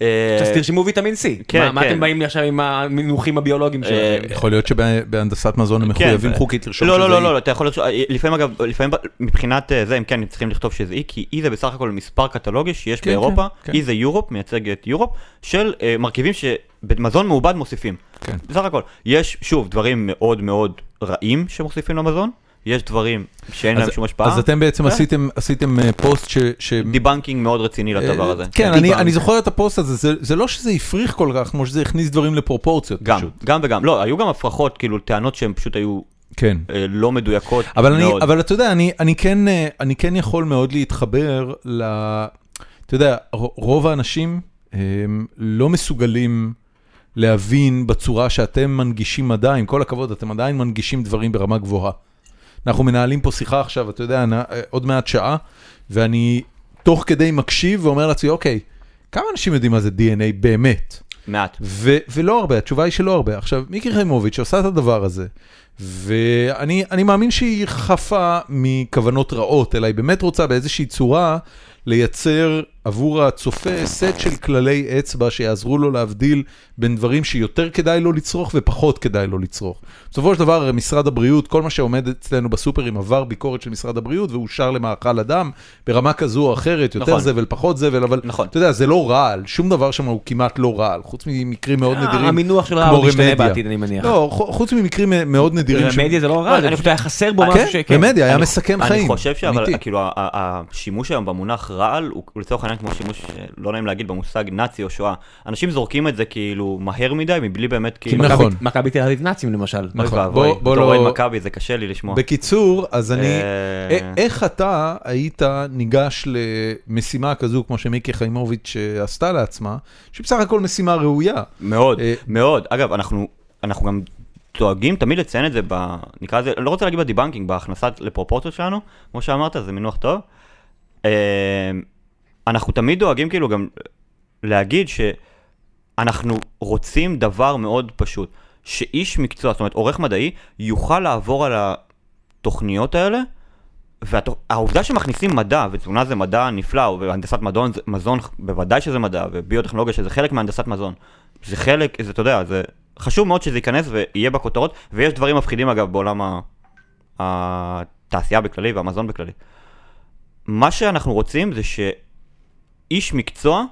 Speaker 3: אה,
Speaker 2: אז תרשמו ויטמין C.
Speaker 3: כן,
Speaker 4: מה- מה
Speaker 3: כן.
Speaker 4: אתם באים לי עכשיו עם המינוחים הביולוגיים
Speaker 3: אה,
Speaker 4: שלכם?
Speaker 1: יכול להיות שבהנדסת מזון הם
Speaker 3: כן,
Speaker 1: מחויבים
Speaker 3: ו-
Speaker 1: חוקית לרשום
Speaker 3: לא,
Speaker 1: שזה
Speaker 3: לא, לא, לא,
Speaker 1: אי.
Speaker 3: אתה יכול לרשום, לפעמים אגב, לפעמים ב- מבחינת אה, זה, אם כן, הם צריכים לכתוב שזה אי, כי אי זה בסך הכל מספר קטלוגי שיש
Speaker 1: כן,
Speaker 3: באירופה,
Speaker 1: כן, כן.
Speaker 3: אי זה יורופ, מייצג את יורופ, של אה, מרכיבים שבמזון מעובד מוסיפים.
Speaker 1: כן.
Speaker 3: בסך הכל, יש, שוב, דברים מאוד מאוד רעים שמוסיפים למזון, יש דברים שאין להם
Speaker 1: אז-
Speaker 3: שום השפעה,
Speaker 1: אז אתם בעצם
Speaker 3: כן.
Speaker 1: עשיתם- עשיתם אה, פוסט ש... ש-
Speaker 3: דיבנקינג מאוד רציני לדבר
Speaker 1: אה,
Speaker 3: הזה.
Speaker 1: כן,
Speaker 3: דיבנק.
Speaker 1: אני- אני זוכר את הפוסט הזה, זה- זה לא שזה הפריך כל כך, כמו שזה הכניס דברים לפרופורציות
Speaker 3: גם,
Speaker 1: פשוט.
Speaker 3: גם וגם, לא, היו גם הפרחות, כאילו, טענות שהן פשוט היו
Speaker 1: כן.
Speaker 3: אה, לא מדויקות
Speaker 1: אבל, אני,
Speaker 3: מאוד.
Speaker 1: אבל אתה יודע, אני, אני, כן, אה, אני כן יכול מאוד להתחבר ל... אתה יודע, ר- רוב האנשים הם לא מסוגלים להבין בצורה שאתם מנגישים מדע, עם כל הכבוד, אתם עדיין מנגישים דברים ברמה גבוהה. אנחנו מנהלים פה שיחה עכשיו, אתה יודע, נ- אה, עוד מעט שעה, ואני תוך כדי מקשיב ואומר לעצמי, אוקיי, כמה אנשים יודעים מה זה DNA באמת?
Speaker 3: מעט.
Speaker 1: ו- ולא הרבה, התשובה היא שלא הרבה. עכשיו, מיקי חיימוביץ' עושה את הדבר הזה, ואני אני מאמין שהיא חפה מכוונות רעות, אלא היא באמת רוצה באיזושהי צורה לייצר עבור הצופה סט של כללי אצבע שיעזרו לו להבדיל בין דברים שיותר כדאי לו לצרוך ופחות כדאי לו לצרוך. בסופו של דבר, הרי משרד הבריאות, כל מה שעומד אצלנו בסופרים עבר ביקורת של משרד הבריאות ואושר למאכל אדם ברמה כזו או אחרת, יותר
Speaker 3: נכון.
Speaker 1: זבל, פחות זבל, אבל
Speaker 3: נכון.
Speaker 1: אתה יודע, זה לא רעל, שום דבר שם הוא כמעט לא רעל, חוץ ממקרים מאוד
Speaker 3: אה,
Speaker 1: נדירים.
Speaker 4: המינוח של
Speaker 1: כמו
Speaker 4: הרעל עוד ישתנה
Speaker 1: רמדיה.
Speaker 4: בעתיד, אני מניח.
Speaker 1: לא, חו- חוץ ממקרים אה, מאוד נדירים. ש-
Speaker 4: רמדיה זה לא
Speaker 3: לא,
Speaker 4: רע, זה
Speaker 3: אני
Speaker 4: פשוט היה חסר בו
Speaker 1: כן,
Speaker 4: משהו שכן.
Speaker 1: רמדיה היה
Speaker 3: אני-
Speaker 1: מסכם חיים.
Speaker 3: אני חושב שאבל,
Speaker 1: אמיתי.
Speaker 3: כאילו, ה- ה- השימוש היום במונח רעל הוא הוא לצורך העניין כמו שימוש, אה, לא נעים להגיד, במושג נאצי או שואה. אנשים זורקים את זה כאילו מהר מדי, מבלי באמת
Speaker 4: כי
Speaker 3: כאילו...
Speaker 1: נכון.
Speaker 4: מכבי- מכבי תל אביב נאצים למשל.
Speaker 1: נכון.
Speaker 3: אוי
Speaker 1: בוא-
Speaker 3: ואבוי,
Speaker 1: בוא
Speaker 3: בתור
Speaker 1: לא-
Speaker 3: אוהד מכבי זה קשה לי לשמוע.
Speaker 1: בקיצור, אז אני,
Speaker 3: אה,
Speaker 1: א- איך אתה היית ניגש למשימה כזו, כמו שמיקי חיימוביץ' אה, עשתה לעצמה, שבסך הכל משימה ראויה.
Speaker 3: מאוד,
Speaker 1: אה,
Speaker 3: מאוד. אגב, אנחנו אנחנו גם דואגים תמיד לציין את זה ב... נקרא לזה, לא רוצה להגיד בדיבנקינג, בהכנסת לפרופורציות שלנו, כמו שאמרת, זה מינוח טוב. אה, אנחנו תמיד דואגים כאילו גם להגיד שאנחנו רוצים דבר מאוד פשוט, שאיש מקצוע, זאת אומרת עורך מדעי, יוכל לעבור על התוכניות האלה, והעובדה שמכניסים מדע, ותזונה זה מדע נפלא, והנדסת מזון, מזון בוודאי שזה מדע, וביוטכנולוגיה שזה חלק מהנדסת מזון. זה חלק, זה, אתה יודע, זה חשוב מאוד שזה ייכנס ויהיה בכותרות, ויש דברים מפחידים אגב בעולם ה- התעשייה בכללי והמזון בכללי. מה שאנחנו רוצים זה שאיש מקצוע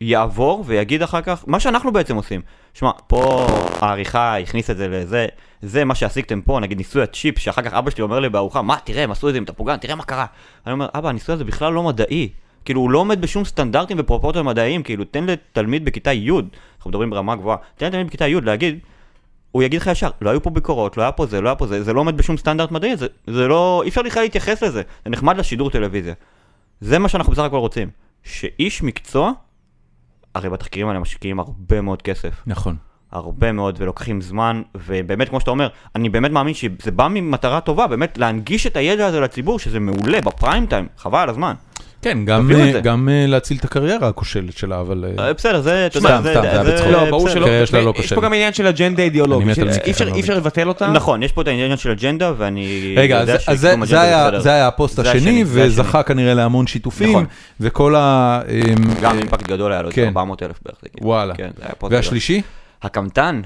Speaker 3: יעבור ויגיד אחר כך מה שאנחנו בעצם עושים. שמע, פה העריכה הכניס את זה לזה, זה מה שעשיתם פה, נגיד ניסוי הצ'יפ, שאחר כך אבא שלי אומר לי בארוחה, מה, תראה, הם עשו את זה עם תפוגן, תראה מה קרה. אני אומר, אבא, הניסוי הזה בכלל לא מדעי. כאילו, הוא לא עומד בשום סטנדרטים ופרופורציות מדעיים, כאילו, תן לתלמיד בכיתה י', אנחנו מדברים ברמה גבוהה, תן לתלמיד בכיתה י' להגיד, הוא יגיד לך ישר, לא היו פה ביקורות, לא היה פה זה, לא היה פה זה, זה לא עומד בשום סטנדרט מדעי, זה, זה לא, אי אפשר בכלל להתייחס לזה, זה נחמד לשידור טלוויזיה. זה מה שאנחנו בסך הכל רוצים, שאיש מקצוע, הרי בתחקירים האלה משקיעים הרבה מאוד כסף,
Speaker 1: נכון.
Speaker 3: הרבה מאוד, ולוקחים זמן, ובאמת, כמו שאתה אומר, אני באמת מאמין שזה בא ממטרה טובה, באמת להנגיש את הידע הזה לציבור, שזה מעולה בפריים טיים, חבל על הזמן.
Speaker 1: כן, גם,
Speaker 3: תביאו את
Speaker 1: אה,
Speaker 3: זה.
Speaker 1: גם אה, להציל את הקריירה הכושלת שלה, אבל... אה,
Speaker 3: אה, בסדר, זה, אתה
Speaker 1: סתם,
Speaker 3: יודע, זה,
Speaker 1: סתם, זה היה בצחוק.
Speaker 4: לא, ברור שלא.
Speaker 1: הקריירה שלה לא
Speaker 4: יש
Speaker 1: כושלת.
Speaker 4: פה גם עניין של אג'נדה
Speaker 1: אני לא
Speaker 4: אידיאולוגית,
Speaker 1: מת על מיקי
Speaker 4: שאי אפשר- אי אפשר לבטל אותה.
Speaker 3: נכון, יש פה את העניין של אג'נדה, ואני
Speaker 1: רגע, אז,
Speaker 3: יודע
Speaker 1: אז זה,
Speaker 3: שקידום
Speaker 1: זה,
Speaker 3: אג'נדה
Speaker 1: היה,
Speaker 3: בסדר.
Speaker 1: זה היה הפוסט
Speaker 3: זה
Speaker 1: השני,
Speaker 3: השני, זה
Speaker 1: וזכה כנראה להמון שיתופים,
Speaker 3: נכון.
Speaker 1: וכל ה... אמ,
Speaker 3: גם אימפקט גדול היה לו,
Speaker 1: כן.
Speaker 3: 400 אלף בערך. זה כאילו.
Speaker 1: וואלה.
Speaker 3: כן, זה היה פוסט גדול.
Speaker 1: והשלישי?
Speaker 3: הקמטן.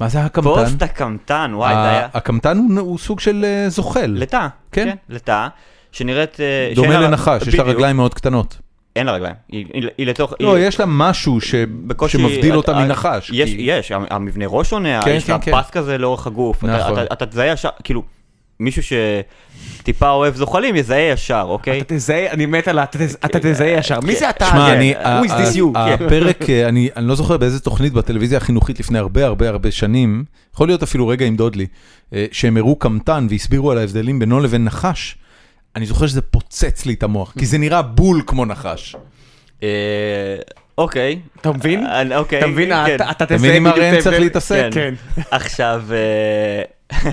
Speaker 1: מה זה הקמטן?
Speaker 3: פוסט הקמטן, וואי, זה היה.
Speaker 1: ה- הקמטן הוא, הוא סוג של אה, זוחל,
Speaker 3: לטאה.
Speaker 1: אה, כן.
Speaker 3: כן, לטאה. שנראית... אה,
Speaker 1: דומה
Speaker 3: שאין לה-
Speaker 1: לנחש, יש לה
Speaker 3: בדיוק.
Speaker 1: רגליים מאוד קטנות.
Speaker 3: אין לה רגליים. היא- היא היא לצורך...
Speaker 1: לא,
Speaker 3: היא-
Speaker 1: יש לה משהו ש...
Speaker 3: בקושי-
Speaker 1: שמבדיל
Speaker 3: את-
Speaker 1: אותה
Speaker 3: את-
Speaker 1: מנחש.
Speaker 3: יש,
Speaker 1: כי-
Speaker 3: יש, המ- המבנה ראש שונה,
Speaker 1: כן,
Speaker 3: יש לה
Speaker 1: כן, כן.
Speaker 3: פס כזה לאורך הגוף, אתה-
Speaker 1: נכון.
Speaker 3: אתה- אתה תזהה ישר, כאילו, מישהו שטיפה אוהב זוחלים יזהה ישר, אוקיי?
Speaker 4: אתה תזהה, אני מת על ה... אתה תז- אתה תזהה ישר. מי זה אתה?
Speaker 1: שמע,
Speaker 4: הזה?
Speaker 3: כן.
Speaker 1: אני,
Speaker 4: Who is this you? כן.
Speaker 1: ה- ה- הפרק, אה, אני אני לא זוכר באיזה תוכנית בטלוויזיה החינוכית לפני הרבה הרבה הרבה שנים, יכול להיות אפילו רגע עם דודלי, אה, שהם הראו קמטן והסבירו על ההבדלים בינו לבין נחש, אני זוכר שזה פוצץ לי את המוח, כי זה נראה בול כמו נחש.
Speaker 3: אה, אוקיי.
Speaker 4: אתה מבין?
Speaker 3: אה, אוקיי.
Speaker 4: אתה מבין?
Speaker 3: כן.
Speaker 4: אתה- אתה
Speaker 1: אתה
Speaker 4: תזהה
Speaker 1: מבין עם
Speaker 4: בדיוק
Speaker 1: הראם
Speaker 4: את
Speaker 1: צריך
Speaker 4: ההבדל.
Speaker 1: להתעסק?
Speaker 4: כן.
Speaker 3: עכשיו, אה,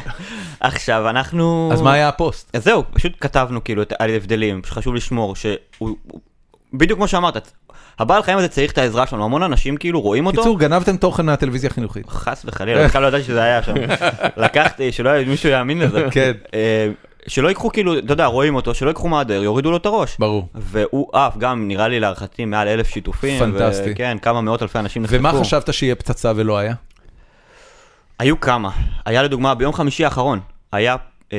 Speaker 3: עכשיו אנחנו...
Speaker 1: אז מה היה הפוסט?
Speaker 3: אז זהו, פשוט כתבנו כאילו את- על הבדלים, שחשוב לשמור, שהוא... הוא- בדיוק כמו שאמרת, הבעל חיים הזה צריך את העזרה שלנו, המון אנשים כאילו רואים אותו.
Speaker 1: קיצור, גנבתם תוכן מהטלוויזיה החינוכית.
Speaker 3: חס וחלילה, בכלל לא ידעתי שזה היה שם. לקחתי, שלא היה- מישהו יאמין לזה.
Speaker 1: כן.
Speaker 3: אה, שלא ייקחו כאילו, אתה יודע, רואים אותו, שלא ייקחו מהדר, יורידו לו את הראש.
Speaker 1: ברור.
Speaker 3: והוא עף גם, נראה לי להערכתי, מעל אלף שיתופים.
Speaker 1: פנטסטי.
Speaker 3: כן, כמה מאות אלפי אנשים נחשפו.
Speaker 1: ומה חשבת שיהיה פצצה ולא היה?
Speaker 3: היו כמה. היה לדוגמה, ביום חמישי האחרון, היה אה,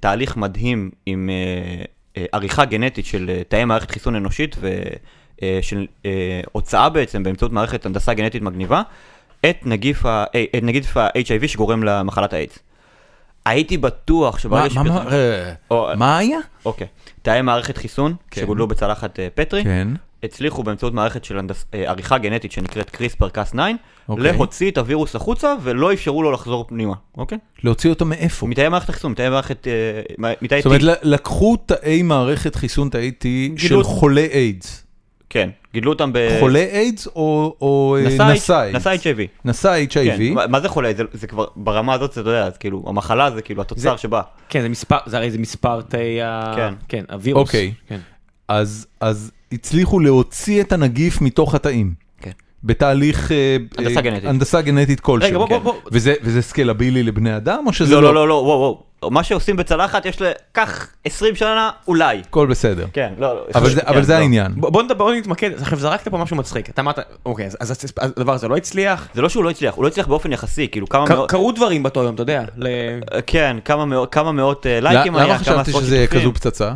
Speaker 3: תהליך מדהים עם אה, אה, עריכה גנטית של אה, תאי מערכת חיסון אנושית ושל אה, הוצאה בעצם באמצעות מערכת הנדסה גנטית מגניבה, את נגיף ה- אה, את נגיף ה-HIV שגורם למחלת האיידס. הייתי בטוח
Speaker 1: מה-
Speaker 3: שברגע
Speaker 1: מה- מה- אה,
Speaker 3: או-
Speaker 1: מה היה?
Speaker 3: אוקיי. תאי מערכת חיסון
Speaker 1: כן.
Speaker 3: שגודלו בצלחת אה, פטרי,
Speaker 1: כן.
Speaker 3: הצליחו באמצעות מערכת של הנדס... אה, עריכה גנטית שנקראת קריספר קאס 9,
Speaker 1: אוקיי.
Speaker 3: להוציא את הווירוס החוצה ולא אפשרו לו לחזור פנימה, אוקיי?
Speaker 1: להוציא אותו מאיפה?
Speaker 3: מתאי מערכת החיסון, מתאי מערכת... אה, מה- מתאי
Speaker 1: זאת אומרת, לא-
Speaker 3: T.
Speaker 1: ל- לקחו תאי מערכת חיסון תאי T של
Speaker 3: גידול.
Speaker 1: חולי איידס.
Speaker 3: כן, גידלו אותם ב...
Speaker 1: חולה איידס או או, אה,
Speaker 3: נשא
Speaker 1: נשא
Speaker 3: H- נשא
Speaker 1: איידס?
Speaker 3: HIV.
Speaker 1: נשא
Speaker 3: כן,
Speaker 1: HIV.
Speaker 3: מה- מה זה חולה? זה- זה כבר ברמה הזאת, זה, אתה יודע, זה כאילו, המחלה זה כאילו התוצר שבא.
Speaker 4: כן, זה מספר, זה הרי זה מספר תאי ה...
Speaker 3: כן.
Speaker 4: כן, הווירוס.
Speaker 1: אוקיי.
Speaker 4: כן.
Speaker 1: אז אז הצליחו להוציא את הנגיף מתוך התאים.
Speaker 3: כן.
Speaker 1: בתהליך... אה,
Speaker 3: הנדסה
Speaker 1: אה,
Speaker 3: גנטית.
Speaker 1: הנדסה גנטית כלשהו.
Speaker 4: רגע, בוא,
Speaker 1: כן.
Speaker 4: בוא, בוא.
Speaker 1: וזה- וזה סקלבילי לבני אדם או שזה
Speaker 3: לא, לא, לא, לא, וואו, וואו. מה שעושים בצלחת, יש לקח 20 שנה, אולי.
Speaker 1: הכל בסדר.
Speaker 3: כן, לא, לא.
Speaker 1: אבל זה-
Speaker 3: כן,
Speaker 1: אבל זה
Speaker 3: לא.
Speaker 1: העניין.
Speaker 4: בוא בוא נדבר, בוא נתמקד, עכשיו זרקת פה משהו מצחיק, אתה אמרת, אוקיי, אז- אז אז הדבר הזה לא הצליח,
Speaker 3: זה לא שהוא לא הצליח, הוא לא הצליח באופן יחסי, כאילו כמה
Speaker 4: ק-
Speaker 3: מאות...
Speaker 4: קרו דברים באותו יום, אתה יודע, ל-
Speaker 3: כן, כמה מאות, כמה מאות אה,
Speaker 1: ל-
Speaker 3: לייקים
Speaker 1: למה
Speaker 3: היה, כמה
Speaker 1: חשבתי
Speaker 3: עשרות
Speaker 1: שזה יהיה
Speaker 3: שיתופים.
Speaker 1: כזו פצצה?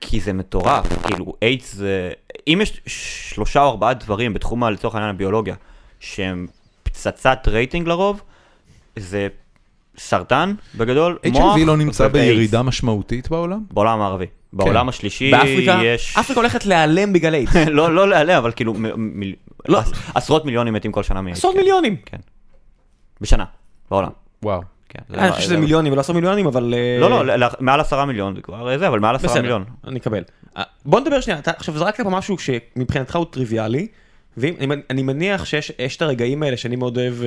Speaker 3: כי זה מטורף, כאילו איידס זה... אם יש שלושה או ארבעה דברים בתחום, ה- לצורך העניין, הביולוגיה, שהם פצצת רייטינג לרוב, זה סרטן בגדול, מוח
Speaker 1: HIV לא נמצא
Speaker 4: אוקיי.
Speaker 3: ואיידס.
Speaker 1: בירידה כן. משמעותית בעולם?
Speaker 3: בעולם הערבי. בעולם
Speaker 1: אה,
Speaker 3: השלישי
Speaker 4: באפריקה,
Speaker 3: יש...
Speaker 4: אפריקה הולכת להיעלם בגלל איידס,
Speaker 3: לא, לא להעלה, אבל כאילו מ- מ-
Speaker 4: לא.
Speaker 3: עש- עשרות מיליונים מתים כל שנה מאיידס.
Speaker 4: עשרות
Speaker 3: כן.
Speaker 4: מיליונים,
Speaker 3: כן. בשנה, בעולם.
Speaker 1: וואו.
Speaker 3: כן, זה-
Speaker 1: לא, אה,
Speaker 4: אני חושב שזה
Speaker 3: זה-
Speaker 4: מיליונים ולא עשרות מיליונים, אבל... אה,
Speaker 3: לא, לא, ל- ל- מעל עשרה מיליון זה כבר אה, זה, אבל מעל עשרה
Speaker 4: בסדר,
Speaker 3: מיליון.
Speaker 4: אני אקבל. אה, בוא נדבר שנייה, אתה עכשיו זרקת פה משהו שמבחינתך הוא טריוויאלי, ואני מניח שיש יש את הרגעים האלה שאני מאוד אוהב, אה,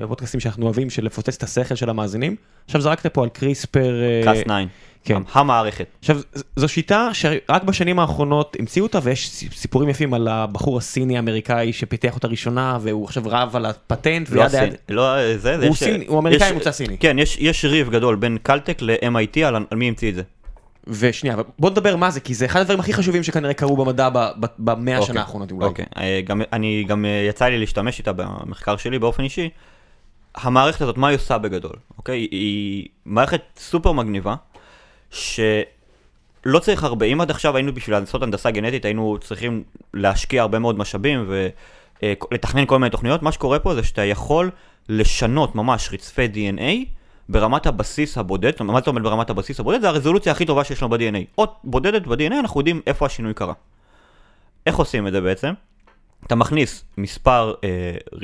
Speaker 4: בפודקאסטים שאנחנו אוהבים, של לפוצץ את השכל של המאזינים. עכשיו זרקת פה על קריספר... אה,
Speaker 3: קאס 9.
Speaker 4: כן.
Speaker 3: המ- המערכת.
Speaker 4: עכשיו, ז- זו שיטה שרק בשנים האחרונות המציאו אותה, ויש ס- סיפורים יפים על הבחור הסיני-אמריקאי שפיתח אותה ראשונה, והוא עכשיו רב על הפטנט,
Speaker 3: לא
Speaker 4: ויד יד-
Speaker 3: הסין- לא, אה, זה, זה
Speaker 4: הוא
Speaker 3: יש-
Speaker 4: סיני, הוא אמריקאי
Speaker 3: יש-
Speaker 4: ממוצא סיני.
Speaker 3: כן, יש- יש ריב גדול בין קלטק ל-MIT על על מי המציא את זה.
Speaker 4: ושנייה, אבל בוא נדבר מה זה, כי זה אחד הדברים הכי חשובים שכנראה קרו במדע ב- ב- במאה השנה לא
Speaker 3: אוקיי,
Speaker 4: האחרונות אולי.
Speaker 3: אוקיי, אה, גם- אני גם אה, יצא לי להשתמש איתה במחקר שלי באופן אישי. המערכת הזאת, מה היא עושה בגדול? אוקיי, היא- היא מערכת סופר מגניבה, שלא צריך הרבה. אם עד עכשיו היינו בשביל לעשות הנדסה גנטית, היינו צריכים להשקיע הרבה מאוד משאבים ולתכנן כל מיני תוכניות, מה שקורה פה זה שאתה יכול לשנות ממש רצפי DNA. ברמת הבסיס הבודד, מה זאת אומרת ברמת הבסיס הבודד? זה הרזולוציה הכי טובה שיש לנו ב-DNA. אות בודדת ב-DNA, אנחנו יודעים איפה השינוי קרה. איך עושים את זה בעצם? אתה מכניס מספר, אה, ר-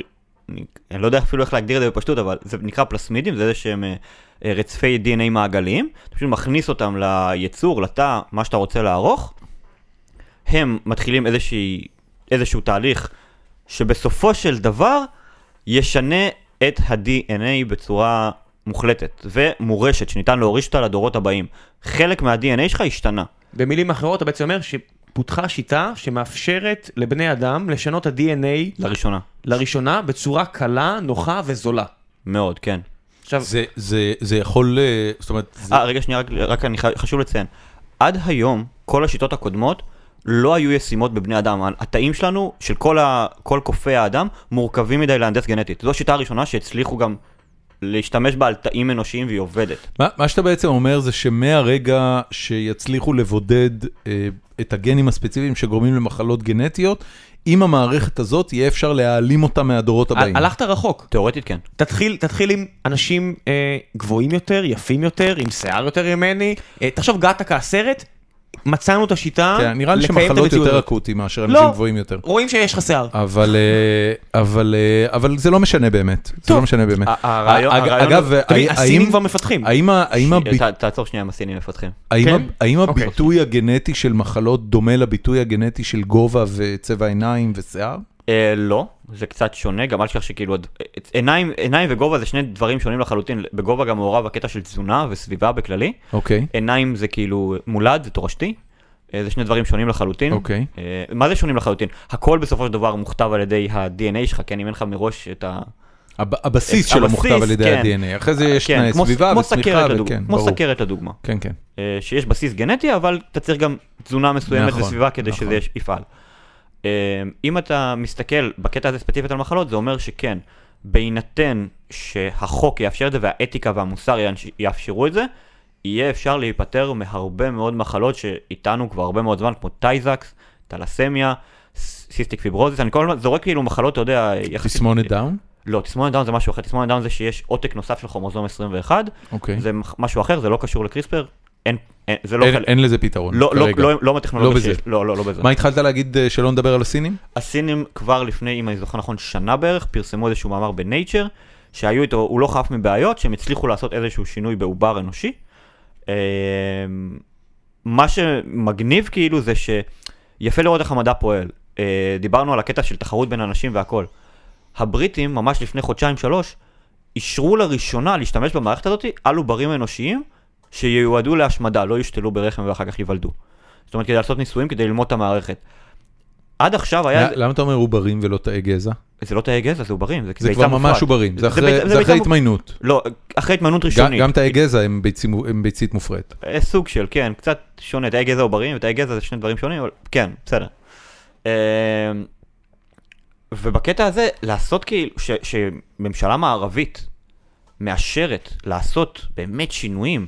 Speaker 3: אני- אני לא יודע אפילו איך להגדיר את זה בפשטות, אבל זה נקרא פלסמידים, זה איזה שהם אה, אה, רצפי DNA מעגליים, אתה פשוט מכניס אותם ליצור, לתא, מה שאתה רוצה לערוך, הם מתחילים איזושהי, איזשהו תהליך שבסופו של דבר ישנה את ה-DNA בצורה מוחלטת ומורשת, שניתן להוריש אותה לדורות הבאים. חלק מה-DNA שלך השתנה.
Speaker 4: במילים אחרות, אתה בעצם אומר שפותחה שיטה שמאפשרת לבני אדם לשנות את ה-DNA
Speaker 3: לראשונה.
Speaker 4: לראשונה בצורה קלה, נוחה וזולה.
Speaker 3: מאוד, כן.
Speaker 4: עכשיו,
Speaker 1: זה- זה- זה יכול... אה, זאת אומרת... זה-
Speaker 3: אה, רגע, שנייה, רק, רק אני ח- חשוב לציין. עד היום, כל השיטות הקודמות לא היו ישימות בבני אדם. התאים שלנו, של כל, ה, כל קופי האדם, מורכבים מדי להנדס גנטית. זו השיטה הראשונה שהצליחו גם להשתמש בה על תאים אנושיים והיא עובדת.
Speaker 1: מה, מה שאתה בעצם אומר זה שמהרגע שיצליחו לבודד אה, את הגנים הספציפיים שגורמים למחלות גנטיות, עם המערכת הזאת יהיה אפשר להעלים אותה מהדורות הבאים.
Speaker 4: הלכת רחוק.
Speaker 3: תיאורטית כן.
Speaker 4: תתחיל, תתחיל עם אנשים אה, גבוהים יותר, יפים יותר, עם שיער יותר ממני. אה, תחשוב, גאטה הסרט, מצאנו את השיטה
Speaker 1: כן, נראה לי
Speaker 4: לקיים את
Speaker 1: שמחלות
Speaker 4: המציאות
Speaker 1: יותר
Speaker 4: הזאת.
Speaker 1: אקוטי מאשר
Speaker 4: לא.
Speaker 1: אנשים גבוהים יותר.
Speaker 4: רואים שיש לך שיער.
Speaker 1: אבל, אה, אבל, אה, אבל זה לא משנה באמת, זה
Speaker 4: טוב.
Speaker 1: לא משנה באמת.
Speaker 3: ה- הרעיון-
Speaker 1: אג-
Speaker 3: הרעיון
Speaker 1: אגב,
Speaker 4: אתה מבין,
Speaker 1: אה, האם-
Speaker 4: הסינים כבר מפתחים.
Speaker 1: האם ה- האם הביט-
Speaker 3: ת- תעצור שנייה עם הסינים מפתחים.
Speaker 1: האם
Speaker 4: כן?
Speaker 1: ה- האם
Speaker 3: אוקיי.
Speaker 1: הביטוי הגנטי של מחלות דומה לביטוי הגנטי של גובה וצבע עיניים ושיער?
Speaker 3: אה, לא, זה קצת שונה, גם אל תשכח שכאילו עוד- אה, עיניים עיניים וגובה זה שני דברים שונים לחלוטין, בגובה גם מעורב הקטע של תזונה וסביבה בכללי,
Speaker 1: אוקיי.
Speaker 3: עיניים זה כאילו מולד, זה תורשתי. אה, זה שני דברים שונים לחלוטין.
Speaker 1: אוקיי.
Speaker 3: אה, מה זה שונים לחלוטין? הכל בסופו של דבר מוכתב על ידי ה-DNA שלך, כן? אם אין לך מראש את ה...
Speaker 1: הב- הבסיס
Speaker 3: אה,
Speaker 1: שלו
Speaker 3: הבסיס,
Speaker 1: מוכתב על ידי
Speaker 3: כן.
Speaker 1: ה-DNA, אחרי זה יש
Speaker 3: כן,
Speaker 1: תנאי
Speaker 3: כמו-
Speaker 1: סביבה
Speaker 3: כמו
Speaker 1: וצמיחה,
Speaker 3: סכרת לדוג-
Speaker 1: וכן,
Speaker 3: כמו
Speaker 1: ברור.
Speaker 3: סכרת לדוגמה.
Speaker 1: כן, כן.
Speaker 3: אה, שיש בסיס גנטי, אבל אתה צריך גם תזונה מסוימת
Speaker 1: נכון,
Speaker 3: וסביבה כדי
Speaker 1: נכון.
Speaker 3: שזה יש- יפעל. אה, אם אתה מסתכל בקטע הזה ספציפית על מחלות, זה אומר שכן, בהינתן שהחוק יאפשר את זה והאתיקה והמוסר ינש- יאפשרו את זה, יהיה אפשר להיפטר מהרבה מאוד מחלות שאיתנו כבר הרבה מאוד זמן, כמו טייזקס, טלסמיה, ס- סיסטיק פיברוזיס, אני כל הזמן זורק כאילו מחלות, אתה יודע, יחסית...
Speaker 1: תסמונת דאון?
Speaker 3: לא, תסמונת דאון זה משהו אחר, תסמונת דאון זה שיש עותק נוסף של כרומוזום 21,
Speaker 1: אוקיי.
Speaker 3: זה מח- משהו אחר, זה לא קשור לקריספר, אין, אין, זה לא
Speaker 1: אין-
Speaker 3: חלק,
Speaker 1: אין לזה פתרון.
Speaker 3: לא, לא,
Speaker 1: כרגע.
Speaker 3: לא, לא
Speaker 1: לא
Speaker 3: מהטכנולוגיה
Speaker 1: בזה.
Speaker 3: שיש, לא, לא, לא בזה.
Speaker 1: מה התחלת להגיד אה, שלא נדבר על הסינים?
Speaker 3: הסינים כבר לפני, אם אני זוכר נכון, שנה בערך, פרסמו איזשהו מאמר בנייצ'ר, שהיו איתו, הוא לא חף מבעיות, שהם הצליחו לעשות איזשהו שינוי בעובר אנושי. אה, מה שמגניב כאילו זה שיפה לראות איך המדע פועל. אה, דיברנו על הקטע של תחרות בין אנשים והכל. הבריטים, ממש לפני חודשיים-שלוש, אישרו לראשונה להשתמש במערכת הזאת על עוברים אנושיים שיועדו להשמדה, לא יושתלו ברחם ואחר כך ייוולדו. זאת אומרת, כדי לעשות ניסויים, כדי ללמוד את המערכת. עד עכשיו היה...
Speaker 1: למה למה אתה אומר עוברים ולא תאי גזע?
Speaker 3: זה לא תאי גזע, זה עוברים. זה,
Speaker 1: לא. זה
Speaker 3: ביצה
Speaker 1: כבר ממש
Speaker 3: מופרעת.
Speaker 1: עוברים, זה אחרי-
Speaker 3: ביצה-
Speaker 1: זה
Speaker 3: ביצה
Speaker 1: אחרי
Speaker 3: מופ-
Speaker 1: התמיינות.
Speaker 3: לא, אחרי התמיינות
Speaker 1: גם-
Speaker 3: ראשונית.
Speaker 1: גם תאי גזע הם ביצים- הם ביצית מופרית.
Speaker 3: אה, סוג של, כן, קצת שונה, תאי גזע עוברים ותאי גזע זה שני דברים שונים, אבל כן, בסדר. אה, ובקטע הזה, לעשות כאילו, ש, שממשלה מערבית מאשרת לעשות באמת שינויים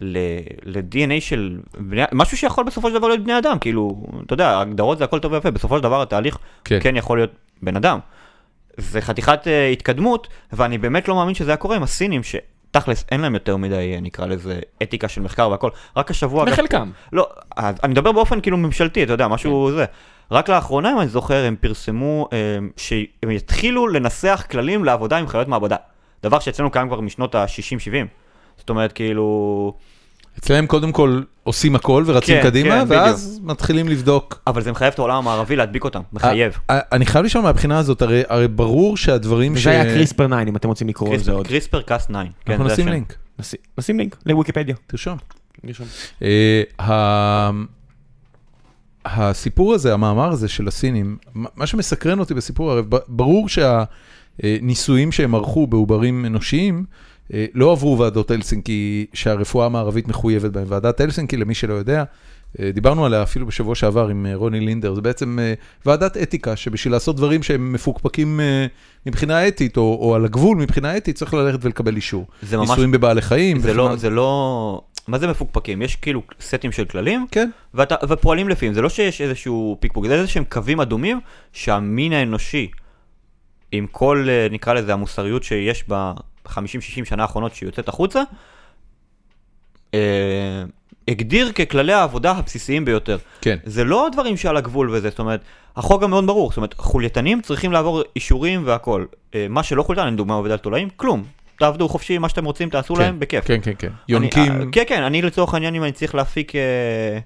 Speaker 3: ל-DNA של בני, משהו שיכול בסופו של דבר להיות בני אדם, כאילו, אתה יודע, הגדרות זה הכל טוב ויפה, בסופו של דבר התהליך
Speaker 1: כן.
Speaker 3: כן, כן יכול להיות בן אדם. זה חתיכת uh, התקדמות, ואני באמת לא מאמין שזה היה קורה עם הסינים, שתכלס אין להם יותר מדי, אה, נקרא לזה, אתיקה של מחקר והכל. רק השבוע... אגב-
Speaker 4: בחלקם.
Speaker 3: לא, אז אני מדבר באופן כאילו ממשלתי, אתה יודע,
Speaker 1: כן.
Speaker 3: משהו זה. רק לאחרונה, אם אני זוכר, הם פרסמו אה, שהם יתחילו לנסח כללים לעבודה עם חיות מעבדה. דבר שאצלנו קיים כבר משנות ה-60-70. זאת אומרת, כאילו...
Speaker 1: אצלם קודם כל עושים הכל ורצים
Speaker 3: כן,
Speaker 1: קדימה,
Speaker 3: כן,
Speaker 1: ואז מתחילים לבדוק.
Speaker 3: אבל זה מחייב את העולם המערבי להדביק אותם, מחייב.
Speaker 1: אה, אה, אני חייב לשאול מהבחינה הזאת, הרי הרי ברור שהדברים ש...
Speaker 4: זה היה קריספר 9 אם אתם רוצים לקרוא לזה
Speaker 3: קריספר-
Speaker 4: עוד.
Speaker 3: קריספר קאסט 9. כן,
Speaker 1: כן, אנחנו
Speaker 3: זה
Speaker 1: נשים
Speaker 3: השם.
Speaker 1: לינק,
Speaker 4: נשים- נשים לינק לוויקיפדיה.
Speaker 1: תרשום. אה, ה- הסיפור הזה, המאמר הזה של הסינים, מה מה שמסקרן אותי בסיפור, הרי ב- ברור שהניסויים שהם ערכו בעוברים אנושיים, אה, לא עברו ועדות הלסינקי שהרפואה המערבית מחויבת בהם. ועדת הלסינקי, למי שלא יודע, אה, דיברנו עליה אפילו בשבוע שעבר עם אה, רוני לינדר, זה בעצם אה, ועדת אתיקה, שבשביל לעשות דברים שהם מפוקפקים אה, מבחינה אתית, או, או על הגבול מבחינה אתית, צריך ללכת ולקבל אישור.
Speaker 3: זה ממש-
Speaker 1: ניסויים בבעלי חיים.
Speaker 3: זה
Speaker 1: וכן
Speaker 3: לא,
Speaker 1: הלאה.
Speaker 3: זה לא, מה זה מפוקפקים? יש כאילו סטים של כללים,
Speaker 1: כן.
Speaker 3: ואתה, ופועלים לפיהם, זה לא שיש איזשהו פיקפוק, זה איזה שהם קווים אדומים שהמין האנושי, עם כל, אה, נקרא לזה, המוסריות שיש ב-50-60 שנה האחרונות שיוצאת החוצה, אה, הגדיר ככללי העבודה הבסיסיים ביותר.
Speaker 1: כן.
Speaker 3: זה לא דברים שעל הגבול וזה, זאת אומרת, החוק גם מאוד ברור, זאת אומרת, חולייתנים צריכים לעבור אישורים והכל. אה, מה שלא חולייתן, אני דוגמה עובד על תולעים, כלום. תעבדו חופשי, מה שאתם רוצים, תעשו להם, בכיף.
Speaker 1: כן, כן, כן.
Speaker 3: אני,
Speaker 1: יונקים,
Speaker 3: אה, כן, כן, אני לצורך העניין, אם אני צריך להפיק אה,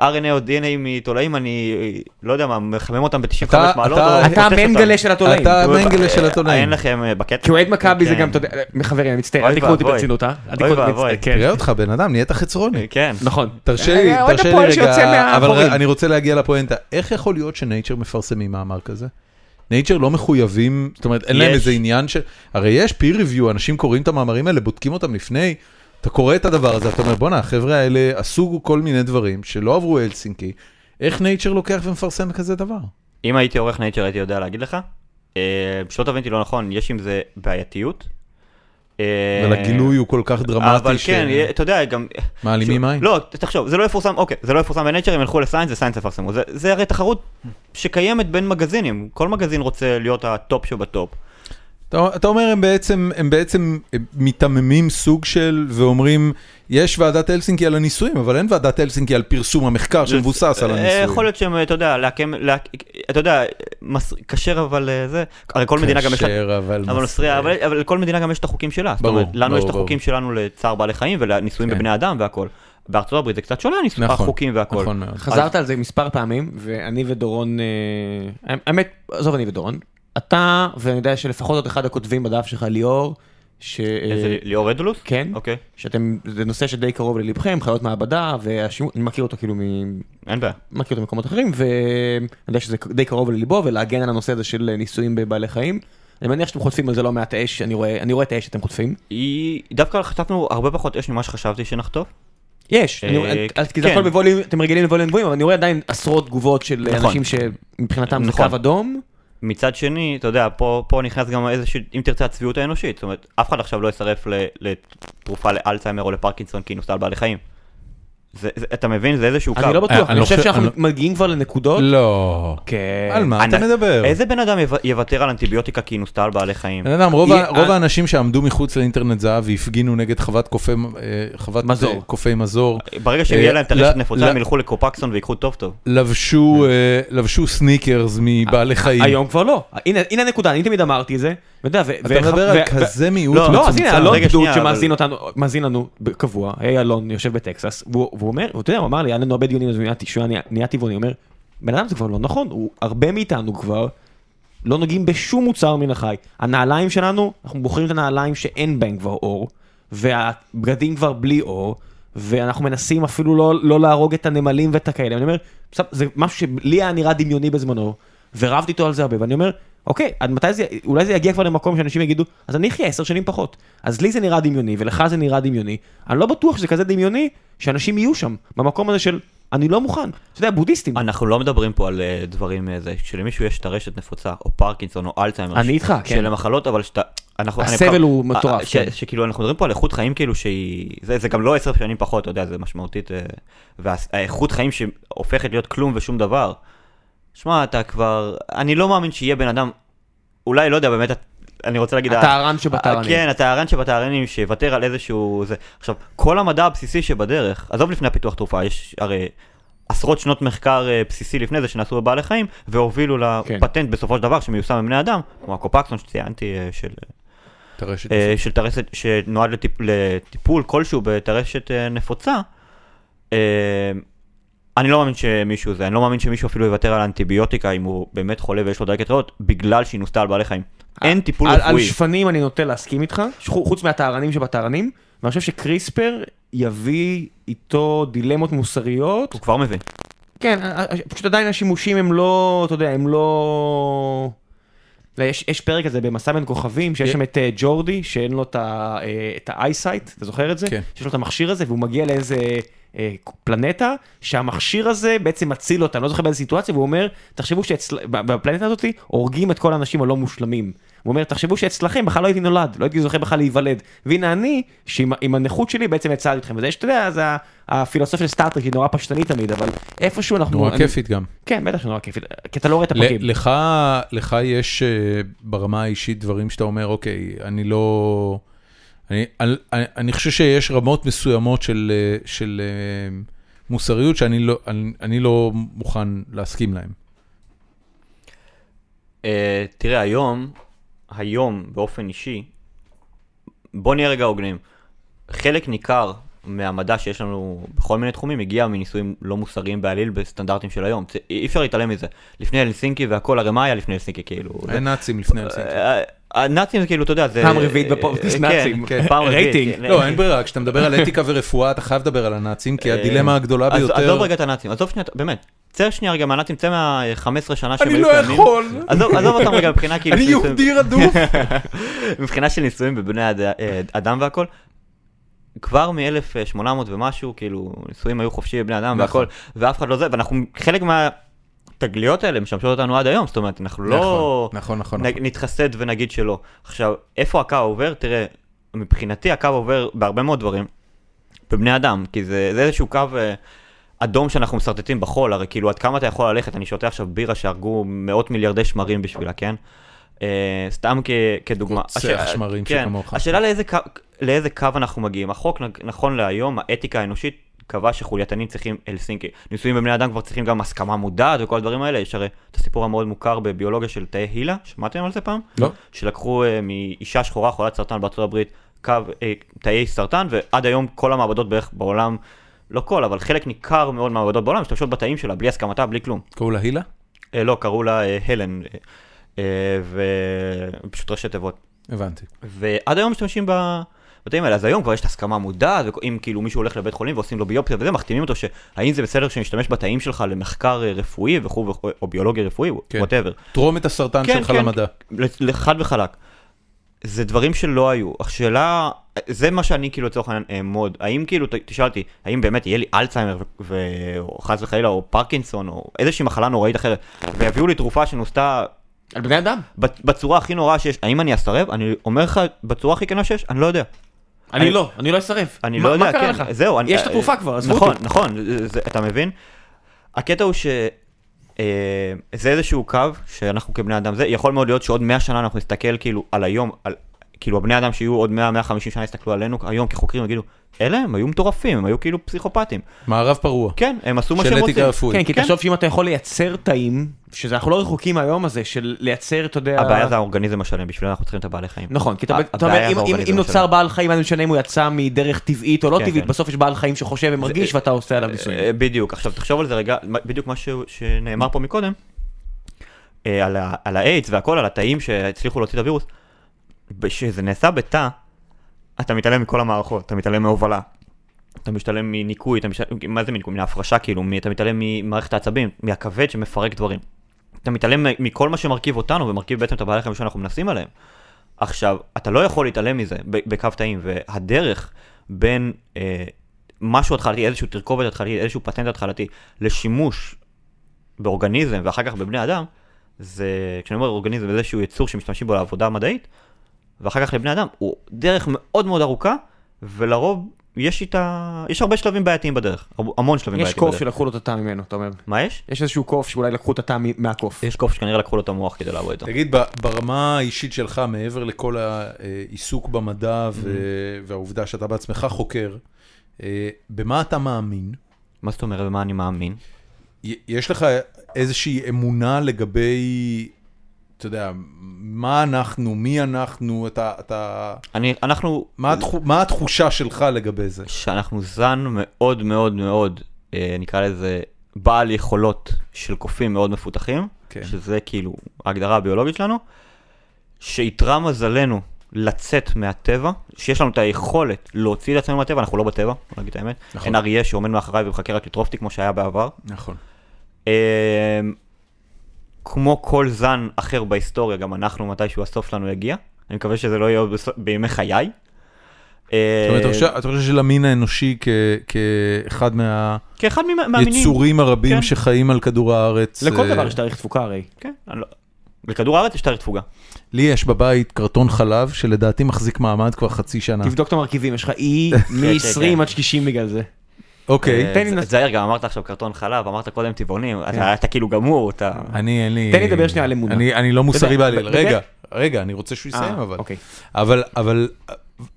Speaker 3: אה, RNA או DNA מתולעים, אני אה, לא יודע מה, מחמם אותם ב-95
Speaker 1: אתה-
Speaker 3: מעלות.
Speaker 1: אתה-
Speaker 3: או
Speaker 1: אתה
Speaker 3: חוטף
Speaker 4: אתה
Speaker 3: אותם.
Speaker 4: המנגלה של התולעים.
Speaker 1: אתה
Speaker 3: אה,
Speaker 1: המנגלה של
Speaker 3: אה,
Speaker 1: התולעים.
Speaker 3: אין לכם אה, בקטע.
Speaker 4: כי אוהד מכבי זה
Speaker 3: כן.
Speaker 4: גם, אתה יודע, חברים, אני מצטער,
Speaker 3: אוי
Speaker 4: אל תקראו אותי
Speaker 3: ואבוי.
Speaker 4: ברצינות, אה? אל
Speaker 3: אוי
Speaker 4: תקראו אותי
Speaker 3: ואבוי.
Speaker 4: ברצינות, כן.
Speaker 1: תראה אותך, בן אדם, נהיית חצרוני.
Speaker 3: כן.
Speaker 4: נכון.
Speaker 1: תרשה
Speaker 4: אה,
Speaker 1: לי,
Speaker 4: אוהד
Speaker 1: תרשה לי
Speaker 4: הפועל שיוצא
Speaker 1: רגע, אבל
Speaker 4: מהחורים.
Speaker 1: ר- אני רוצה להגיע לפואנטה. איך יכול להיות שנייצ'ר מפרסמים מאמר כזה? נייצ'ר לא מחויבים, זאת אומרת, אין להם
Speaker 3: יש.
Speaker 1: איזה עניין של... הרי יש peer review, אנשים קוראים את המאמרים האלה, בודקים אותם לפני, אתה קורא את הדבר הזה, אתה אומר, בואנה, החבר'ה האלה עשו כל מיני דברים שלא עברו הלסינקי, איך נייצ'ר לוקח ומפרסם כזה דבר?
Speaker 3: אם הייתי עורך נייצ'ר הייתי יודע להגיד לך. אה, שלא תבין אותי לא נכון, יש עם זה בעייתיות. אה,
Speaker 1: אבל הגילוי הוא כל כך דרמטי,
Speaker 3: אבל
Speaker 1: ש-
Speaker 3: כן, יהיה- אתה יודע, גם...
Speaker 1: מעלימים
Speaker 3: שוב,
Speaker 1: עין.
Speaker 3: לא, ת- תחשוב, זה לא יפורסם, אוקיי, זה לא יפורסם בנצ'ר, הם ילכו לסיינס וסיינס יפרסמו. זה- זה הרי תחרות שקיימת בין מגזינים, כל מגזין רוצה להיות הטופ שבטופ.
Speaker 1: אתה, אתה אומר הם בעצם, הם בעצם מיתממים סוג של ואומרים יש ועדת הלסינקי על הניסויים אבל אין ועדת הלסינקי על פרסום המחקר שמבוסס על
Speaker 3: אה,
Speaker 1: הניסויים.
Speaker 3: יכול להיות שהם, אתה יודע, להקים, להק- אתה יודע, מס- כשר אבל אה, זה, הרי כל מדינה גם יש... לה-
Speaker 1: כשר, אבל
Speaker 3: אבל מסריע,
Speaker 1: מסריח.
Speaker 3: אבל, אבל לכל מדינה גם יש את החוקים שלה. זאת
Speaker 1: ברור,
Speaker 3: אומרת, לנו
Speaker 1: ברור,
Speaker 3: יש את
Speaker 1: ברור.
Speaker 3: החוקים שלנו לצער בעלי חיים ולניסויים
Speaker 1: כן.
Speaker 3: בבני אדם והכל. בארצות הברית זה קצת שונה הניסו-
Speaker 1: נכון,
Speaker 3: החוקים והכל.
Speaker 1: נכון מאוד.
Speaker 4: חזרת על זה מספר פעמים, ואני ודורון, אה, האמת, עזוב אני ודורון, אתה, ואני יודע שלפחות עוד אחד הכותבים בדף שלך, ליאור, ש...
Speaker 1: אה,
Speaker 3: איזה, אה, ליאור אדולוס?
Speaker 4: כן,
Speaker 3: אוקיי,
Speaker 4: שאתם, זה נושא שדי קרוב ללבכם, חיות מעבדה, והשימוש, אני מכיר אותו כאילו מ...
Speaker 3: אין בעיה.
Speaker 4: מכיר אותו ממקומות אחרים, ואני יודע שזה די קרוב לליבו, ולהגן על הנושא הזה של ניסויים בבעלי חיים. אני מניח שאתם חוטפים על זה לא מעט אש, אני רואה, אני רואה את האש שאתם חוטפים.
Speaker 3: היא... דווקא חטפנו הרבה פחות אש ממה שחשבתי שנחטוף.
Speaker 4: יש, אני רואה-
Speaker 3: אה,
Speaker 4: אז כי זה
Speaker 3: כן.
Speaker 4: הכל בווליום, אתם רגילים לווליום גבוהים, אבל אני רואה עדיין עשרות תגובות של
Speaker 3: נכון.
Speaker 4: אנשים שמבחינתם זה
Speaker 3: נכון.
Speaker 4: קו אדום.
Speaker 3: מצד שני, אתה יודע, פה, פה נכנס גם איזושהי, אם תרצה, הצביעות האנושית. זאת אומרת, אף אחד עכשיו לא יצרף ל- לתרופה לאלצהיימר או לפרקינסון כי היא נוסתה על בעלי חיים. זה, זה, אתה מבין? זה איזשהו קו.
Speaker 4: אני לא
Speaker 1: אה,
Speaker 4: בטוח,
Speaker 1: אני לא
Speaker 4: אני חושב
Speaker 1: חושב-
Speaker 4: שאנחנו
Speaker 1: אני
Speaker 4: מגיעים כבר לנקודות.
Speaker 1: לא.
Speaker 4: כן.
Speaker 1: על מה אתה
Speaker 3: אני-
Speaker 1: מדבר?
Speaker 3: אה, איזה בן אדם יו- יוותר על אנטיביוטיקה כי היא נוסתה על בעלי חיים?
Speaker 1: בן אדם, רוב
Speaker 4: היא-
Speaker 1: ה- רוב
Speaker 4: אה-
Speaker 1: האנשים שעמדו מחוץ לאינטרנט זהב והפגינו נגד חוות קופי אה, חוות,
Speaker 4: מזור.
Speaker 1: אה, קופי מזור,
Speaker 3: ברגע שהם יהיה להם את
Speaker 1: אה,
Speaker 4: לא,
Speaker 3: הרשת
Speaker 1: ל-
Speaker 3: נפוצה,
Speaker 1: ל-
Speaker 3: הם ילכו לקופקסון ויקחו טוב טוב.
Speaker 1: לבשו, אה, לבשו סניקרס מבעלי
Speaker 3: אה,
Speaker 1: חיים.
Speaker 4: היום כבר לא. הנה הנה הנקודה, אני תמיד אמרתי את זה. ואתה יודע, ו-
Speaker 1: אתה
Speaker 4: ו-
Speaker 1: מדבר
Speaker 4: ו-
Speaker 1: על
Speaker 4: ו-
Speaker 1: כזה מיעוט
Speaker 3: לא,
Speaker 1: מצומצם.
Speaker 4: לא, אז הנה, אלון
Speaker 3: רגע,
Speaker 4: גדוד
Speaker 3: שנייה,
Speaker 4: שמאזין
Speaker 3: אבל-
Speaker 4: אותנו, מאזין לנו ב- קבוע, היה אלון יושב בטקסס, והוא והוא אומר, אתה יודע, הוא אמר לי, היה לנו הרבה דיונים, אז הוא נהיה- שהוא היה נהיה- נהיה טבעוני, הוא אומר, בן אדם זה כבר לא נכון, הוא- הרבה מאיתנו כבר לא נוגעים בשום מוצר מן החי. הנעליים שלנו, אנחנו בוחרים את הנעליים שאין בהן כבר אור, והבגדים כבר בלי אור, ואנחנו מנסים אפילו לא, לא להרוג את הנמלים ואת הכאלה. אני אומר, "בסדר, זה משהו שלי היה נראה דמיוני בזמנו, ורבתי איתו על זה הרבה, ואני אומר, אוקיי, עד מתי זה, אולי זה יגיע כבר למקום שאנשים יגידו, אז אני אחיה עשר שנים פחות. אז לי זה נראה דמיוני, ולך זה נראה דמיוני. אני לא בטוח שזה כזה דמיוני, שאנשים יהיו שם, במקום הזה של, אני לא מוכן. אתה יודע, בודהיסטים.
Speaker 3: אנחנו לא מדברים פה על אה, דברים אה, זה, שלמישהו יש טרשת נפוצה, או פרקינסון, או אלצהיימר.
Speaker 4: אני
Speaker 3: ש-
Speaker 4: איתך, כן.
Speaker 3: של המחלות, אבל שאתה... אנחנו- אני
Speaker 4: הסבל
Speaker 3: בכלל-
Speaker 4: הוא
Speaker 3: אה,
Speaker 4: מטורף,
Speaker 3: ש-
Speaker 4: כן.
Speaker 3: שכאילו אנחנו מדברים פה על איכות חיים כאילו שהיא... זה זה גם לא עשר שנים פחות, אתה יודע, זה משמעותית. אה, והאיכות חיים שהופכת להיות כלום ושום דבר. שמע, אתה כבר... אני לא מאמין שיהיה בן אדם... אולי, לא יודע, באמת... אני רוצה להגיד...
Speaker 4: הטהרן שבטהרנים.
Speaker 3: כן, הטהרן שבטהרנים שיוותר על איזשהו זה. עכשיו, כל המדע הבסיסי שבדרך, עזוב לפני הפיתוח תרופה, יש הרי עשרות שנות מחקר אה, בסיסי לפני זה שנעשו בבעלי חיים, והובילו
Speaker 4: כן.
Speaker 3: לפטנט בסופו של דבר שמיושם בבני אדם, כמו הקופקסון שציינתי, אה, של,
Speaker 1: טרשת
Speaker 3: אה, של טרסת, שנועד לטיפ, לטיפול כלשהו בטרשת אה, נפוצה. אה, אני לא מאמין שמישהו זה, אני לא מאמין שמישהו אפילו יוותר על אנטיביוטיקה אם הוא באמת חולה ויש לו דלקת ריאות, בגלל שהיא נוסתה על בעלי חיים. אין טיפול
Speaker 4: אה, על, על
Speaker 3: רפואי.
Speaker 4: שפנים אני נוטה להסכים איתך, ש- חוץ מהטהרנים שבטהרנים, ואני חושב שקריספר יביא איתו דילמות מוסריות.
Speaker 3: הוא כבר מבין.
Speaker 4: כן, ה- ה- פשוט עדיין השימושים הם לא, אתה יודע, הם לא... לא, יש, יש פרק כזה במסע בין כוכבים, שיש שם את אה, ג'ורדי, שאין לו את ה- אה, את האייסייט, אתה זוכר את זה?
Speaker 1: כן.
Speaker 4: שיש לו את המכשיר הזה, והוא מגיע לאיזה אה, פלנטה, שהמכשיר הזה בעצם מציל אותה, אני לא זוכר באיזה סיטואציה, והוא אומר, תחשבו שבפלנטה הזאת הורגים את כל האנשים הלא מושלמים. הוא אומר, תחשבו שאצלכם בכלל לא הייתי נולד, לא הייתי זוכר בכלל להיוולד. והנה אני, שעם עם הנכות שלי בעצם הצעתי אתכם. וזה, שאתה יודע, זה ה- הפילוסופיה של סטארטרק היא נורא פשטנית תמיד, אבל איפשהו אנחנו...
Speaker 1: נורא
Speaker 4: אני-
Speaker 1: כיפית גם.
Speaker 4: כן, בטח שנורא כיפית, כי אתה לא רואה את הפרקים.
Speaker 1: ל- לך, לך יש אה, ברמה האישית דברים שאתה אומר, אוקיי, אני לא... אני, אני, אני חושב שיש רמות מסוימות של, אה, של אה, מוסריות שאני לא, אני, אני לא מוכן להסכים להם.
Speaker 3: אה, תראה, היום, היום באופן אישי, בוא נהיה רגע הוגנים. חלק ניכר מהמדע שיש לנו בכל מיני תחומים הגיע מניסויים לא מוסריים בעליל בסטנדרטים של היום. זה- אי אפשר להתעלם מזה. לפני הלסינקי והכל, הרי מה היה לפני הלסינקי כאילו? זה-
Speaker 1: אין נאצים לפני הלסינקי.
Speaker 3: אה, הנאצים זה כאילו, אתה יודע, זה...
Speaker 4: פעם רביעית בפודקאסט
Speaker 3: כן,
Speaker 4: נאצים.
Speaker 3: כן, פעם רביעית.
Speaker 4: רייטינג.
Speaker 3: כן.
Speaker 1: לא, אין ברירה, כשאתה מדבר על אתיקה ורפואה, אתה חייב לדבר על הנאצים, כי הדילמה הגדולה
Speaker 3: אה, אז- לא עזוב
Speaker 1: ביותר...
Speaker 3: רגע את הנאצים, עזוב שנייה, באמת. צא שנייה רגע מהנאצים, צא מה-15 שנה שהם
Speaker 1: אני
Speaker 3: היו
Speaker 1: לא
Speaker 3: קיימים.
Speaker 1: יכול,
Speaker 3: עזוב עזוב אותם רגע מבחינה כאילו...
Speaker 1: אני
Speaker 3: של-
Speaker 1: יהודי רדוף.
Speaker 3: מבחינה של ניסויים בבני אד- אה, אדם והכל, כבר מ-1800 ומשהו, כאילו, ניסויים היו חופשי בבני אדם
Speaker 1: נכון.
Speaker 3: והכל, ואף אחד לא זה, ואנחנו, חלק מהתגליות האלה משמשות אותנו עד היום, זאת אומרת, אנחנו לא
Speaker 1: נכון, נכון, נכון.
Speaker 3: נ- נתחסד ונגיד שלא. עכשיו, איפה הקו עובר? תראה, מבחינתי הקו עובר בהרבה מאוד דברים, בבני אדם, כי זה, זה איזשהו קו אה, אדום שאנחנו משרטטים בחול, הרי כאילו עד כמה אתה יכול ללכת, אני שותה עכשיו בירה שהרגו מאות מיליארדי שמרים בשבילה, כן? אה, סתם כ, כדוגמה.
Speaker 1: רוצח
Speaker 3: השאלה-
Speaker 1: שמרים
Speaker 3: כן,
Speaker 1: שכמוך.
Speaker 3: השאלה לאיזה קו, לאיזה קו אנחנו מגיעים. החוק נ- נכון להיום, האתיקה האנושית קבע שחולייתנים צריכים הלסינקי. ניסויים בבני אדם כבר צריכים גם הסכמה מודעת וכל הדברים האלה. יש הרי את הסיפור המאוד מוכר בביולוגיה של תאי הילה, שמעתם על זה פעם?
Speaker 1: לא.
Speaker 3: שלקחו אה, מאישה שחורה חולת סרטן בארצות הברית קו, אה, תאי סרטן, ועד היום כל המעבדות בערך בעולם, לא כל, אבל חלק ניכר מאוד מהמעבדות בעולם משתמשות בתאים שלה בלי הסכמתה, בלי כלום.
Speaker 1: קראו לה הילה?
Speaker 3: אה, לא, קראו לה אה, הלן, אה, אה, ופשוט ראשי תיבות.
Speaker 1: הבנתי.
Speaker 3: ועד היום משתמשים ב- בתאים האלה, אז היום כבר יש את הסכמה מודעת, ואם כאילו מישהו הולך לבית חולים ועושים לו ביופסיה וזה, מחתימים אותו שהאם זה בסדר שנשתמש בתאים שלך למחקר אה, רפואי וכו' וכו', או ביולוגי רפואי,
Speaker 1: כן.
Speaker 3: ווטאבר.
Speaker 1: תרום את הסרטן
Speaker 3: כן,
Speaker 1: שלך
Speaker 3: כן,
Speaker 1: למדע.
Speaker 3: ל- חד וחלק. זה דברים שלא היו. השאלה, זה מה שאני כאילו לצורך העניין אעמוד. האם כאילו, ת- תשאל אותי, האם באמת יהיה לי אלצהיימר, ו- ו- או חס וחלילה, או פרקינסון, או איזושהי מחלה נוראית אחרת, ויביאו לי תרופה שנוסתה
Speaker 2: על בני אדם.
Speaker 3: בצ- בצורה הכי נוראה שיש, האם אני אסרב? אני אומר לך בצורה הכי כנה שיש, אני לא יודע.
Speaker 2: אני לא, אני לא אסרב.
Speaker 3: אני
Speaker 2: מה-
Speaker 3: לא יודע,
Speaker 2: מה קרה
Speaker 3: כן,
Speaker 2: לך?
Speaker 3: זהו, אני,
Speaker 2: יש את התרופה כבר, עזבו
Speaker 3: נכון,
Speaker 2: אותי.
Speaker 3: נכון, זה- זה- אתה מבין? הקטע הוא ש... אה, זה איזשהו קו שאנחנו כבני אדם, זה יכול מאוד להיות שעוד 100 שנה אנחנו נסתכל כאילו על היום, על, כאילו הבני אדם שיהיו עוד 100-150 שנה יסתכלו עלינו היום כחוקרים ויגידו, אלה הם היו מטורפים, הם היו כאילו פסיכופטים.
Speaker 1: מערב פרוע.
Speaker 3: כן, הם עשו מה
Speaker 1: של
Speaker 3: שהם
Speaker 1: אתיקה
Speaker 3: רוצים.
Speaker 1: רפואית.
Speaker 4: כן, כי תחשוב שאם אתה יכול לייצר תאים, שזה אנחנו לא רחוקים מהיום הזה של לייצר, אתה יודע...
Speaker 3: הבעיה זה האורגניזם השלם, בשביל זה אנחנו צריכים את הבעלי חיים.
Speaker 4: נכון, כי אתה
Speaker 3: ה-
Speaker 4: אתה אומר,
Speaker 3: הבעיה
Speaker 4: אם-
Speaker 3: זה
Speaker 4: אם- אם
Speaker 3: האורגניזם
Speaker 4: נוצר
Speaker 3: שלנו.
Speaker 4: בעל חיים, אז משנה אם הוא יצא מדרך טבעית או לא
Speaker 3: כן,
Speaker 4: טבעית,
Speaker 3: כן.
Speaker 4: בסוף יש בעל חיים שחושב ומרגיש ואתה עושה עליו ניסויים.
Speaker 3: אה, בדיוק, עכשיו תחשוב על זה רגע, מה- בדיוק מה ש- שנאמר פה מקודם, אה, על ה- על האיידס והכל, על התאים שהצליחו להוציא את הווירוס, כשזה נעשה בתא, אתה מתעלם מכל המערכות, אתה מתעלם מהובלה, אתה מתעלם מניקוי, אתה משתלם, מה זה מניקוי? מהפרשה כאילו, מ- אתה מתעלם ממערכת העצבים, מהכבד שמפרק דברים. אתה מתעלם מ- מכל מה שמרכיב אותנו ומרכיב בעצם את הבעלי חיים שאנחנו מנסים עליהם. עכשיו, אתה לא יכול להתעלם מזה ב- בקו תאים, והדרך בין אה, משהו התחלתי, איזשהו תרכובת התחלתית, איזשהו פטנט התחלתי, לשימוש באורגניזם ואחר כך בבני אדם, זה, כשאני אומר אורגניזם, זה איזשהו יצור שמשתמשים בו לעבודה מדעית, ואחר כך לבני אדם, הוא דרך מאוד מאוד ארוכה, ולרוב יש איתה, יש הרבה שלבים בעייתיים בדרך, הרבה- המון שלבים
Speaker 4: יש
Speaker 3: בעייתיים בדרך.
Speaker 4: קוף שלקחו לו את התא ממנו, אתה אומר.
Speaker 3: מה יש?
Speaker 4: יש איזשהו קוף שאולי לקחו את התא מ- מהקוף.
Speaker 3: יש קוף שכנראה לקחו לו את המוח כדי לעבוד
Speaker 4: אה,
Speaker 3: איתו.
Speaker 1: תגיד, ב- ברמה האישית שלך, מעבר לכל העיסוק במדע ו-
Speaker 4: Mm.
Speaker 1: והעובדה שאתה בעצמך חוקר, אה, במה אתה מאמין?
Speaker 3: מה זאת אומרת ומה אני מאמין?
Speaker 1: י- יש לך איזושהי אמונה לגבי, אתה יודע, מה אנחנו, מי אנחנו, אתה, אתה,
Speaker 3: אני, אנחנו...
Speaker 1: מה, התחו,
Speaker 4: אה.
Speaker 1: מה התחושה שלך לגבי זה?
Speaker 3: שאנחנו זן מאוד מאוד מאוד, אה, נקרא לזה, בעל יכולות של קופים מאוד מפותחים,
Speaker 1: כן.
Speaker 3: שזה כאילו ההגדרה הביולוגית שלנו, שאיתרע מזלנו לצאת מהטבע, שיש לנו את היכולת להוציא את עצמנו מהטבע, אנחנו לא בטבע, בוא נגיד את האמת.
Speaker 1: נכון.
Speaker 3: אין אריה שעומד מאחריי ומחכה רק לטרוף אותי כמו שהיה בעבר.
Speaker 1: נכון.
Speaker 3: אמ, כמו כל זן אחר בהיסטוריה, גם אנחנו מתישהו הסוף שלנו יגיע. אני מקווה שזה לא יהיה עוד בסוף- בימי חיי. אה,
Speaker 1: זאת אומרת, אתה חושב- אתה חושב שלמין האנושי כ- כאחד מהיצורים
Speaker 3: כאחד ממ- מהמינים.
Speaker 1: הרבים
Speaker 3: כן.
Speaker 1: שחיים על כדור הארץ,
Speaker 4: לכל
Speaker 1: אה,
Speaker 4: דבר יש תאריך תפוקה הרי.
Speaker 3: כן, אני לא... לכדור הארץ יש תאריך תפוגה.
Speaker 1: לי יש בבית קרטון חלב שלדעתי מחזיק מעמד כבר חצי שנה.
Speaker 4: תבדוק את המרכיבים, יש לך אי
Speaker 3: כן,
Speaker 4: מ-20 עד 60 בגלל זה.
Speaker 1: אוקיי,
Speaker 4: תן לי
Speaker 3: אה,
Speaker 4: לנס-
Speaker 3: תיזהר, גם אמרת עכשיו קרטון חלב, אמרת קודם טבעונים, אז
Speaker 1: כן.
Speaker 3: אתה כאילו גמור, אתה...
Speaker 1: אני אין לי...
Speaker 4: תן לי לדבר שנייה על אמונה.
Speaker 1: אני, אני לא מוסרי
Speaker 4: אתה
Speaker 1: בעליל.
Speaker 4: יודע, ב-
Speaker 1: רגע,
Speaker 4: בדרך-
Speaker 1: רגע, אני רוצה שהוא יסיים
Speaker 4: אה,
Speaker 1: אבל.
Speaker 4: אוקיי.
Speaker 1: אבל, אבל,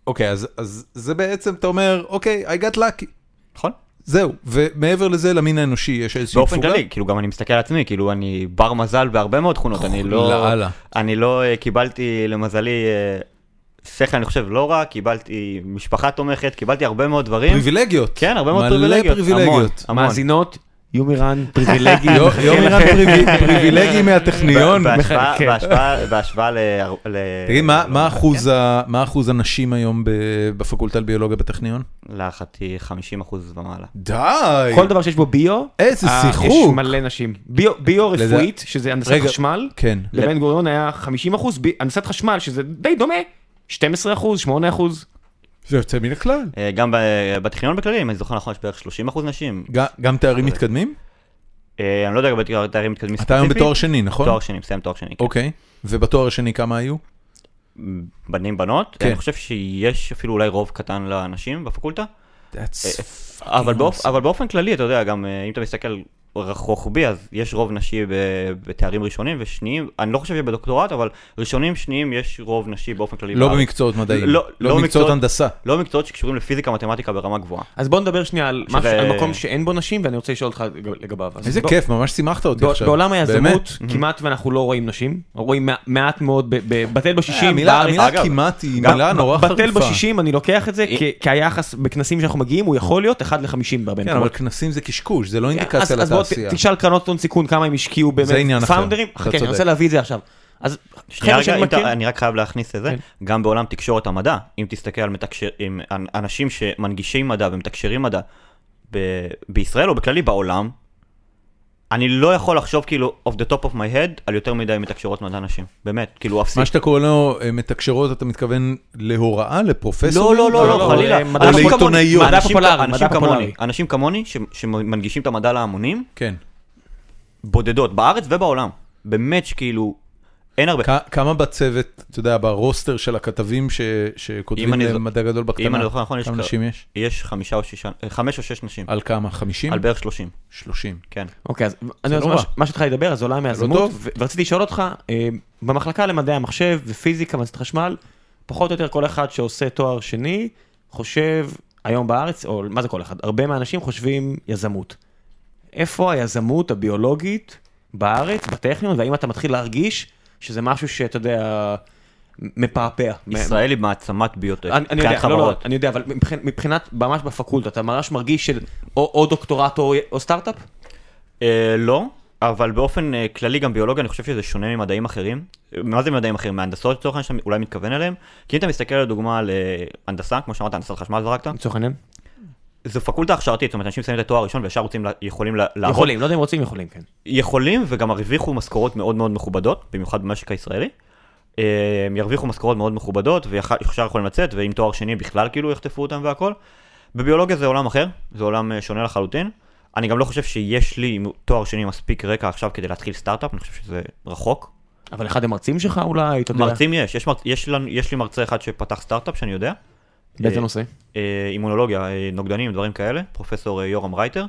Speaker 1: אוקיי, אז, אז זה בעצם, אתה אומר, אוקיי, I got lucky.
Speaker 3: נכון?
Speaker 1: זהו, ומעבר לזה, למין האנושי יש איזושהי
Speaker 3: באופן כללי, כאילו גם אני מסתכל על עצמי, כאילו אני בר מזל בהרבה מאוד תכונות, אני לא...
Speaker 1: לאללה.
Speaker 3: אני לא אה, קיבלתי למזלי אה, שכל, אני חושב, לא רע, קיבלתי משפחה תומכת, קיבלתי הרבה מאוד דברים.
Speaker 1: פריבילגיות.
Speaker 3: כן, הרבה מאוד
Speaker 1: מלא
Speaker 3: פריבילגיות.
Speaker 1: פריבילגיות.
Speaker 3: המון.
Speaker 4: המאזינות, יומירן, פריבילגי.
Speaker 1: יו- יומירן פריבי- פריבילגי מהטכניון.
Speaker 3: ב- בהשוואה-
Speaker 4: כן.
Speaker 3: בהשוואה- בהשוואה ל... ל-
Speaker 1: תגיד, מה-
Speaker 3: ל-
Speaker 1: מה אחוז ה- מה אחוז הנשים היום ב- בפקולטה לביולוגיה בטכניון?
Speaker 3: להערכתי 50% ומעלה.
Speaker 1: די!
Speaker 4: כל דבר שיש בו ביו,
Speaker 1: אה, איזה
Speaker 4: אה, יש
Speaker 1: שיחוק.
Speaker 4: מלא נשים. ביו- ביו
Speaker 1: לזה-
Speaker 4: רפואית, שזה הנדסת
Speaker 1: רגע,
Speaker 4: חשמל,
Speaker 1: כן.
Speaker 4: לבן גוריון היה 50 אחוז, הנדסת חשמל, שזה די דומה, 12 אחוז, 8 אחוז.
Speaker 1: זה יוצא מן הכלל.
Speaker 3: אה, גם ב- בטכניון בכללי, אם אני זוכר נכון, יש בערך 30% נשים.
Speaker 1: ג- גם תארים מתקדמים?
Speaker 3: אה, אני לא יודע לגבי תארים מתקדמים
Speaker 1: אתה היום
Speaker 3: ספציפית.
Speaker 1: בתואר שני, נכון?
Speaker 3: תואר שני, מסיים תואר שני. כן.
Speaker 1: אוקיי. ובתואר השני כמה היו?
Speaker 3: בנים בנות,
Speaker 1: כן.
Speaker 3: אני חושב שיש אפילו אולי רוב קטן לאנשים בפקולטה,
Speaker 1: אה, That's
Speaker 3: אבל,
Speaker 1: fucking
Speaker 3: באופ...
Speaker 1: awesome.
Speaker 3: אבל באופן כללי, אתה יודע, גם אה, אם אתה מסתכל ר- רוחבי, אז יש רוב נשי ב... בתארים ראשונים ושניים, אני לא חושב שבדוקטורט, אבל ראשונים, שניים, יש רוב נשי באופן כללי.
Speaker 1: לא
Speaker 3: בארץ.
Speaker 1: במקצועות מדעיים,
Speaker 3: לא- לא
Speaker 1: לא במקצועות
Speaker 3: במקצועות-
Speaker 1: הנדסה.
Speaker 3: לא במקצועות שקשורים לפיזיקה, מתמטיקה ברמה גבוהה.
Speaker 4: אז בוא נדבר שנייה על
Speaker 3: שזה-
Speaker 4: משהו- על מקום שאין בו נשים, ואני רוצה לשאול אותך לג- לגביו. אז
Speaker 1: איזה
Speaker 4: בוא-
Speaker 1: כיף, ממש שימחת אותי
Speaker 4: בע-
Speaker 1: עכשיו.
Speaker 4: בעולם
Speaker 1: באמת.
Speaker 4: היזמות כמעט ואנחנו לא רואים נשים, רואים מע- מעט מאוד ב- ב- בטל בשישים,
Speaker 1: אה, המילה
Speaker 4: בארץ-
Speaker 1: המילה
Speaker 3: אגב,
Speaker 1: כמעט היא
Speaker 4: גם
Speaker 1: מילה
Speaker 4: ב-
Speaker 1: נורא חריפה.
Speaker 4: בטל בשישים אני לוקח את זה כ- כי היחס בכנסים שאנחנו מגיעים הוא יכול להיות 1 ל-50 בהרבה
Speaker 1: כן, אבל
Speaker 4: מקומות.
Speaker 1: כנסים זה קשקוש, זה לא
Speaker 4: אז
Speaker 1: אינדיקציה
Speaker 4: כן, אז בוא ת-
Speaker 1: לתעשייה.
Speaker 4: תשאל קרנות הון סיכון כמה הם השקיעו באמת,
Speaker 1: עניין אחר,
Speaker 4: פאונדרים,
Speaker 1: אתה
Speaker 4: חכה אני
Speaker 1: צודק.
Speaker 4: רוצה להביא את זה עכשיו. אז
Speaker 3: שנייה
Speaker 4: חבר'ה
Speaker 3: רגע,
Speaker 4: שאני
Speaker 3: אם אתה,
Speaker 4: מכיר,
Speaker 3: אני רק חייב להכניס את זה, גם בעולם תקשורת המדע, אם תסתכל על מתקשר, עם אנ- אנשים שמנגישים מדע ומתקשרים מדע ב, בישראל או בכללי בעולם, אני לא יכול לחשוב כאילו off the top of my head על יותר מדי מתקשרות מדע נשים, באמת, כאילו אפסי.
Speaker 1: מה שאתה קורא לו אה, מתקשרות, אתה מתכוון להוראה, לפרופסורים?
Speaker 3: לא, לא, לא,
Speaker 4: לא,
Speaker 3: לא, חלילה.
Speaker 4: אה, מדע
Speaker 3: אנשים
Speaker 1: פופולרי.
Speaker 3: כמוני-
Speaker 1: לעיתונאיות.
Speaker 4: מדע
Speaker 3: אנשים-
Speaker 4: פופולרי,
Speaker 3: אנשים
Speaker 4: מדע
Speaker 3: כמוני-
Speaker 4: פופולרי.
Speaker 3: אנשים כמוני ש- שמנגישים את המדע להמונים,
Speaker 1: כן.
Speaker 3: בודדות, בארץ ובעולם. באמת שכאילו, אין הרבה.
Speaker 1: כ- כמה בצוות, אתה יודע, ברוסטר של הכתבים ש- שכותבים
Speaker 3: אם אני זו-
Speaker 1: להם מדע גדול בקטנה?
Speaker 3: אם אני זוכר נכון, יש
Speaker 1: כמה
Speaker 3: כ-
Speaker 1: נשים יש?
Speaker 3: יש חמישה או שישה, אה, חמש או שש נשים,
Speaker 1: על כמה? 50?
Speaker 3: על בערך שלושים,
Speaker 1: 30.
Speaker 3: כן.
Speaker 4: אוקיי, אז אני
Speaker 1: לא
Speaker 4: רוצה,
Speaker 1: רע.
Speaker 4: מה ש- מה שהתחלתי לדבר, אז עולם היזמות,
Speaker 1: טוב.
Speaker 4: ו- ורציתי לשאול אותך, אה, במחלקה למדעי המחשב ופיזיקה והנדסת חשמל, פחות או יותר כל אחד שעושה תואר שני, חושב היום בארץ, או מה זה כל אחד, הרבה מהאנשים חושבים יזמות. איפה היזמות הביולוגית בארץ, בטכניון, והאם אתה מתחיל להרגיש שזה משהו שאתה יודע, מפעפע?
Speaker 3: ישראל היא מעצמת ביוטק,
Speaker 4: אני, אני
Speaker 3: מבחינת
Speaker 4: יודע, לא, לא,
Speaker 3: חברות.
Speaker 4: אני יודע, אבל מבחינת, מבחינת ממש בפקולטה, אתה ממש מרגיש של או, או דוקטורט או, או סטארט-אפ?
Speaker 3: אה, לא, אבל באופן אה, כללי גם ביולוגיה, אני חושב שזה שונה ממדעים אחרים. מה זה מדעים אחרים? מהנדסות לצורך העניין שאתה אולי מתכוון אליהם? כי אם אתה מסתכל לדוגמה על אה, הנדסה, כמו שאמרת, הנדסת חשמל זרקת,
Speaker 4: לצורך העניין.
Speaker 3: זו פקולטה הכשרתית, זאת אומרת, אנשים מסיימים את התואר הראשון וישר רוצים, לה- יכולים לה- לעבוד.
Speaker 4: יכולים, לא יודע אם רוצים, יכולים, כן.
Speaker 3: יכולים וגם הרוויחו משכורות מאוד מאוד מכובדות, במיוחד במשק הישראלי. אה, הם ירוויחו משכורות מאוד מכובדות וישר יכולים לצאת, ועם תואר שני בכלל כאילו יחטפו אותם והכל. בביולוגיה זה עולם אחר, זה עולם אה, שונה לחלוטין. אני גם לא חושב שיש לי עם תואר שני מספיק רקע עכשיו כדי להתחיל סטארט-אפ, אני חושב שזה רחוק.
Speaker 4: אבל אחד המרצים שלך אולי, אתה יודע.
Speaker 3: מרצים יש, יש, מרצ... יש, לנו... יש לי מרצה אחד שפתח סטארט-אפ שאני יודע,
Speaker 4: באיזה
Speaker 3: אה,
Speaker 4: נושא?
Speaker 3: אה, אימונולוגיה, אה, נוגדנים, דברים כאלה, פרופסור אה, יורם רייטר.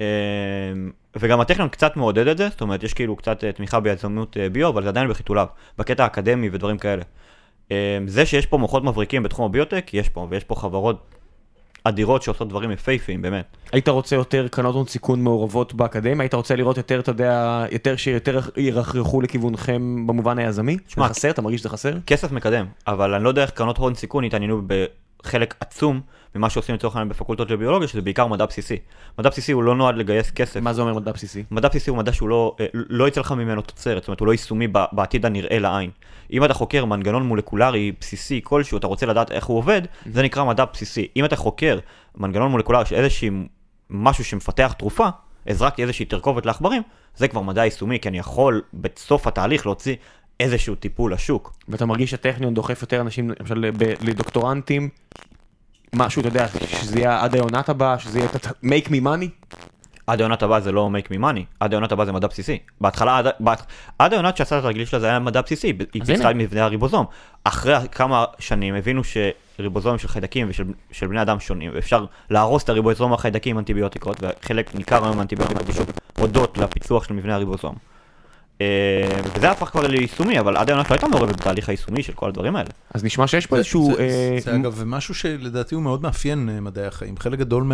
Speaker 3: אה, וגם הטכניון קצת מעודד את זה, זאת אומרת, יש כאילו קצת אה, תמיכה ביזמות אה, ביו, אבל זה עדיין בחיתוליו, בקטע האקדמי ודברים כאלה. אה, זה שיש פה מוחות מבריקים בתחום הביוטק, יש פה, ויש פה חברות אדירות שעושות דברים יפהפיים, באמת.
Speaker 4: היית רוצה יותר קרנות הון סיכון מעורבות באקדמיה? היית רוצה לראות יותר, אתה יודע, יותר שיותר ירחרחו לכיוונכם במובן היזמי? זה
Speaker 3: שמע,
Speaker 4: חסר? אתה מרגיש שזה חסר?
Speaker 3: כסף מקדם, אבל אני לא יודע איך קרנות הון סיכון התעניינו בחלק עצום ממה שעושים לצורך העניין בפקולטות לביולוגיה, שזה בעיקר מדע בסיסי. מדע בסיסי הוא לא נועד לגייס כסף.
Speaker 4: מה זה אומר מדע בסיסי?
Speaker 3: מדע בסיסי הוא מדע שהוא לא, אה, לא יצא לך ממנו תוצרת, זאת אומרת הוא לא יישומי ב- בעתיד הנראה לעין. אם אתה חוקר מנגנון מולקולרי בסיסי כלשהו, אתה רוצה לדעת איך הוא עובד, זה נקרא מדע בסיסי. אם אתה חוקר מנגנון מולקולרי של איזשהו משהו שמפתח תרופה, הזרקתי איזושהי תרכובת לעכברים, זה כבר מדע יישומי, כי אני יכול בסוף התהליך להוציא איזשהו טיפול לשוק.
Speaker 4: ואתה מרגיש שהטכניון דוחף יותר אנשים, למשל, ב- לדוקטורנטים? משהו, אתה יודע, שזה יהיה עד העונת הבאה, שזה יהיה אתה- make me money?
Speaker 3: עד העונת הבאה זה לא make me money, עד העונת הבאה זה מדע בסיסי. בהתחלה, עד, בהת... עד העונת שעשה את התרגיל שלה זה היה מדע בסיסי, ב- היא
Speaker 4: אז
Speaker 3: פיצחה
Speaker 4: הנה.
Speaker 3: את מבנה הריבוזום. אחרי כמה שנים הבינו שריבוזומים של חיידקים ושל של בני אדם שונים, ואפשר להרוס את הריבוזום החיידקים עם אנטיביוטיקות, וחלק ניכר היום מהאנטיביוטיקות בשוק, הודות לפיצוח של מבנה הריבוזום. אה, וזה הפך כבר ליישומי, אבל עד העונת לא הייתה מעורבת בתהליך היישומי של כל הדברים האלה.
Speaker 4: אז נשמע שיש פה איזשהו...
Speaker 1: זה- זה-
Speaker 4: אה,
Speaker 1: זה אגב משהו שלדעתי הוא מאוד מאפיין אה, מדעי החיים. חלק גדול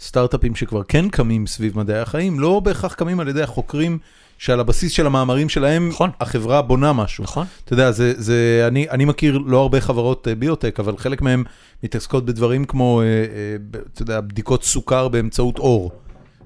Speaker 1: מהסטארט-אפים שכבר כן קמים סביב מדעי החיים, לא בהכרח קמים על ידי החוקרים שעל הבסיס של המאמרים שלהם,
Speaker 3: נכון.
Speaker 1: החברה בונה משהו.
Speaker 3: נכון.
Speaker 1: אתה יודע, זה, זה, אני, אני מכיר לא הרבה חברות אה, ביוטק, אבל חלק מהן מתעסקות בדברים כמו, אה, אה, ב- אתה יודע, בדיקות סוכר באמצעות אור.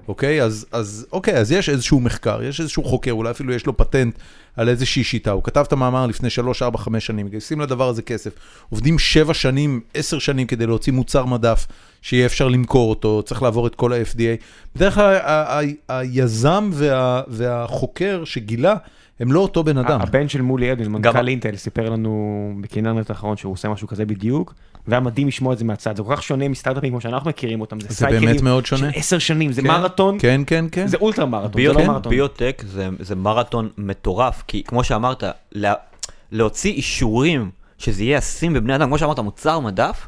Speaker 1: אוקיי? אז, אז אוקיי, אז יש איזשהו מחקר, יש איזשהו חוקר, אולי אפילו יש לו פטנט על איזושהי שיטה. הוא כתב את המאמר לפני 3, 4, 5 שנים, מגייסים לדבר הזה כסף. עובדים 7 שנים, 10 שנים כדי להוציא מוצר מדף שיהיה אפשר למכור אותו, צריך לעבור את כל ה-FDA. בדרך כלל ה- ה- היזם וה, והחוקר שגילה, הם לא אותו בן אדם.
Speaker 4: הבן של מולי אדן,
Speaker 3: גם-
Speaker 4: מנכ"ל אינטל, סיפר לנו בקינרנט האחרון שהוא עושה משהו כזה בדיוק, והיה מדהים לשמוע את זה מהצד, זה כל כך שונה מסטארט-אפים כמו שאנחנו מכירים אותם, זה
Speaker 1: זה באמת
Speaker 4: סייקלים
Speaker 1: מאוד שונה.
Speaker 4: של עשר שנים, זה
Speaker 1: כן,
Speaker 4: מרתון,
Speaker 1: כן, כן, כן.
Speaker 4: זה אולטרה מרתון, זה
Speaker 3: ביוטק,
Speaker 4: לא מרתון.
Speaker 3: ביוטק זה, זה מרתון מטורף, כי כמו שאמרת, לה,
Speaker 5: להוציא אישורים שזה יהיה ישים בבני אדם, כמו שאמרת, מוצר מדף,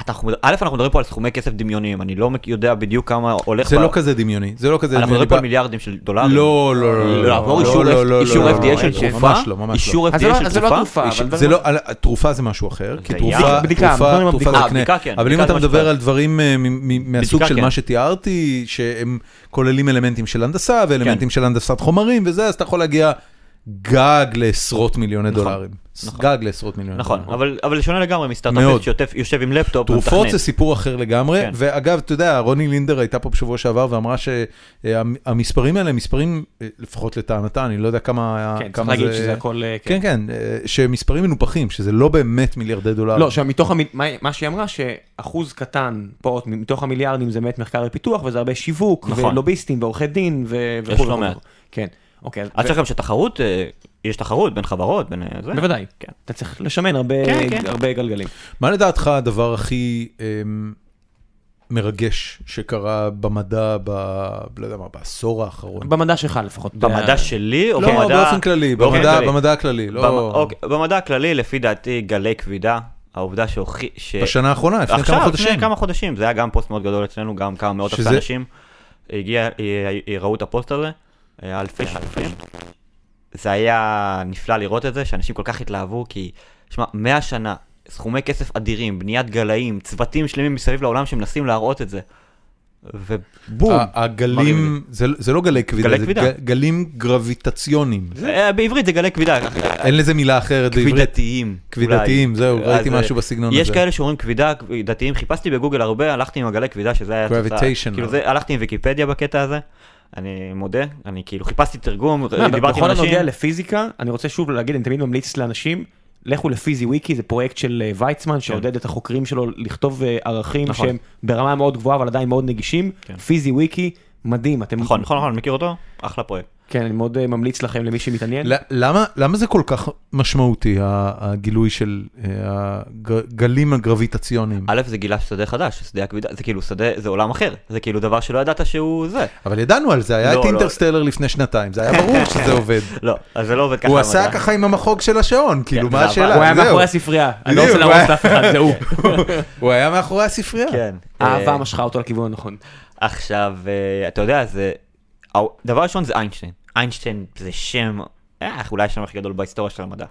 Speaker 5: אתה- אנחנו- א', אנחנו מדברים פה על סכומי כסף דמיוניים, אני לא מק- יודע בדיוק כמה הולך...
Speaker 1: זה
Speaker 5: ב-
Speaker 1: לא כזה דמיוני, זה לא כזה
Speaker 5: אנחנו
Speaker 1: דמיוני.
Speaker 5: מדברים פה על מיליארדים של דולרים.
Speaker 1: לא, לא, לא, לא, לא,
Speaker 5: לעבור
Speaker 1: לא,
Speaker 5: אישור
Speaker 1: לא, לא, לא,
Speaker 5: אישור
Speaker 1: לא,
Speaker 5: FDA
Speaker 1: לא,
Speaker 5: של
Speaker 1: לא,
Speaker 5: תרופה,
Speaker 1: ממש לא, ממש לא.
Speaker 5: אישור
Speaker 4: אז זה
Speaker 5: FDA
Speaker 4: לא-
Speaker 5: של
Speaker 4: אז זה לא
Speaker 5: תרופה,
Speaker 4: התרופה,
Speaker 1: איש-
Speaker 4: אבל...
Speaker 1: זה לא, על- תרופה זה משהו אחר, כי
Speaker 5: זה
Speaker 1: תרופה,
Speaker 5: ים.
Speaker 2: בדיקה,
Speaker 1: תרופה,
Speaker 2: מדברים על
Speaker 1: תרופה
Speaker 2: בדיקה.
Speaker 1: זה
Speaker 5: אה,
Speaker 1: קנה.
Speaker 5: בדיקה כן,
Speaker 1: אבל אם
Speaker 5: בדיקה
Speaker 1: אתה
Speaker 5: זה
Speaker 1: מדבר
Speaker 5: משהו
Speaker 1: על דברים אה, מ- מ- מהסוג
Speaker 5: בדיקה
Speaker 1: של
Speaker 5: כן.
Speaker 1: מה שתיארתי, שהם כוללים אלמנטים של הנדסה ואלמנטים של הנדסת חומרים וזה, אז אתה יכול להגיע גג לעשרות מיליוני דולרים. גג לעשרות מיליוני
Speaker 3: נכון,
Speaker 1: דולרים.
Speaker 3: אבל אבל שונה לגמרי
Speaker 1: מאוד.
Speaker 3: מסטארט-אפ שיושב- יושב עם לפטופ
Speaker 1: תרופות
Speaker 3: ומתכנן.
Speaker 1: זה סיפור אחר לגמרי,
Speaker 3: כן.
Speaker 1: ואגב, אתה יודע, רוני לינדר הייתה פה בשבוע שעבר ואמרה שהמספרים האלה, הם מספרים, אה, לפחות לטענתה, אני לא יודע כמה
Speaker 2: כן, צריך
Speaker 1: כמה
Speaker 2: להגיד
Speaker 1: זה-
Speaker 2: שזה הכל... אה,
Speaker 1: כן, כן, אה, שמספרים מנופחים, שזה לא באמת מיליארדי דולרים.
Speaker 2: לא, שמתוך, המ... מה, מה שהיא אמרה, שאחוז קטן פה, מתוך המיליארדים זה באמת מחקר ופיתוח, וזה הרבה שיווק,
Speaker 3: נכון.
Speaker 2: ולוביסטים, ועורכי דין, ו...
Speaker 3: יש
Speaker 2: וכו'
Speaker 3: לא
Speaker 2: וכו'.
Speaker 3: מעט.
Speaker 2: כן, אוקיי. אז-
Speaker 3: אז צריך גם שתחרות, אה, יש תחרות בין חברות, בין אה, זה.
Speaker 2: בוודאי.
Speaker 3: כן.
Speaker 2: אתה צריך לשמן הרבה,
Speaker 3: כן, כן.
Speaker 2: הרבה גלגלים.
Speaker 1: מה לדעתך הדבר הכי אמ, מרגש שקרה במדע, ב... לא יודע מה, בעשור האחרון?
Speaker 2: במדע שלך לפחות. אה,
Speaker 3: במדע שלי או
Speaker 1: לא,
Speaker 3: אוקיי,
Speaker 5: אוקיי,
Speaker 3: במדע...
Speaker 1: באופן כללי, במדע,
Speaker 3: כללי.
Speaker 1: במדע הכללי, לא...
Speaker 3: במ- אוקיי, במדע הכללי, לפי דעתי, גלי כבידה, העובדה שהוכי... ש-
Speaker 1: בשנה האחרונה, לפני
Speaker 3: עכשיו,
Speaker 1: כמה חודשים.
Speaker 3: לפני כמה חודשים, זה היה גם פוסט מאוד גדול אצלנו, גם כמה מאות
Speaker 1: שזה-
Speaker 3: אלפי אנשים. הגיע, אה, אה, ראו את הפוסט הזה, אה, אלפי אלפים. זה היה נפלא לראות את זה, שאנשים כל כך התלהבו, כי, שמע, 100 שנה, סכומי כסף אדירים, בניית גלאים, צוותים שלמים מסביב לעולם שמנסים להראות את זה. ובום,
Speaker 1: ה- הגלים, זה, זה לא גלי כבידה,
Speaker 3: גלי
Speaker 1: זה
Speaker 3: כבידה.
Speaker 1: ג- גלים גרביטציוניים.
Speaker 3: אה, בעברית זה גלי כבידה,
Speaker 1: אין לזה מילה אחרת בעברית.
Speaker 3: כבידתיים.
Speaker 1: כבידתיים,
Speaker 3: אולי.
Speaker 1: זהו, ראיתי
Speaker 3: אז, אה,
Speaker 1: משהו בסגנון
Speaker 3: יש
Speaker 1: הזה.
Speaker 3: כאלה שאומרים כבידה, כבידתיים, חיפשתי בגוגל הרבה, הלכתי עם הגלי כבידה, שזה היה... התוצאה.
Speaker 1: Gravitational.
Speaker 3: כאילו זה, הלכתי עם ויקיפדיה בקטע הזה, אני מודה, אני כאילו חיפשתי תרגום,
Speaker 2: מה,
Speaker 3: דיברתי עם
Speaker 2: אה, בכל הנוגע
Speaker 3: אנשים.
Speaker 2: לפיזיקה, אני רוצה שוב להגיד, אני תמיד ממליץ לאנשים, לכו לפיזי וויקי, זה פרויקט של אה, ויצמן, שעודד את החוקרים שלו לכתוב אה, ערכים
Speaker 3: כן. נכון. כן.
Speaker 2: שהם ברמה מאוד גבוהה, אבל עדיין מאוד נגישים. פיזי וויקי, מדהים. אתם...
Speaker 3: נכון, נכון, נכון, מכיר אותו? אחלה פרויקט.
Speaker 2: כן, אני מאוד אה, ממליץ לכם, למי שמתעניין.
Speaker 1: ל- למה, למה זה כל כך משמעותי, ה- הגילוי של אה, הגלים הגרביטציוניים?
Speaker 3: א', זה גילה שדה חדש, שדה הכבידה, זה כאילו שדה, זה עולם אחר, זה כאילו דבר שלא ידעת שהוא זה.
Speaker 1: אבל ידענו על זה, היה
Speaker 3: לא,
Speaker 1: את
Speaker 3: לא.
Speaker 1: אינטרסטלר לפני שנתיים, זה היה ברור שזה עובד.
Speaker 3: לא, אז זה לא עובד ככה.
Speaker 1: הוא
Speaker 3: במדע.
Speaker 1: עשה ככה עם המחוג של השעון, כאילו, מה
Speaker 3: זה
Speaker 1: השאלה?
Speaker 3: עבד.
Speaker 2: הוא היה
Speaker 1: זהו.
Speaker 2: מאחורי הספרייה, אני לא
Speaker 1: בדיוק,
Speaker 2: רוצה
Speaker 1: הוא
Speaker 2: להרוס
Speaker 1: היה-
Speaker 2: אף אחד, זה הוא.
Speaker 1: הוא היה מאחורי הספרייה.
Speaker 3: כן.
Speaker 2: האהבה
Speaker 3: אה,
Speaker 2: משכה אותו לכיוון הנכון.
Speaker 3: עכשיו, אה, אתה יודע, זה... הא- דבר ראשון זה איינשטיין. איינשטיין זה שם, אה, אולי השם הכי גדול בהיסטוריה של המדע.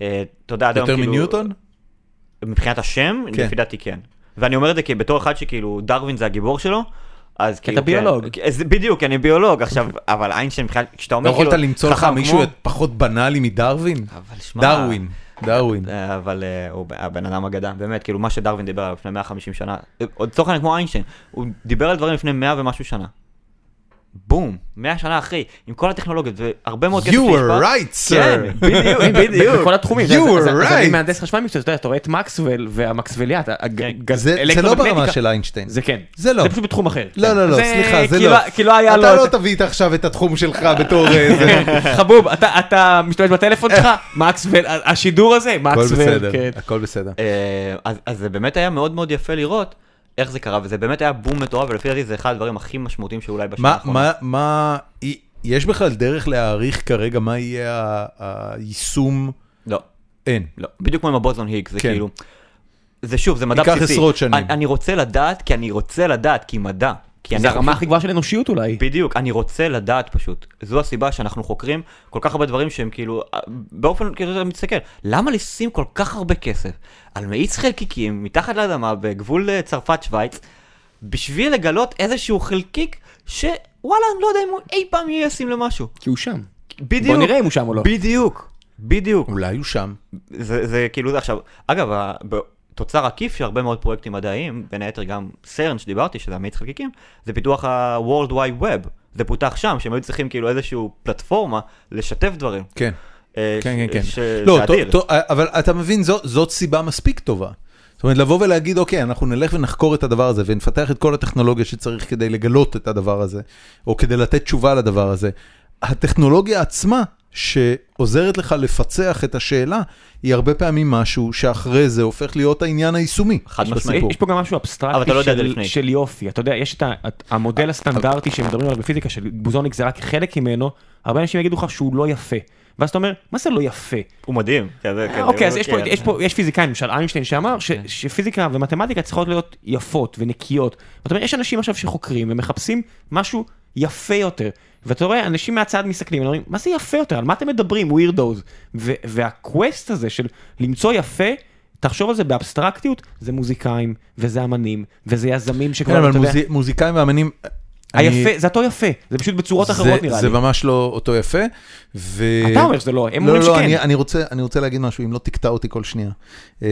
Speaker 3: אה, אתה יודע, עד היום
Speaker 1: יותר
Speaker 3: כאילו...
Speaker 1: מניוטון?
Speaker 3: מבחינת השם,
Speaker 1: כן.
Speaker 3: לפי דעתי כן. ואני אומר את זה כי בתור אחד שכאילו דרווין זה הגיבור שלו, אז כאילו... כן.
Speaker 2: ביולוג.
Speaker 3: כי- אז בדיוק, אני ביולוג עכשיו, אבל איינשטיין מבחינת... כשאתה
Speaker 1: לא
Speaker 3: אומר כאילו...
Speaker 1: יכולת למצוא לך
Speaker 3: חכם
Speaker 1: מישהו
Speaker 3: כמו-
Speaker 1: פחות בנאלי מדרווין?
Speaker 3: אבל שמע...
Speaker 1: דרווין, דרווין.
Speaker 3: אה, אבל אה, הוא ב- הבן אדם אגדה, באמת, כאילו מה שדרווין דיבר עליו לפני 150 שנה, אה, עוד לצורך העניין כמו איינשטיין, הוא דיבר על דברים לפני 100 ומשהו שנה. בום, 100 שנה אחרי, עם כל הטכנולוגיות והרבה מאוד כסף
Speaker 1: You were
Speaker 3: שהשפע-
Speaker 1: right,
Speaker 3: כן,
Speaker 1: sir.
Speaker 3: בדיוק, בדיוק.
Speaker 2: בכל התחומים,
Speaker 1: You
Speaker 2: אז-
Speaker 1: were
Speaker 2: אז- אז אני
Speaker 1: right.
Speaker 2: מהנדס חשמל מקצועי, אתה יודע, אתה רואה את מקסוול והמקסווליה,
Speaker 1: זה זה לא ברמה של איינשטיין.
Speaker 2: זה כן,
Speaker 1: זה לא.
Speaker 2: זה פשוט בתחום אחר.
Speaker 1: לא, לא, לא,
Speaker 2: זה
Speaker 1: סליחה, זה
Speaker 3: כאילו
Speaker 2: כי
Speaker 1: לא.
Speaker 2: כי לא היה לו...
Speaker 1: אתה לא תביא את עכשיו את התחום שלך בתור אה, איזה...
Speaker 2: חבוב, אתה- אתה משתמש בטלפון שלך, מקסוול, ה- השידור הזה,
Speaker 1: הכל
Speaker 2: מקסוול,
Speaker 1: בסדר,
Speaker 2: כן.
Speaker 1: הכל בסדר.
Speaker 3: אה, אז, אז זה באמת היה מאוד מאוד יפה לראות איך זה קרה, וזה באמת היה בום מטורף, ולפי דעתי זה אחד הדברים הכי משמעותיים שאולי בשנה
Speaker 1: מה,
Speaker 3: האחרונה.
Speaker 1: מה, מה, אי- יש בכלל דרך להעריך כרגע מה יהיה ה- היישום?
Speaker 3: לא,
Speaker 1: אין.
Speaker 3: לא. בדיוק כמו עם הבוזון היג, זה
Speaker 1: כן.
Speaker 3: כאילו... זה שוב, זה מדע
Speaker 1: ייקח
Speaker 3: בסיסי.
Speaker 1: עשרות שנים.
Speaker 3: אני, אני רוצה לדעת, כי אני רוצה לדעת, כי מדע. כי
Speaker 2: זה
Speaker 3: אני
Speaker 2: הרמה הכי גבוהה של אנושיות אולי.
Speaker 3: בדיוק, אני רוצה לדעת פשוט. זו הסיבה שאנחנו חוקרים כל כך הרבה דברים שהם כאילו, אה, באופן כאילו אתה מסתכל, למה לשים כל כך הרבה כסף על מאיץ חלקיקים מתחת לאדמה בגבול אה, צרפת-שווייץ, בשביל לגלות איזשהו חלקיק שוואלה, אני לא יודע אם הוא אי פעם יהיה ישים למשהו.
Speaker 2: כי הוא שם.
Speaker 3: בדיוק.
Speaker 2: בוא נראה אם הוא שם או לא.
Speaker 3: בדיוק, בדיוק.
Speaker 1: אולי הוא שם.
Speaker 3: זה, זה כאילו זה עכשיו, אגב, ה- ב- תוצר עקיף של הרבה מאוד פרויקטים מדעיים, בין היתר גם סרן שדיברתי, שזה המאיץ חלקיקים, זה פיתוח ה-World Wide Web, זה פותח שם, שהם היו צריכים כאילו איזשהו פלטפורמה לשתף דברים.
Speaker 1: כן.
Speaker 3: אה,
Speaker 1: כן, כן,
Speaker 3: ש-
Speaker 1: כן.
Speaker 3: שזה
Speaker 1: לא,
Speaker 3: אדיר.
Speaker 1: טוב, אבל אתה מבין, זו- זאת סיבה מספיק טובה. זאת אומרת, לבוא ולהגיד, אוקיי, אנחנו נלך ונחקור את הדבר הזה, ונפתח את כל הטכנולוגיה שצריך כדי לגלות את הדבר הזה, או כדי לתת תשובה לדבר הזה. הטכנולוגיה עצמה, שעוזרת לך לפצח את השאלה, היא הרבה פעמים משהו שאחרי זה הופך להיות העניין היישומי.
Speaker 3: חד
Speaker 1: יש
Speaker 3: משמעית.
Speaker 1: בסיפור.
Speaker 2: יש פה גם משהו
Speaker 3: אבל
Speaker 2: אבסטרקטי
Speaker 3: אתה לא יודע את זה
Speaker 2: של-
Speaker 3: לפני. אה, אוקיי.
Speaker 2: של יופי, אתה יודע, יש את ה- את המודל הסטנדרטי שמדברים עליו בפיזיקה, של בוזוניק זה רק חלק ממנו, הרבה אנשים יגידו לך שהוא לא יפה. ואז אתה אומר, מה זה לא יפה?
Speaker 3: הוא מדהים. כזה, כזה,
Speaker 2: אוקיי, אז יש פה,
Speaker 3: כן.
Speaker 2: יש פה, יש פיזיקאים, למשל איינשטיין שאמר ש,
Speaker 1: כן.
Speaker 6: אוקיי.
Speaker 2: שפיזיקה ומתמטיקה צריכות להיות יפות ונקיות. ואתה אומר, יש אנשים עכשיו שחוקרים ומחפשים משהו יפה יותר. ואתה רואה, אנשים מהצד מסתכלים, ואומרים, מה זה יפה יותר? על מה אתם מדברים, ווירדוז? והקווסט הזה של למצוא יפה, תחשוב על זה באבסטרקטיות, זה מוזיקאים, וזה אמנים, וזה יזמים שכבר,
Speaker 1: כן, אבל
Speaker 2: אתה יודע,
Speaker 1: מוזי- מוזיקאים ואמנים... אני-
Speaker 2: היפה, זה אותו יפה, זה פשוט בצורות
Speaker 1: זה-
Speaker 2: אחרות נראה לי.
Speaker 1: זה ממש לא אותו יפה. ו-
Speaker 2: אתה אומר שזה לא, הם אומרים
Speaker 1: לא, לא,
Speaker 2: שכן.
Speaker 1: אני- אני רוצה- אני רוצה להגיד משהו, אם לא תקטע אותי כל שנייה. אמ,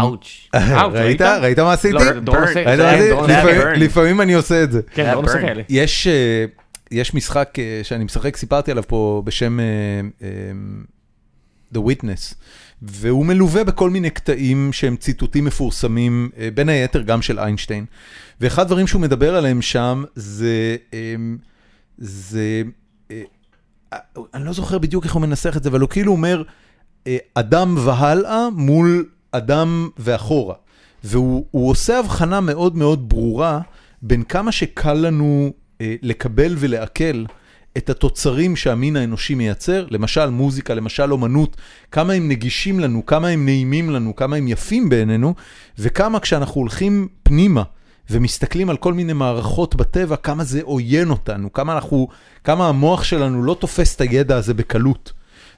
Speaker 6: אאוץ'.
Speaker 4: אה,
Speaker 2: אאוץ',
Speaker 1: ראית?
Speaker 2: ראית?
Speaker 1: ראית מה עשיתי?
Speaker 2: לא, דורון עושה-
Speaker 1: ראית מה
Speaker 2: כן,
Speaker 1: עשיתי?
Speaker 2: דורון-
Speaker 1: לפעמים-
Speaker 3: burn.
Speaker 1: לפעמים אני עושה את זה.
Speaker 2: כן,
Speaker 4: לא,
Speaker 2: דורון עושה כאלה.
Speaker 1: יש, אה, יש משחק אה, שאני משחק, סיפרתי עליו פה בשם אה, אה, The Witness, והוא מלווה בכל מיני קטעים שהם ציטוטים מפורסמים, אה, בין היתר גם של איינשטיין. ואחד הדברים שהוא מדבר עליהם שם זה... אה, זה אה, אני לא זוכר בדיוק איך הוא מנסח את זה, אבל הוא כאילו אומר, אה, אדם והלאה מול אדם ואחורה. והוא הוא עושה הבחנה מאוד מאוד ברורה בין כמה שקל לנו אה, לקבל ולעכל את התוצרים שהמין האנושי מייצר, למשל מוזיקה, למשל אומנות, כמה הם נגישים לנו, כמה הם נעימים לנו, כמה הם יפים בעינינו, וכמה כשאנחנו הולכים פנימה ומסתכלים על כל מיני מערכות בטבע, כמה זה עוין אותנו, כמה, אנחנו, כמה המוח שלנו לא תופס את הידע הזה בקלות.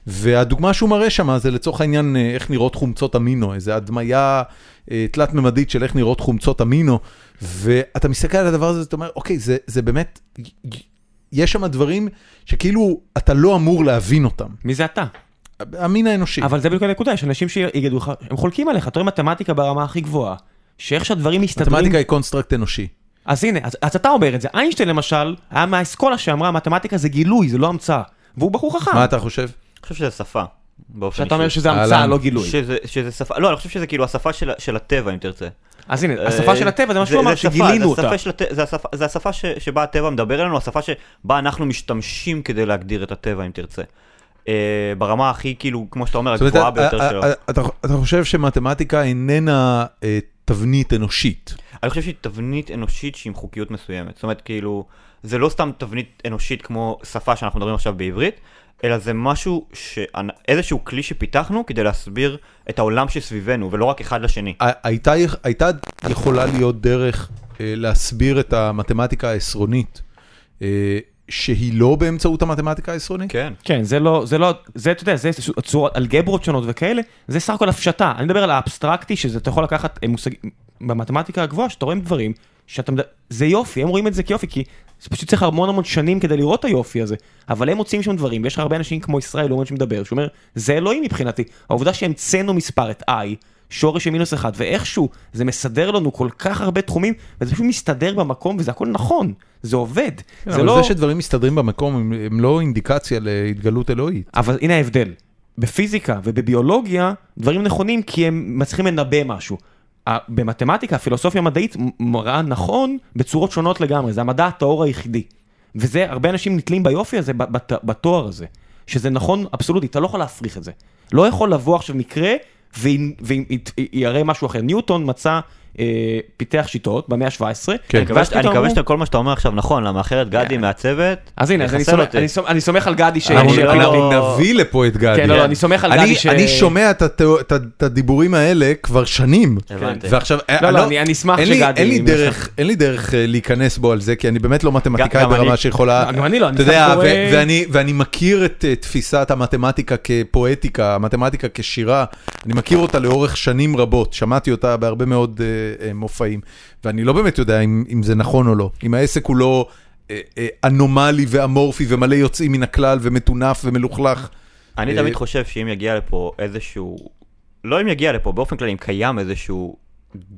Speaker 1: והדוגמה שהוא מראה שם זה לצורך העניין אה, איך נראות חומצות אמינו, איזו הדמיה אה, תלת-ממדית של איך נראות חומצות אמינו, ואתה מסתכל על הדבר הזה, אתה אומר, אוקיי, זה, זה באמת, יש שם דברים שכאילו אתה לא אמור להבין אותם,
Speaker 2: מי זה אתה?
Speaker 1: המין האנושי.
Speaker 2: אבל זה בדיוק הנקודה, יש אנשים שיגידו לך, הם חולקים עליך, אתה רואה מתמטיקה ברמה הכי גבוהה, שאיך שהדברים מסתדרים,
Speaker 1: מתמטיקה היא קונסטרקט אנושי.
Speaker 2: אז הנה, אז, אז אתה אומר את זה, איינשטיין למשל, היה מהאסכולה שאמרה, מתמטיקה זה גילוי, זה לא המצאה, והוא בחור חכם,
Speaker 1: מה אתה חושב?
Speaker 3: אני חושב שזה שפה. באופן
Speaker 2: שאתה אומר
Speaker 3: אישי.
Speaker 2: שזה המצאה,
Speaker 1: אהלן.
Speaker 2: לא גילוי.
Speaker 3: שזה, שזה שפה, לא, אני חושב שזה כאילו השפה של, ה- של הטבע, אם תרצה.
Speaker 2: אז הנה, השפה של הטבע אה, זה מה שהוא אמר,
Speaker 3: שפה,
Speaker 2: שגילינו
Speaker 3: זה
Speaker 2: אותה.
Speaker 3: השפה של הט- זה השפה- זה השפה ש- שבה הטבע מדבר אלינו, השפה שבה אנחנו משתמשים כדי להגדיר את הטבע, אם תרצה. אה, ברמה הכי, כאילו, כמו שאתה אומר,
Speaker 1: זאת אומרת,
Speaker 3: הגבוהה ביותר
Speaker 1: אה,
Speaker 3: שלו.
Speaker 1: אה, אתה אתה חושב שמתמטיקה איננה אה, תבנית אנושית.
Speaker 3: אני חושב שהיא תבנית אנושית שהיא עם חוקיות מסוימת. זאת אומרת, כאילו, זה לא סתם תבנית אנושית כמו שפה שאנחנו מדברים עכשיו בעברית, אלא זה משהו, ש... איזשהו כלי שפיתחנו כדי להסביר את העולם שסביבנו, ולא רק אחד לשני.
Speaker 1: ה- הייתה, הייתה יכולה להיות דרך אה, להסביר את המתמטיקה העשרונית, אה, שהיא לא באמצעות המתמטיקה העשרונית?
Speaker 3: כן.
Speaker 2: כן, זה לא, זה לא, זה, אתה יודע, זה צורות, אלגברות שונות וכאלה, זה סך הכל הפשטה. אני מדבר על האבסטרקטי, שזה, אתה יכול לקחת אה, מושג, במתמטיקה הגבוהה, שאתה רואה דברים, שאתה, מד- זה יופי, הם רואים את זה כיופי, כי זה פשוט צריך המון המון שנים כדי לראות את היופי הזה, אבל הם מוצאים שם דברים, ויש הרבה אנשים כמו ישראל אומן שמדבר, שאומר, זה אלוהים מבחינתי. העובדה שהמצאנו מספר, את I, שורש של מינוס אחד, ואיכשהו זה מסדר לנו כל כך הרבה תחומים, וזה פשוט מסתדר במקום, וזה הכל נכון, זה עובד.
Speaker 1: זה אבל לא... זה שדברים מסתדרים במקום הם, הם לא אינדיקציה להתגלות אלוהית.
Speaker 2: אבל הנה ההבדל. בפיזיקה ובביולוגיה, דברים נכונים כי הם מצליחים לנבא משהו. ה- במתמטיקה, הפילוסופיה המדעית מ- מראה נכון בצורות שונות לגמרי, זה המדע הטהור היחידי. וזה, הרבה אנשים נתלים ביופי הזה, ב- בת- בתואר הזה. שזה נכון אבסולוטי, אתה לא יכול להפריך את זה. לא יכול לבוא עכשיו מקרה ויראה משהו אחר. ניוטון מצא, אה, פיתח שיטות במאה ה-17.
Speaker 1: כן.
Speaker 3: אני מקווה ש- אני מקווה שכל מה שאתה אומר עכשיו נכון, למה אחרת גדי מהצוות,
Speaker 2: כן. אז הנה, אז אני
Speaker 3: יחסל
Speaker 2: סומך-
Speaker 3: אותי.
Speaker 2: אני סומך- אני סומך על גדי ש...
Speaker 1: אנחנו,
Speaker 2: שפינה-
Speaker 1: אנחנו נביא לפה את גדי.
Speaker 2: כן, לא, לא, אני סומך על
Speaker 1: אני,
Speaker 2: גדי ש...
Speaker 1: אני שומע את, התא- את, ה- את הדיבורים האלה כבר שנים.
Speaker 3: הבנתי.
Speaker 1: ועכשיו, אה,
Speaker 2: לא, אני- אני אשמח
Speaker 1: אין לי-
Speaker 2: שגדי
Speaker 1: אין לי
Speaker 2: ימשיך.
Speaker 1: דרך, אין לי דרך אה, להיכנס בו על זה, כי אני באמת לא מתמטיקאי
Speaker 3: גם אני.
Speaker 1: ברמה שיכולה...
Speaker 2: לא, גם אני לא, אני
Speaker 1: אתה יודע,
Speaker 2: סתם
Speaker 1: ו-
Speaker 2: קורא-
Speaker 1: ואני- ואני מכיר את אה, תפיסת המתמטיקה כפואטיקה, המתמטיקה כשירה, אני מכיר אותה לאורך שנים רבות, שמעתי אותה בהרבה מאוד אה, אה, מופעים, ואני לא באמת יודע אם אם זה נכון או לא, אם העסק הוא לא אה, אה, אנומלי ואמורפי ומלא יוצאים מן הכלל ומטונף ומלוכלך.
Speaker 3: אני
Speaker 1: אה,
Speaker 3: תמיד חושב שאם יגיע לפה איזשהו, לא אם יגיע לפה, באופן כללי אם קיים איזשהו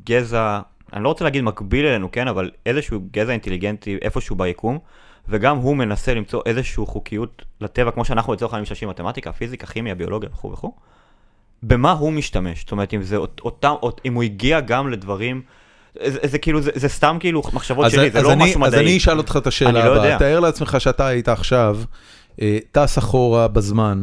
Speaker 3: גזע, אני לא רוצה להגיד מקביל אלינו, כן, אבל איזשהו גזע אינטליגנטי איפשהו ביקום, וגם הוא מנסה למצוא איזשהו חוקיות לטבע, כמו שאנחנו לצורך העניין משתמשים במתמטיקה, פיזיקה, כימיה, ביולוגיה וכו' וכו', במה הוא משתמש? זאת אומרת, אם זה אות- אותם, אות- אם הוא הגיע גם לדברים, זה, זה כאילו, זה, זה סתם כאילו מחשבות
Speaker 1: אז-
Speaker 3: שלי, זה
Speaker 1: אז
Speaker 3: לא
Speaker 1: אני-
Speaker 3: משהו
Speaker 1: אז
Speaker 3: מדעי.
Speaker 1: אני אשאל אותך את השאלה
Speaker 3: אני לא
Speaker 1: הבאה.
Speaker 3: יודע.
Speaker 1: תאר לעצמך שאתה היית עכשיו אה, טס אחורה בזמן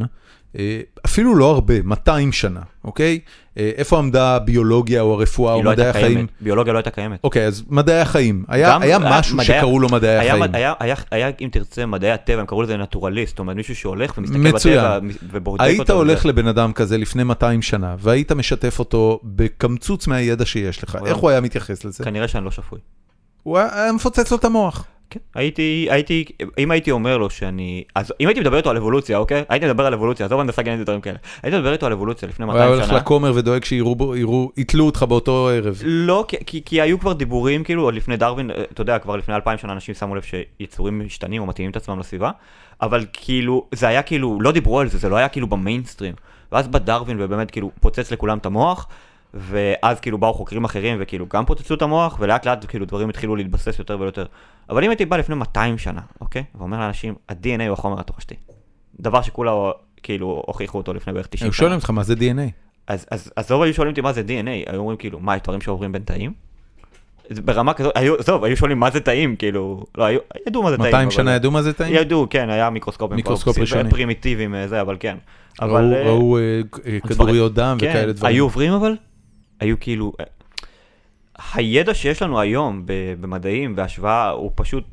Speaker 1: אה, אפילו לא הרבה, 200 שנה, אוקיי? אה, איפה עמדה הביולוגיה או הרפואה או
Speaker 3: היא לא
Speaker 1: מדעי
Speaker 3: הייתה
Speaker 1: החיים?
Speaker 3: קיימת, ביולוגיה לא הייתה קיימת.
Speaker 1: אוקיי, אז מדעי החיים. היה,
Speaker 3: גם- אה,
Speaker 1: היה משהו
Speaker 3: מדעי-
Speaker 1: שקראו לו מדעי
Speaker 3: היה-
Speaker 1: החיים.
Speaker 3: היה, היה, היה, אם תרצה, מדעי הטבע, הם קראו לזה נטורליסט, זאת אומרת, מישהו שהולך ומסתכל
Speaker 1: מצוין.
Speaker 3: בטבע מ- ובודק אותו.
Speaker 1: היית הולך
Speaker 3: וזה.
Speaker 1: לבן אדם כזה לפני 200 שנה, והיית משתף אותו בקמצוץ מהידע שיש לך,
Speaker 3: הוא
Speaker 1: איך
Speaker 3: היה-
Speaker 1: הוא היה מתייחס לזה?
Speaker 3: כנראה שאני לא שפוי.
Speaker 1: הוא היה היה מפוצץ לו את המוח.
Speaker 3: כן. הייתי, הייתי, אם הייתי אומר לו שאני, אז אם הייתי מדבר איתו על אבולוציה, אוקיי? הייתי מדבר על אבולוציה, עזוב הנדסה גנטית ודברים כאלה. הייתי מדבר איתו על אבולוציה לפני
Speaker 1: הוא היה
Speaker 3: 200
Speaker 1: הולך
Speaker 3: שנה.
Speaker 1: לכומר ודואג שיראו, בו- יראו- יתלו אותך באותו ערב.
Speaker 3: לא, כי- כי, כי היו כבר דיבורים, כאילו, עוד לפני דרווין, אה, אתה יודע, כבר לפני אלפיים שנה אנשים שמו לב שיצורים משתנים או מתאימים את עצמם לסביבה, אבל כאילו, זה היה כאילו, לא דיברו על זה, זה לא היה כאילו במיינסטרים. ואז בא דרווין ובאמת כאילו פוצץ לכולם את המוח, ואז כאילו באו חוקרים אחרים וכאילו גם פוצצו את המוח, ולאט לאט כאילו דברים התחילו להתבסס יותר ויותר. אבל אם הייתי בא לפני 200 שנה, אוקיי? ואומר לאנשים, ה-DNA הוא החומר התורשתי. דבר שכולה כאילו הוכיחו אותו לפני בערך 90 שנה.
Speaker 1: הוא שואל אותך מה זה DNA.
Speaker 3: אז, אז, אז לא היו שואלים אותי מה זה DNA, היו אומרים כאילו, מה, יש דברים שעוברים בין תאים? זה ברמה כזאת, היו, עזוב, היו שואלים מה זה תאים, כאילו, לא, היו, ידעו מה זה תאים.
Speaker 1: 200
Speaker 3: אבל-
Speaker 1: שנה ידעו מה זה תאים?
Speaker 3: ידעו, כן, היה מיקרוסקופים.
Speaker 1: מיקרוסקופ ראשוני.
Speaker 3: פרימיטיביים, אה, זה, אבל כן. אבל...
Speaker 1: ראו-
Speaker 3: אה,
Speaker 1: ראו אה, אה, כדוריות דם
Speaker 3: כן,
Speaker 1: וכאלה דברים.
Speaker 3: היו עוברים אבל? היו כאילו... אה, הידע שיש לנו היום ב- במדעים והשוואה הוא פשוט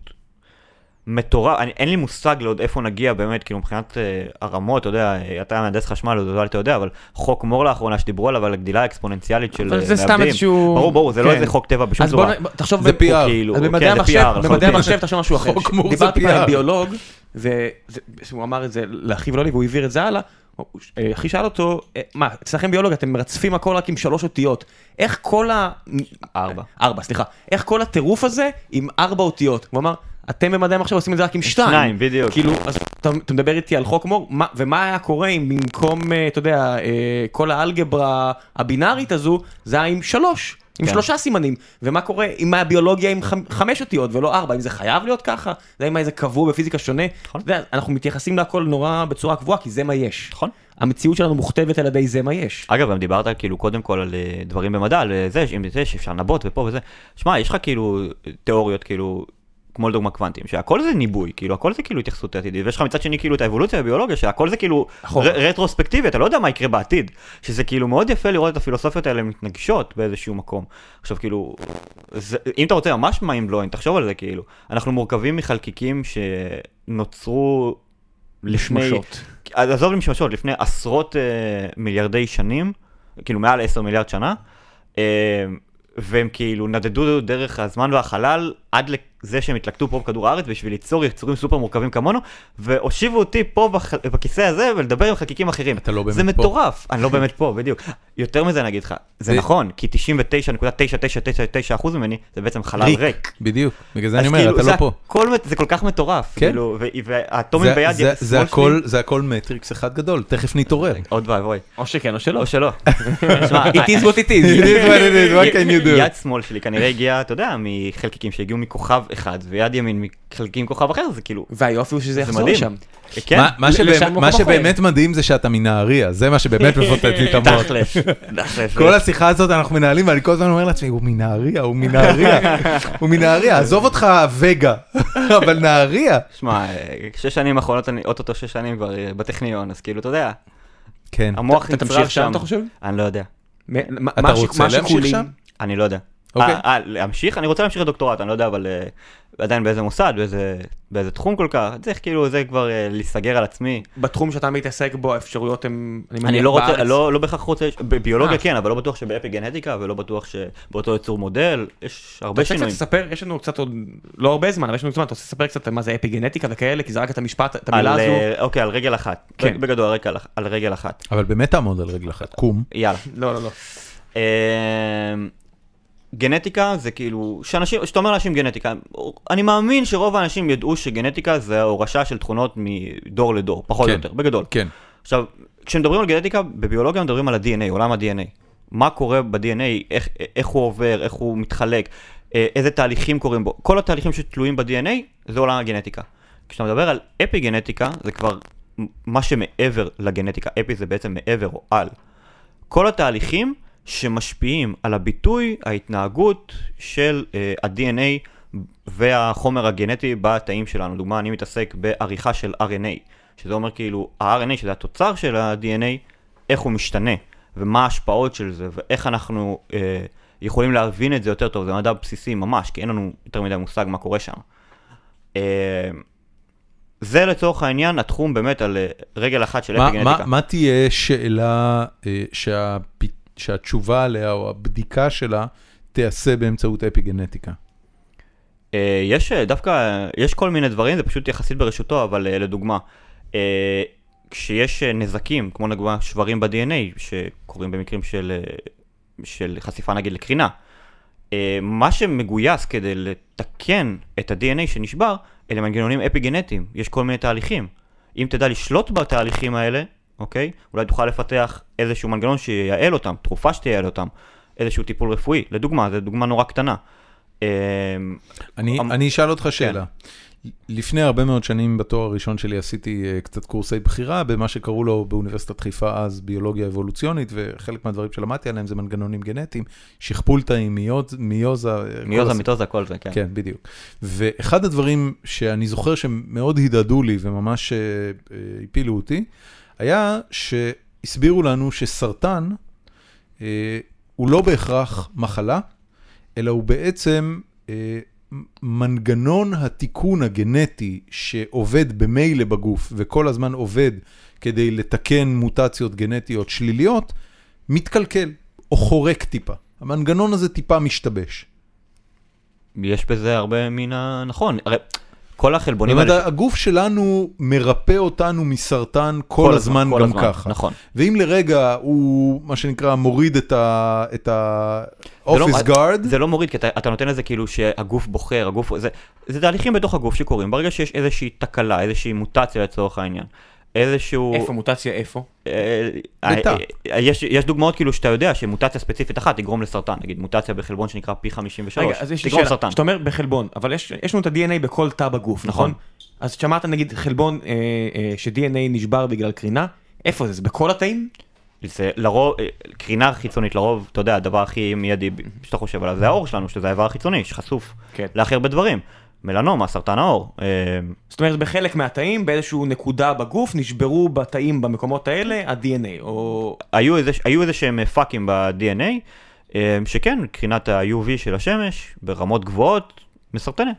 Speaker 3: מטורף, אני, אין לי מושג לעוד איפה נגיע באמת, כאילו מבחינת אה, הרמות, אתה יודע, אה, אתה מהנדס חשמל, אז אולי אתה יודע, אבל חוק מור לאחרונה שדיברו עליו, על הגדילה האקספוננציאלית של אה,
Speaker 2: אבל
Speaker 3: מעבדים.
Speaker 2: זה סתם איזשהו-
Speaker 3: ברור, ברור, זה לא
Speaker 2: כן.
Speaker 3: איזה חוק טבע בשום
Speaker 2: אז בוא
Speaker 3: צורה.
Speaker 2: נ- בוא- תחשוב,
Speaker 1: זה
Speaker 2: ב-
Speaker 1: PR.
Speaker 3: כאילו,
Speaker 2: אז במדעי
Speaker 3: כן, זה
Speaker 2: המחשב,
Speaker 3: PR,
Speaker 2: במדעי
Speaker 3: לחלוטין.
Speaker 2: המחשב תחשוב משהו אחר.
Speaker 1: חוק מור זה
Speaker 2: דיברתי פעם
Speaker 1: PR.
Speaker 2: עם ביולוג, והוא אמר את זה לאחיו ולא לי, והוא העביר את זה הלאה. הוא- אה, אחי שאל אותו, אה, מה, אצלכם ביולוג אתם מרצפים הכל רק עם שלוש אותיות. איך כל ה...
Speaker 3: ארבע.
Speaker 2: ארבע, סליחה. איך כל הטירוף הזה עם ארבע אותיות? הוא אמר, אתם במדעי המחשב עושים את זה רק עם שתיים.
Speaker 3: שניים, בדיוק.
Speaker 2: כאילו, אז אתה אתה מדבר איתי על חוק מור, מה- ומה היה קורה אם במקום, אה, אתה יודע, אה, כל האלגברה הבינארית הזו, זה היה עם שלוש, עם
Speaker 3: כן.
Speaker 2: שלושה סימנים. ומה קורה אם הביולוגיה עם חמ- חמש אותיות ולא ארבע, אם זה חייב להיות ככה? זה אם היה איזה קבוע בפיזיקה שונה? אתה יודע, אנחנו מתייחסים להכל נורא בצורה קבועה, כי זה מה יש.
Speaker 3: נכון.
Speaker 2: המציאות שלנו מוכתבת על ידי זה מה יש.
Speaker 3: אגב, גם דיברת כאילו קודם כל על אה, דברים במדע, על אה, זה, עם זה שאפשר לנבוט ופה וזה. שמע, יש לך כאילו תיאוריות כאילו, כמו לדוגמה קוונטים, שהכל זה ניבוי, כאילו הכל זה כאילו התייחסות עתידית, ויש לך מצד שני כאילו את האבולוציה והביולוגיה, שהכל זה כאילו
Speaker 2: נכון.
Speaker 3: ר- רטרוספקטיבי, אתה לא יודע מה יקרה בעתיד. שזה כאילו מאוד יפה לראות את הפילוסופיות האלה מתנגשות באיזשהו מקום. עכשיו כאילו, זה, אם אתה רוצה ממש mind blowing, תחשוב על זה כאילו. אנחנו מורכבים מחלקיקים שנוצרו... לפני-
Speaker 2: שמשות.
Speaker 3: אז עזוב למשמשות, לפני עשרות אה, מיליארדי שנים, כאילו מעל עשר מיליארד שנה, אה, והם כאילו נדדו דרך הזמן והחלל עד לזה שהם התלקטו פה בכדור הארץ בשביל ליצור יצורים סופר מורכבים כמונו, והושיבו אותי פה בח... בכיסא הזה ולדבר עם חלקיקים אחרים.
Speaker 1: אתה לא באמת
Speaker 3: זה
Speaker 1: פה.
Speaker 3: מטורף, אני לא באמת פה, בדיוק. יותר מזה אני אגיד לך, זה
Speaker 1: זה-
Speaker 3: נכון, כי 99.9999% ממני זה בעצם חלל ריק.
Speaker 1: בדיוק, בגלל זה
Speaker 3: אז
Speaker 1: אני אומר,
Speaker 3: כאילו,
Speaker 1: אתה
Speaker 3: זה
Speaker 1: לא פה.
Speaker 3: הכל, זה כל כך מטורף,
Speaker 1: כן.
Speaker 3: כאילו, ו- והאטומים
Speaker 1: זה-
Speaker 3: ביד,
Speaker 1: זה-
Speaker 3: שמאל
Speaker 1: זה הכל-
Speaker 3: שלי,
Speaker 1: זה הכל מטריקס אחד גדול, תכף נתעורר.
Speaker 3: עוד ואבוי.
Speaker 2: או שכן או שלא.
Speaker 3: או שלא. שמע, אה,
Speaker 2: It is what it is.
Speaker 1: It is what it is, what can you do?
Speaker 3: יד שמאל שלי כנראה הגיעה, אתה יודע, מחלקיקים שהגיעו מכוכב אחד, ויד ימין מחלקיקים מכוכב אחר, זה כאילו,
Speaker 2: והיופי הוא שזה
Speaker 3: זה
Speaker 2: יחזור
Speaker 3: מדהים.
Speaker 2: לשם.
Speaker 3: כן,
Speaker 1: מה- מה
Speaker 2: ל-
Speaker 1: שבאמת-
Speaker 2: לשם
Speaker 1: מה
Speaker 2: אנחנו
Speaker 1: שבאמת מדהים זה שאתה מנהריה, זה מה שבאמת מפוצץ לי את המוח.
Speaker 3: תכלס, תכלס.
Speaker 1: כל השיחה הזאת אנחנו מנהלים, ואני כל הזמן אומר לעצמי, הוא מנהריה, הוא מנהריה, הוא מנהריה, עזוב אותך וגה, אבל נהריה.
Speaker 3: שמע, אה, שש שנים האחרונות, אני אוטוטו שש שנים כבר אה, בטכניון, אז כאילו, אתה יודע,
Speaker 1: כן.
Speaker 3: המוח
Speaker 2: אתה
Speaker 3: נצרב
Speaker 2: תמשיך
Speaker 3: שם.
Speaker 2: שם, אתה חושב?
Speaker 3: אני לא יודע,
Speaker 2: מ- מה-
Speaker 1: אתה
Speaker 2: מה ש-
Speaker 1: רוצה
Speaker 2: מה
Speaker 1: להמשיך
Speaker 2: שיקולים-
Speaker 1: שם?
Speaker 3: אני לא יודע.
Speaker 1: אוקיי.
Speaker 3: אה, אה, להמשיך? אני רוצה להמשיך לדוקטורט, אני לא יודע, אבל אה, עדיין באיזה מוסד, באיזה- באיזה תחום כל כך, צריך כאילו, זה כבר אה, להיסגר על עצמי.
Speaker 2: בתחום שאתה מתעסק בו האפשרויות הן,
Speaker 3: אני
Speaker 2: מניח,
Speaker 3: לא רוצה,
Speaker 2: בארץ.
Speaker 3: לא, לא בהכרח רוצה, בביולוגיה
Speaker 2: אה.
Speaker 3: כן, אבל לא בטוח שבאפי גנטיקה, ולא בטוח שבאותו יצור מודל, יש
Speaker 2: אתה
Speaker 3: הרבה
Speaker 2: רוצה קצת
Speaker 3: שינויים.
Speaker 2: לספר, יש לנו קצת עוד, לא הרבה זמן, אבל יש לנו זמן, אתה רוצה לספר קצת מה זה אפי גנטיקה וכאלה, כי זה רק את המשפט, את
Speaker 3: על,
Speaker 2: המילה הזו.
Speaker 3: אה, אוקיי, על רגל אחת.
Speaker 2: כן.
Speaker 3: בגדול, על רגל- על רגל אחת.
Speaker 1: אבל באמת תעמוד על רגל אחת, קום.
Speaker 3: יאללה.
Speaker 2: לא, לא, לא.
Speaker 3: אה, גנטיקה זה כאילו, שאנשים, שאתה אומר לאנשים גנטיקה, אני מאמין שרוב האנשים ידעו שגנטיקה זה הורשה של תכונות מדור לדור, פחות או
Speaker 1: כן.
Speaker 3: יותר, בגדול.
Speaker 1: כן.
Speaker 3: עכשיו, כשמדברים על גנטיקה, בביולוגיה מדברים על ה-DNA, עולם ה-DNA. מה קורה ב-DNA, איך, איך הוא עובר, איך הוא מתחלק, אה, איזה תהליכים קורים בו. כל התהליכים שתלויים ב-DNA זה עולם הגנטיקה. כשאתה מדבר על אפי גנטיקה, זה כבר מה שמעבר לגנטיקה. אפי זה בעצם מעבר או על. כל התהליכים שמשפיעים על הביטוי, ההתנהגות של אה, ה-DNA והחומר הגנטי בתאים שלנו. דוגמה, אני מתעסק בעריכה של RNA, שזה אומר כאילו ה-RNA, שזה התוצר של ה-DNA, איך הוא משתנה, ומה ההשפעות של זה, ואיך אנחנו אה, יכולים להבין את זה יותר טוב, זה מדע בסיסי ממש, כי אין לנו יותר מדי מושג מה קורה שם. אה, זה לצורך העניין התחום באמת על אה, רגל אחת של
Speaker 1: מה,
Speaker 3: אפיגנטיקה.
Speaker 1: מה, מה תהיה שאלה אה, שהפ... שהתשובה עליה או הבדיקה שלה תיעשה באמצעות אפיגנטיקה?
Speaker 3: אה, יש אה, דווקא, אה, יש כל מיני דברים, זה פשוט יחסית ברשותו, אבל אה, לדוגמה, אה, כשיש אה, נזקים, כמו לדוגמה שברים ב-DNA, שקורים במקרים של, אה, של חשיפה נגיד לקרינה, אה, מה שמגויס כדי לתקן את ה-DNA שנשבר, אלה מנגנונים אפיגנטיים, יש כל מיני תהליכים. אם תדע לשלוט בתהליכים האלה, אוקיי? אולי תוכל לפתח איזשהו מנגנון שייעל אותם, תרופה שתייעל אותם, איזשהו טיפול רפואי, לדוגמה, זו דוגמה נורא קטנה. אה,
Speaker 1: אני,
Speaker 3: אמ-
Speaker 1: אני אשאל אותך שאלה. לפני הרבה מאוד שנים בתואר הראשון שלי עשיתי אה, קצת קורסי בחירה במה שקראו לו באוניברסיטת חיפה אז ביולוגיה אבולוציונית, וחלק מהדברים שלמדתי עליהם זה מנגנונים גנטיים, שכפול תאים, מיוז- מיוזה, אה, כל
Speaker 3: מיוזה,
Speaker 1: הס-
Speaker 3: מיטוזה, כל זה, כן.
Speaker 1: כן, בדיוק. ואחד הדברים שאני זוכר שמאוד הדהדו לי וממש אה, אה, הפילו אותי, היה שהסבירו לנו שסרטן אה, הוא לא בהכרח מחלה, אלא הוא בעצם אה, מנגנון התיקון הגנטי שעובד במילא בגוף וכל הזמן עובד כדי לתקן מוטציות גנטיות שליליות, מתקלקל או חורק טיפה. המנגנון הזה טיפה משתבש.
Speaker 3: יש בזה הרבה מן הנכון. הרי כל החלבונים
Speaker 1: זאת אומרת,
Speaker 3: האלה...
Speaker 1: הגוף שלנו מרפא אותנו מסרטן כל, הזמן
Speaker 3: כל
Speaker 1: גם
Speaker 3: הזמן,
Speaker 1: ככה.
Speaker 3: נכון.
Speaker 1: ואם לרגע הוא, מה שנקרא, מוריד את ה... את ה...
Speaker 3: זה לא-
Speaker 1: אופיס גארד,
Speaker 3: זה לא מוריד, כי אתה, אתה נותן לזה כאילו שהגוף בוחר, הגוף... זה, זה תהליכים בתוך הגוף שקורים. ברגע שיש איזושהי תקלה, איזושהי מוטציה לצורך העניין, איזשהו...
Speaker 2: איפה מוטציה איפה?
Speaker 3: אה, אה,
Speaker 1: בתא.
Speaker 3: אה, יש, יש דוגמאות כאילו שאתה יודע שמוטציה ספציפית אחת תגרום לסרטן, נגיד מוטציה בחלבון שנקרא פי 53,
Speaker 2: רגע, אז יש לי
Speaker 3: תגרום
Speaker 2: שאלה,
Speaker 3: סרטן.
Speaker 2: שאתה אומר בחלבון, אבל יש יש לנו את ה-DNA בכל תא בגוף, נכון? אז שמעת נגיד חלבון אה, אה, ש-DNA נשבר בגלל קרינה, איפה זה? זה בכל התאים?
Speaker 3: זה לרוב, אה, קרינה חיצונית לרוב, אתה יודע, הדבר הכי מיידי ב- שאתה חושב עליו זה העור שלנו, שזה האיבר החיצוני שחשוף
Speaker 2: כן.
Speaker 3: להכי הרבה דברים. מלנומה, סרטן העור. אה,
Speaker 2: זאת אומרת בחלק מהתאים באיזשהו נקודה בגוף נשברו בתאים במקומות האלה ה-DNA או
Speaker 3: היו איזה, היו איזה שהם אה, פאקים ב-DNA, אה, שכן, קרינת ה-UV של השמש, ברמות גבוהות, מסרטנת.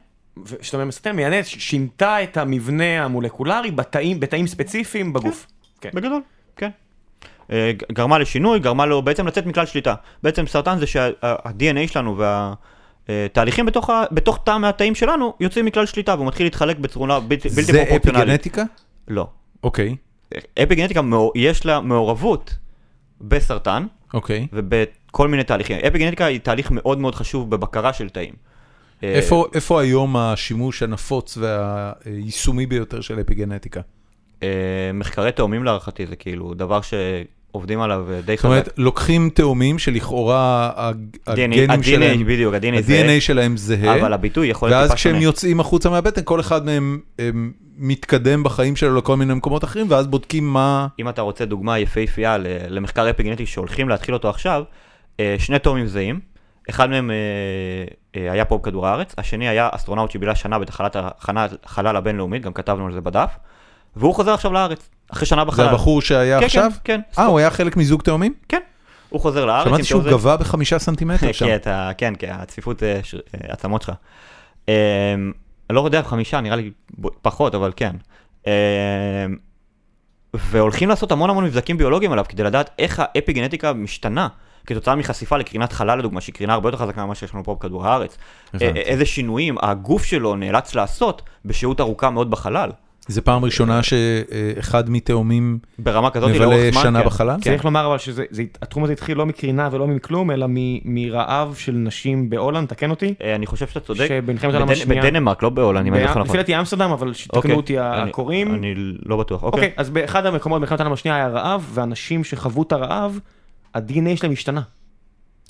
Speaker 2: שאתה אומר מסתם יענה ש- שינתה את המבנה המולקולרי בתאים בתאים ספציפיים בגוף. כן.
Speaker 3: בגדול, כן. אה, ג- גרמה לשינוי, גרמה לו בעצם לצאת מכלל שליטה. בעצם סרטן זה שה-DNA שלנו והתהליכים בתוך, ה- בתוך תא מהתאים שלנו יוצאים מכלל שליטה והוא מתחיל להתחלק בצורה בלתי, בלתי
Speaker 1: זה
Speaker 3: פרופורציונלית.
Speaker 1: אפיגנטיקה?
Speaker 3: לא.
Speaker 1: אוקיי,
Speaker 3: אפיגנטיקה מאו- יש לה מעורבות בסרטן
Speaker 1: אוקיי.
Speaker 3: ובכל מיני תהליכים. אפיגנטיקה היא תהליך מאוד מאוד חשוב בבקרה של תאים. אה,
Speaker 1: איפה, איפה היום השימוש הנפוץ והיישומי ביותר של אפיגנטיקה?
Speaker 3: אה, מחקרי תאומים להערכתי זה כאילו דבר שעובדים עליו אה, די
Speaker 1: זאת אומרת,
Speaker 3: חזק.
Speaker 1: לוקחים תאומים שלכאורה הג- הגנים
Speaker 3: ה-DNA,
Speaker 1: שלהם,
Speaker 3: בדיוק, ה-DNA
Speaker 1: ה-DNA
Speaker 3: זה,
Speaker 1: שלהם זהה,
Speaker 3: אבל הביטוי יכול להיות
Speaker 1: ואז
Speaker 3: טיפה
Speaker 1: כשהם
Speaker 3: שונה.
Speaker 1: יוצאים החוצה מהבטן, כל אחד מהם הם, מתקדם בחיים שלו לכל מיני מקומות אחרים, ואז בודקים מה...
Speaker 3: אם אתה רוצה דוגמה יפהפייה ל- למחקר אפיגנטי שהולכים להתחיל אותו עכשיו, אה, שני תאומים זהים, אחד מהם אה, אה, היה פה בכדור הארץ, השני היה אסטרונאוט שבילה שנה בתחנת החלל- החלל הבינלאומית, גם כתבנו על זה בדף, והוא חוזר עכשיו לארץ, אחרי שנה בחלל.
Speaker 1: זה הבחור שהיה
Speaker 3: כן,
Speaker 1: עכשיו?
Speaker 3: כן, כן.
Speaker 1: אה, הוא היה חלק מזוג תאומים?
Speaker 3: הוא חוזר לארץ. עם
Speaker 1: שמעתי שהוא
Speaker 3: תעודת-
Speaker 1: גבה בחמישה סנטימטר שם.
Speaker 3: כי אתה, כן, כי הצפיפות אה, ש- אה, עצמות שלך. אה, אני לא יודע, חמישה, נראה לי ב- פחות, אבל כן. אה, והולכים לעשות המון המון מבזקים ביולוגיים עליו כדי לדעת איך האפיגנטיקה משתנה כתוצאה מחשיפה לקרינת חלל לדוגמה, שהיא קרינה הרבה יותר חזקה ממה שיש לנו פה בכדור הארץ. אה,
Speaker 1: הבנתי.
Speaker 3: איזה שינויים הגוף שלו נאלץ לעשות בשהות ארוכה מאוד בחלל.
Speaker 1: זה פעם ראשונה שאחד מתאומים
Speaker 3: ברמה כזאת
Speaker 1: מבלה
Speaker 3: לאורך זמן,
Speaker 1: אה, שנה
Speaker 3: כן.
Speaker 1: בחלל?
Speaker 2: צריך לומר אבל שהתחום הזה התחיל לא מקרינה ולא מכלום אלא מ- מרעב של נשים בהולנד, תקן אותי.
Speaker 3: אה, אני חושב שאתה צודק.
Speaker 2: שבמלחמת העולם
Speaker 3: בדנ-
Speaker 2: השנייה.
Speaker 3: בדנמרק, לא בהולנד, אם אני זוכר
Speaker 2: ב-
Speaker 3: נכון.
Speaker 2: לפי דעתי אמסטרדם אבל
Speaker 3: אוקיי.
Speaker 2: שתקנו אותי
Speaker 3: אני-
Speaker 2: הקוראים.
Speaker 3: אני לא בטוח, אוקיי.
Speaker 2: אוקיי, אז באחד המקומות במלחמת העולם השנייה היה רעב, ואנשים שחוו את הרעב, ה-DNA שלהם השתנה.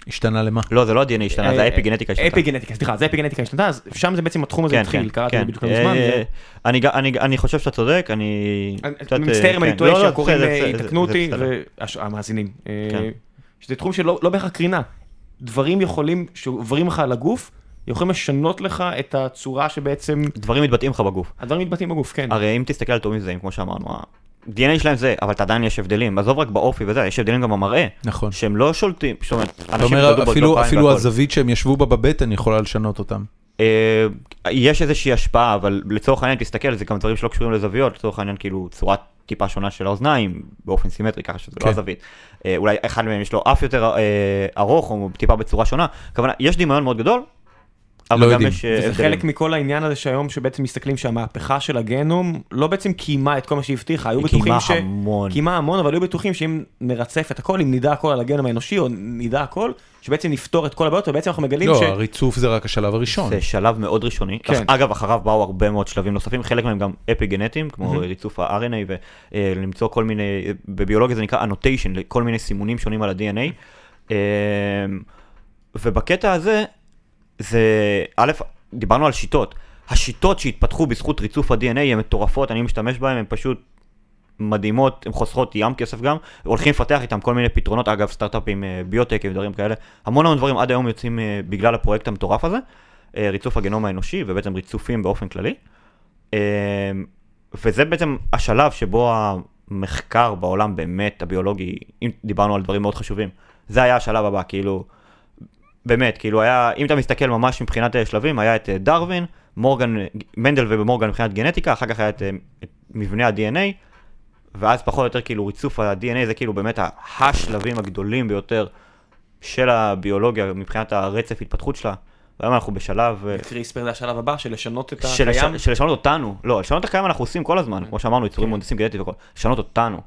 Speaker 1: השתנה למה?
Speaker 3: לא, זה לא ה-DNA השתנה, זה
Speaker 2: אה,
Speaker 3: האפיגנטיקה השתנתה.
Speaker 2: אפיגנטיקה, סליחה, זה אפיגנטיקה השתנתה, אז שם זה בעצם התחום הזה התחיל, קראתי את זה בדיוק לא
Speaker 3: אה, אה,
Speaker 2: מזמן. זה-
Speaker 3: אני ג- אני ג- אני חושב שאתה צודק, אני...
Speaker 2: אני-
Speaker 3: קצת, אה,
Speaker 2: אני מצטער אם אני
Speaker 3: כן.
Speaker 2: טועה
Speaker 3: לא, לא,
Speaker 2: שהקוראים
Speaker 3: בסדר,
Speaker 2: אה,
Speaker 3: בסדר,
Speaker 2: יתקנו
Speaker 3: זה
Speaker 2: אותי,
Speaker 3: בסדר.
Speaker 2: והמאזינים.
Speaker 3: כן.
Speaker 4: אה,
Speaker 2: שזה תחום שלא לא בהכרח קרינה. דברים יכולים, שעוברים לך על הגוף,
Speaker 4: יכולים לשנות לך את הצורה שבעצם
Speaker 3: דברים מתבטאים לך בגוף.
Speaker 4: הדברים מתבטאים בגוף, כן.
Speaker 3: הרי אם תסתכל על תאומים זהים, כמו שאמרנו, ה-DNA שלהם זה, אבל עדיין יש הבדלים. עזוב רק באופי וזה, יש הבדלים גם במראה.
Speaker 1: נכון.
Speaker 3: שהם לא שולטים, זאת אומרת,
Speaker 1: אתה
Speaker 3: אנשים
Speaker 1: אומר,
Speaker 3: נולדו
Speaker 1: אפילו,
Speaker 3: בגפיים
Speaker 1: אפילו
Speaker 3: והכל.
Speaker 1: הזווית שהם ישבו בה בבטן יכולה לשנות אותם.
Speaker 3: אה, יש איזושהי השפעה, אבל לצורך העניין, תסתכל, זה גם דברים שלא קשורים לזוויות, לצורך העניין, כאילו, צורה טיפה שונה של האוזניים, באופן סימטרי, ככה שזה
Speaker 1: כן.
Speaker 3: לא הזווית. אה, אולי אחד מהם יש לו אף יותר אה, ארוך, או טיפה בצורה שונה. הכוונה, יש דמיון מאוד גדול,
Speaker 1: לא
Speaker 3: אבל גם
Speaker 1: יודעים.
Speaker 3: יש אה,
Speaker 4: זה
Speaker 3: הבדלים.
Speaker 4: חלק מכל העניין הזה שהיום שבעצם מסתכלים שהמהפכה של הגנום לא בעצם קיימה את כל מה שהבטיחה, היו
Speaker 3: היא
Speaker 4: בטוחים
Speaker 3: קיימה
Speaker 4: ש...
Speaker 3: המון.
Speaker 4: קיימה המון, אבל היו בטוחים שאם נרצף את הכל, אם נדע הכל על הגנום האנושי, או נדע הכל, שבעצם נפתור את כל הבעיות, ובעצם אנחנו מגלים
Speaker 1: לא,
Speaker 4: ש...
Speaker 1: הריצוף זה רק השלב הראשון.
Speaker 3: זה שלב מאוד ראשוני.
Speaker 4: כן.
Speaker 3: אגב, אחריו באו הרבה מאוד שלבים נוספים, חלק מהם גם אפי גנטיים, כמו ריצוף ה-RNA, ולמצוא אה, כל מיני, בביולוגיה זה נקרא annotation, כל מיני סימונים שונים על ה-DNA. אה, ובקטע הזה, זה, א', דיברנו על שיטות. השיטות שהתפתחו בזכות ריצוף ה-DNA הן מטורפות, אני משתמש בהן, הן פשוט מדהימות, הן חוסכות ים כסף גם, הולכים לפתח איתם כל מיני פתרונות, אגב סטארט-אפים, אה, ביוטק ודברים כאלה, המון המון דברים עד היום יוצאים אה, בגלל הפרויקט המטורף הזה, אה, ריצוף הגנום האנושי ובעצם ריצופים באופן כללי, אה, וזה בעצם השלב שבו המחקר בעולם באמת הביולוגי, אם דיברנו על דברים מאוד חשובים, זה היה השלב הבא, כאילו, באמת, כאילו היה, אם אתה מסתכל ממש מבחינת אה, שלבים, היה את אה, דרווין, מורגן, אה, מנדל ומורגן מבחינת גנטיקה, אחר כך היה את, אה, את מבנה ה-DNA, ואז פחות או יותר כאילו ריצוף ה-DNA זה כאילו באמת ה- השלבים הגדולים ביותר של הביולוגיה מבחינת הרצף התפתחות שלה. והיום אנחנו בשלב אה,
Speaker 4: קריספר זה השלב הבא של לשנות את
Speaker 3: של
Speaker 4: הקיים.
Speaker 3: לש- של לשנות אותנו. לא, לשנות את הקיים אנחנו עושים כל הזמן, כמו שאמרנו, יצורים מהונדסים גנטיים וכל, לשנות אותנו.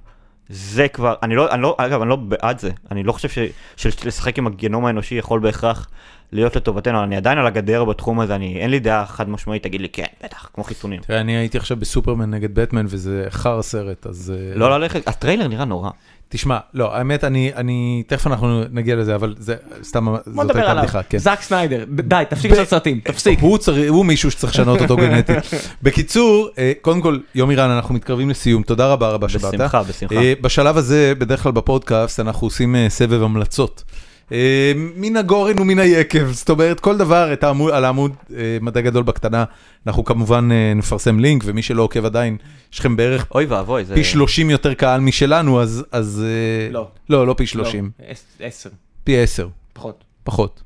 Speaker 3: זה כבר, אני לא, אני לא, אגב, אני לא בעד זה, אני לא חושב ש- שלשחק עם הגנום האנושי יכול בהכרח להיות לטובתנו, אני עדיין על הגדר בתחום הזה, אני, אין לי דעה חד משמעית, תגיד לי, כן, בטח, כמו חיסונים.
Speaker 1: תראה, אני הייתי עכשיו בסופרמן נגד בטמן וזה חר סרט, אז... אה,
Speaker 3: לא ללכת, הטריילר נראה נורא.
Speaker 1: תשמע, לא, האמת, אני, אני, תכף אנחנו נגיע לזה, אבל זה, סתם,
Speaker 4: בוא
Speaker 1: זאת
Speaker 4: נדבר
Speaker 1: הייתה
Speaker 4: עליו.
Speaker 1: בדיחה, כן.
Speaker 4: זאק סניידר, ב- די, תפסיק לעשות סרטים, תפסיק.
Speaker 1: הוא, צר... הוא מישהו שצריך לשנות אותו גנטית. בקיצור, אה, קודם כל, יום איראן, אנחנו מתקרבים לסיום, תודה רבה רבה שבאת.
Speaker 3: בשמחה, בשמחה.
Speaker 1: אה, בשלב הזה, בדרך כלל בפודקאסט, אנחנו עושים אה, סבב המלצות. אה, מן הגורן ומן היקב, זאת אומרת, כל דבר את העמוד, על העמוד אה, מדע גדול בקטנה, אנחנו כמובן אה, נפרסם לינק, ומי שלא עוקב עדיין, יש לכם בערך
Speaker 3: אוי ואבוי, זה...
Speaker 1: פי 30 יותר קהל משלנו, אז... אז אה,
Speaker 4: לא.
Speaker 1: לא, לא פי 30,
Speaker 4: לא, עש- עשר,
Speaker 1: פי 10.
Speaker 4: פחות.
Speaker 1: פחות.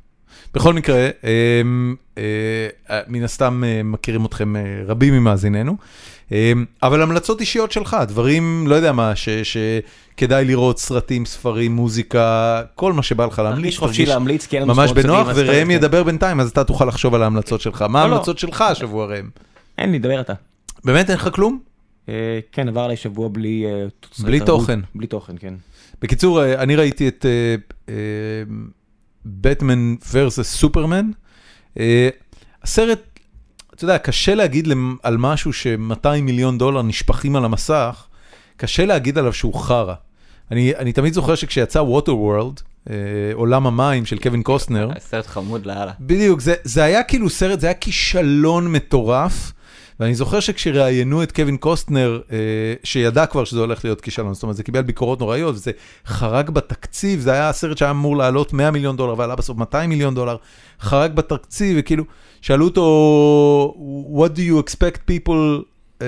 Speaker 1: בכל מקרה, אמ, אה, מן הסתם אה, מכירים אתכם אה, רבים ממאזיננו, אמ, אבל המלצות אישיות שלך, דברים, לא יודע מה, ש- שכדאי לראות סרטים, ספרים, מוזיקה, כל מה שבא לך להמליץ,
Speaker 4: תרגיש חופשי
Speaker 1: תרגיש
Speaker 4: להמליץ, כי אין לנו
Speaker 1: ממש
Speaker 4: ספונסרים,
Speaker 1: בנוח,
Speaker 4: אז אתה- כן.
Speaker 1: וראם ידבר בינתיים, אז אתה תוכל לחשוב על ההמלצות שלך. מה
Speaker 4: לא, לא.
Speaker 1: ההמלצות שלך השבוע, ראם?
Speaker 4: אין לי, דבר אתה.
Speaker 1: באמת אין לך כלום?
Speaker 4: אה, כן, עבר עליי שבוע בלי... אה, תוצרי
Speaker 1: בלי
Speaker 4: תרבות.
Speaker 1: תוכן.
Speaker 4: בלי תוכן, כן.
Speaker 1: בקיצור, אה, אני ראיתי את בטמן versus סופרמן. אה, הסרט, אתה יודע, קשה להגיד למ- על משהו ש-200 מיליון דולר נשפכים על המסך, קשה להגיד עליו שהוא חרא. אני, אני תמיד זוכר שכשיצא ווטר וורלד, עולם המים של קווין קוסטנר,
Speaker 7: סרט חמוד לאללה.
Speaker 1: בדיוק, זה, זה היה כאילו סרט, זה היה כישלון מטורף. ואני זוכר שכשראיינו את קווין קוסטנר, אה, שידע כבר שזה הולך להיות כישלון, זאת אומרת, זה קיבל ביקורות נוראיות, וזה חרג בתקציב, זה היה הסרט שהיה אמור לעלות 100 מיליון דולר, ועלה בסוף 200 מיליון דולר, חרג בתקציב, וכאילו, שאלו אותו, What do you expect people uh,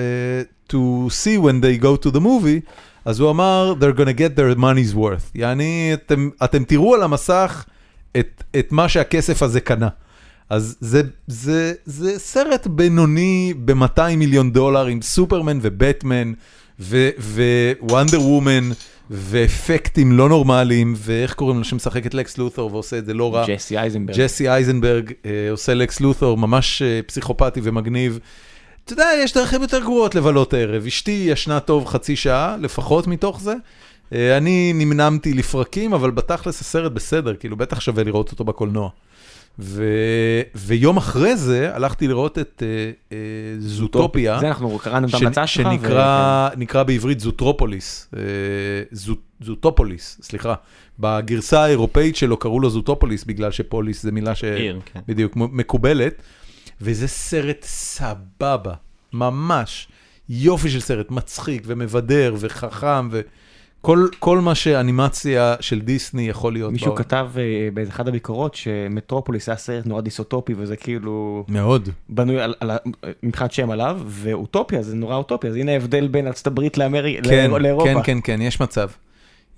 Speaker 1: to see when they go to the movie, אז הוא אמר, they're gonna get their money's worth. יעני, אתם, אתם תראו על המסך את, את מה שהכסף הזה קנה. אז זה, זה, זה סרט בינוני ב-200 מיליון דולר עם סופרמן ובטמן ווונדר וומן ואפקטים לא נורמליים, ואיך קוראים לו שמשחק את לקס לות'ור ועושה את זה לא רע.
Speaker 4: ג'סי אייזנברג.
Speaker 1: ג'סי אייזנברג אה, עושה לקס לות'ור, ממש אה, פסיכופתי ומגניב. אתה יודע, יש דרכים יותר גרועות לבלות ערב. אשתי ישנה טוב חצי שעה, לפחות מתוך זה. אה, אני נמנמתי לפרקים, אבל בתכלס הסרט בסדר, כאילו בטח שווה לראות אותו בקולנוע. ו... ויום אחרי זה הלכתי לראות את אה, אה, זוטופיה.
Speaker 4: זה אנחנו קראנו את
Speaker 1: שנ-
Speaker 4: ההמלצה שלך.
Speaker 1: שנקרא נקרא בעברית זוטרופוליס, אה, זו- זוטופוליס, סליחה. בגרסה האירופאית שלו קראו לו זוטופוליס, בגלל שפוליס זה מילה ש...
Speaker 3: עיר, כן.
Speaker 1: בדיוק, מ- מקובלת. וזה סרט סבבה, ממש. יופי של סרט, מצחיק ומבדר וחכם כל, כל מה שאנימציה של דיסני יכול להיות.
Speaker 2: מישהו
Speaker 1: בעולם.
Speaker 2: כתב אה, באיזה אחת הביקורות שמטרופוליס היה סרט נורא דיסוטופי וזה כאילו
Speaker 1: מאוד.
Speaker 2: בנוי על, על, ה- מבחינת שם עליו ואוטופיה זה נורא אוטופיה אז הנה ההבדל בין ארצות הברית לאמריקה
Speaker 1: כן,
Speaker 2: לאירופה.
Speaker 1: כן, כן, כן, יש מצב.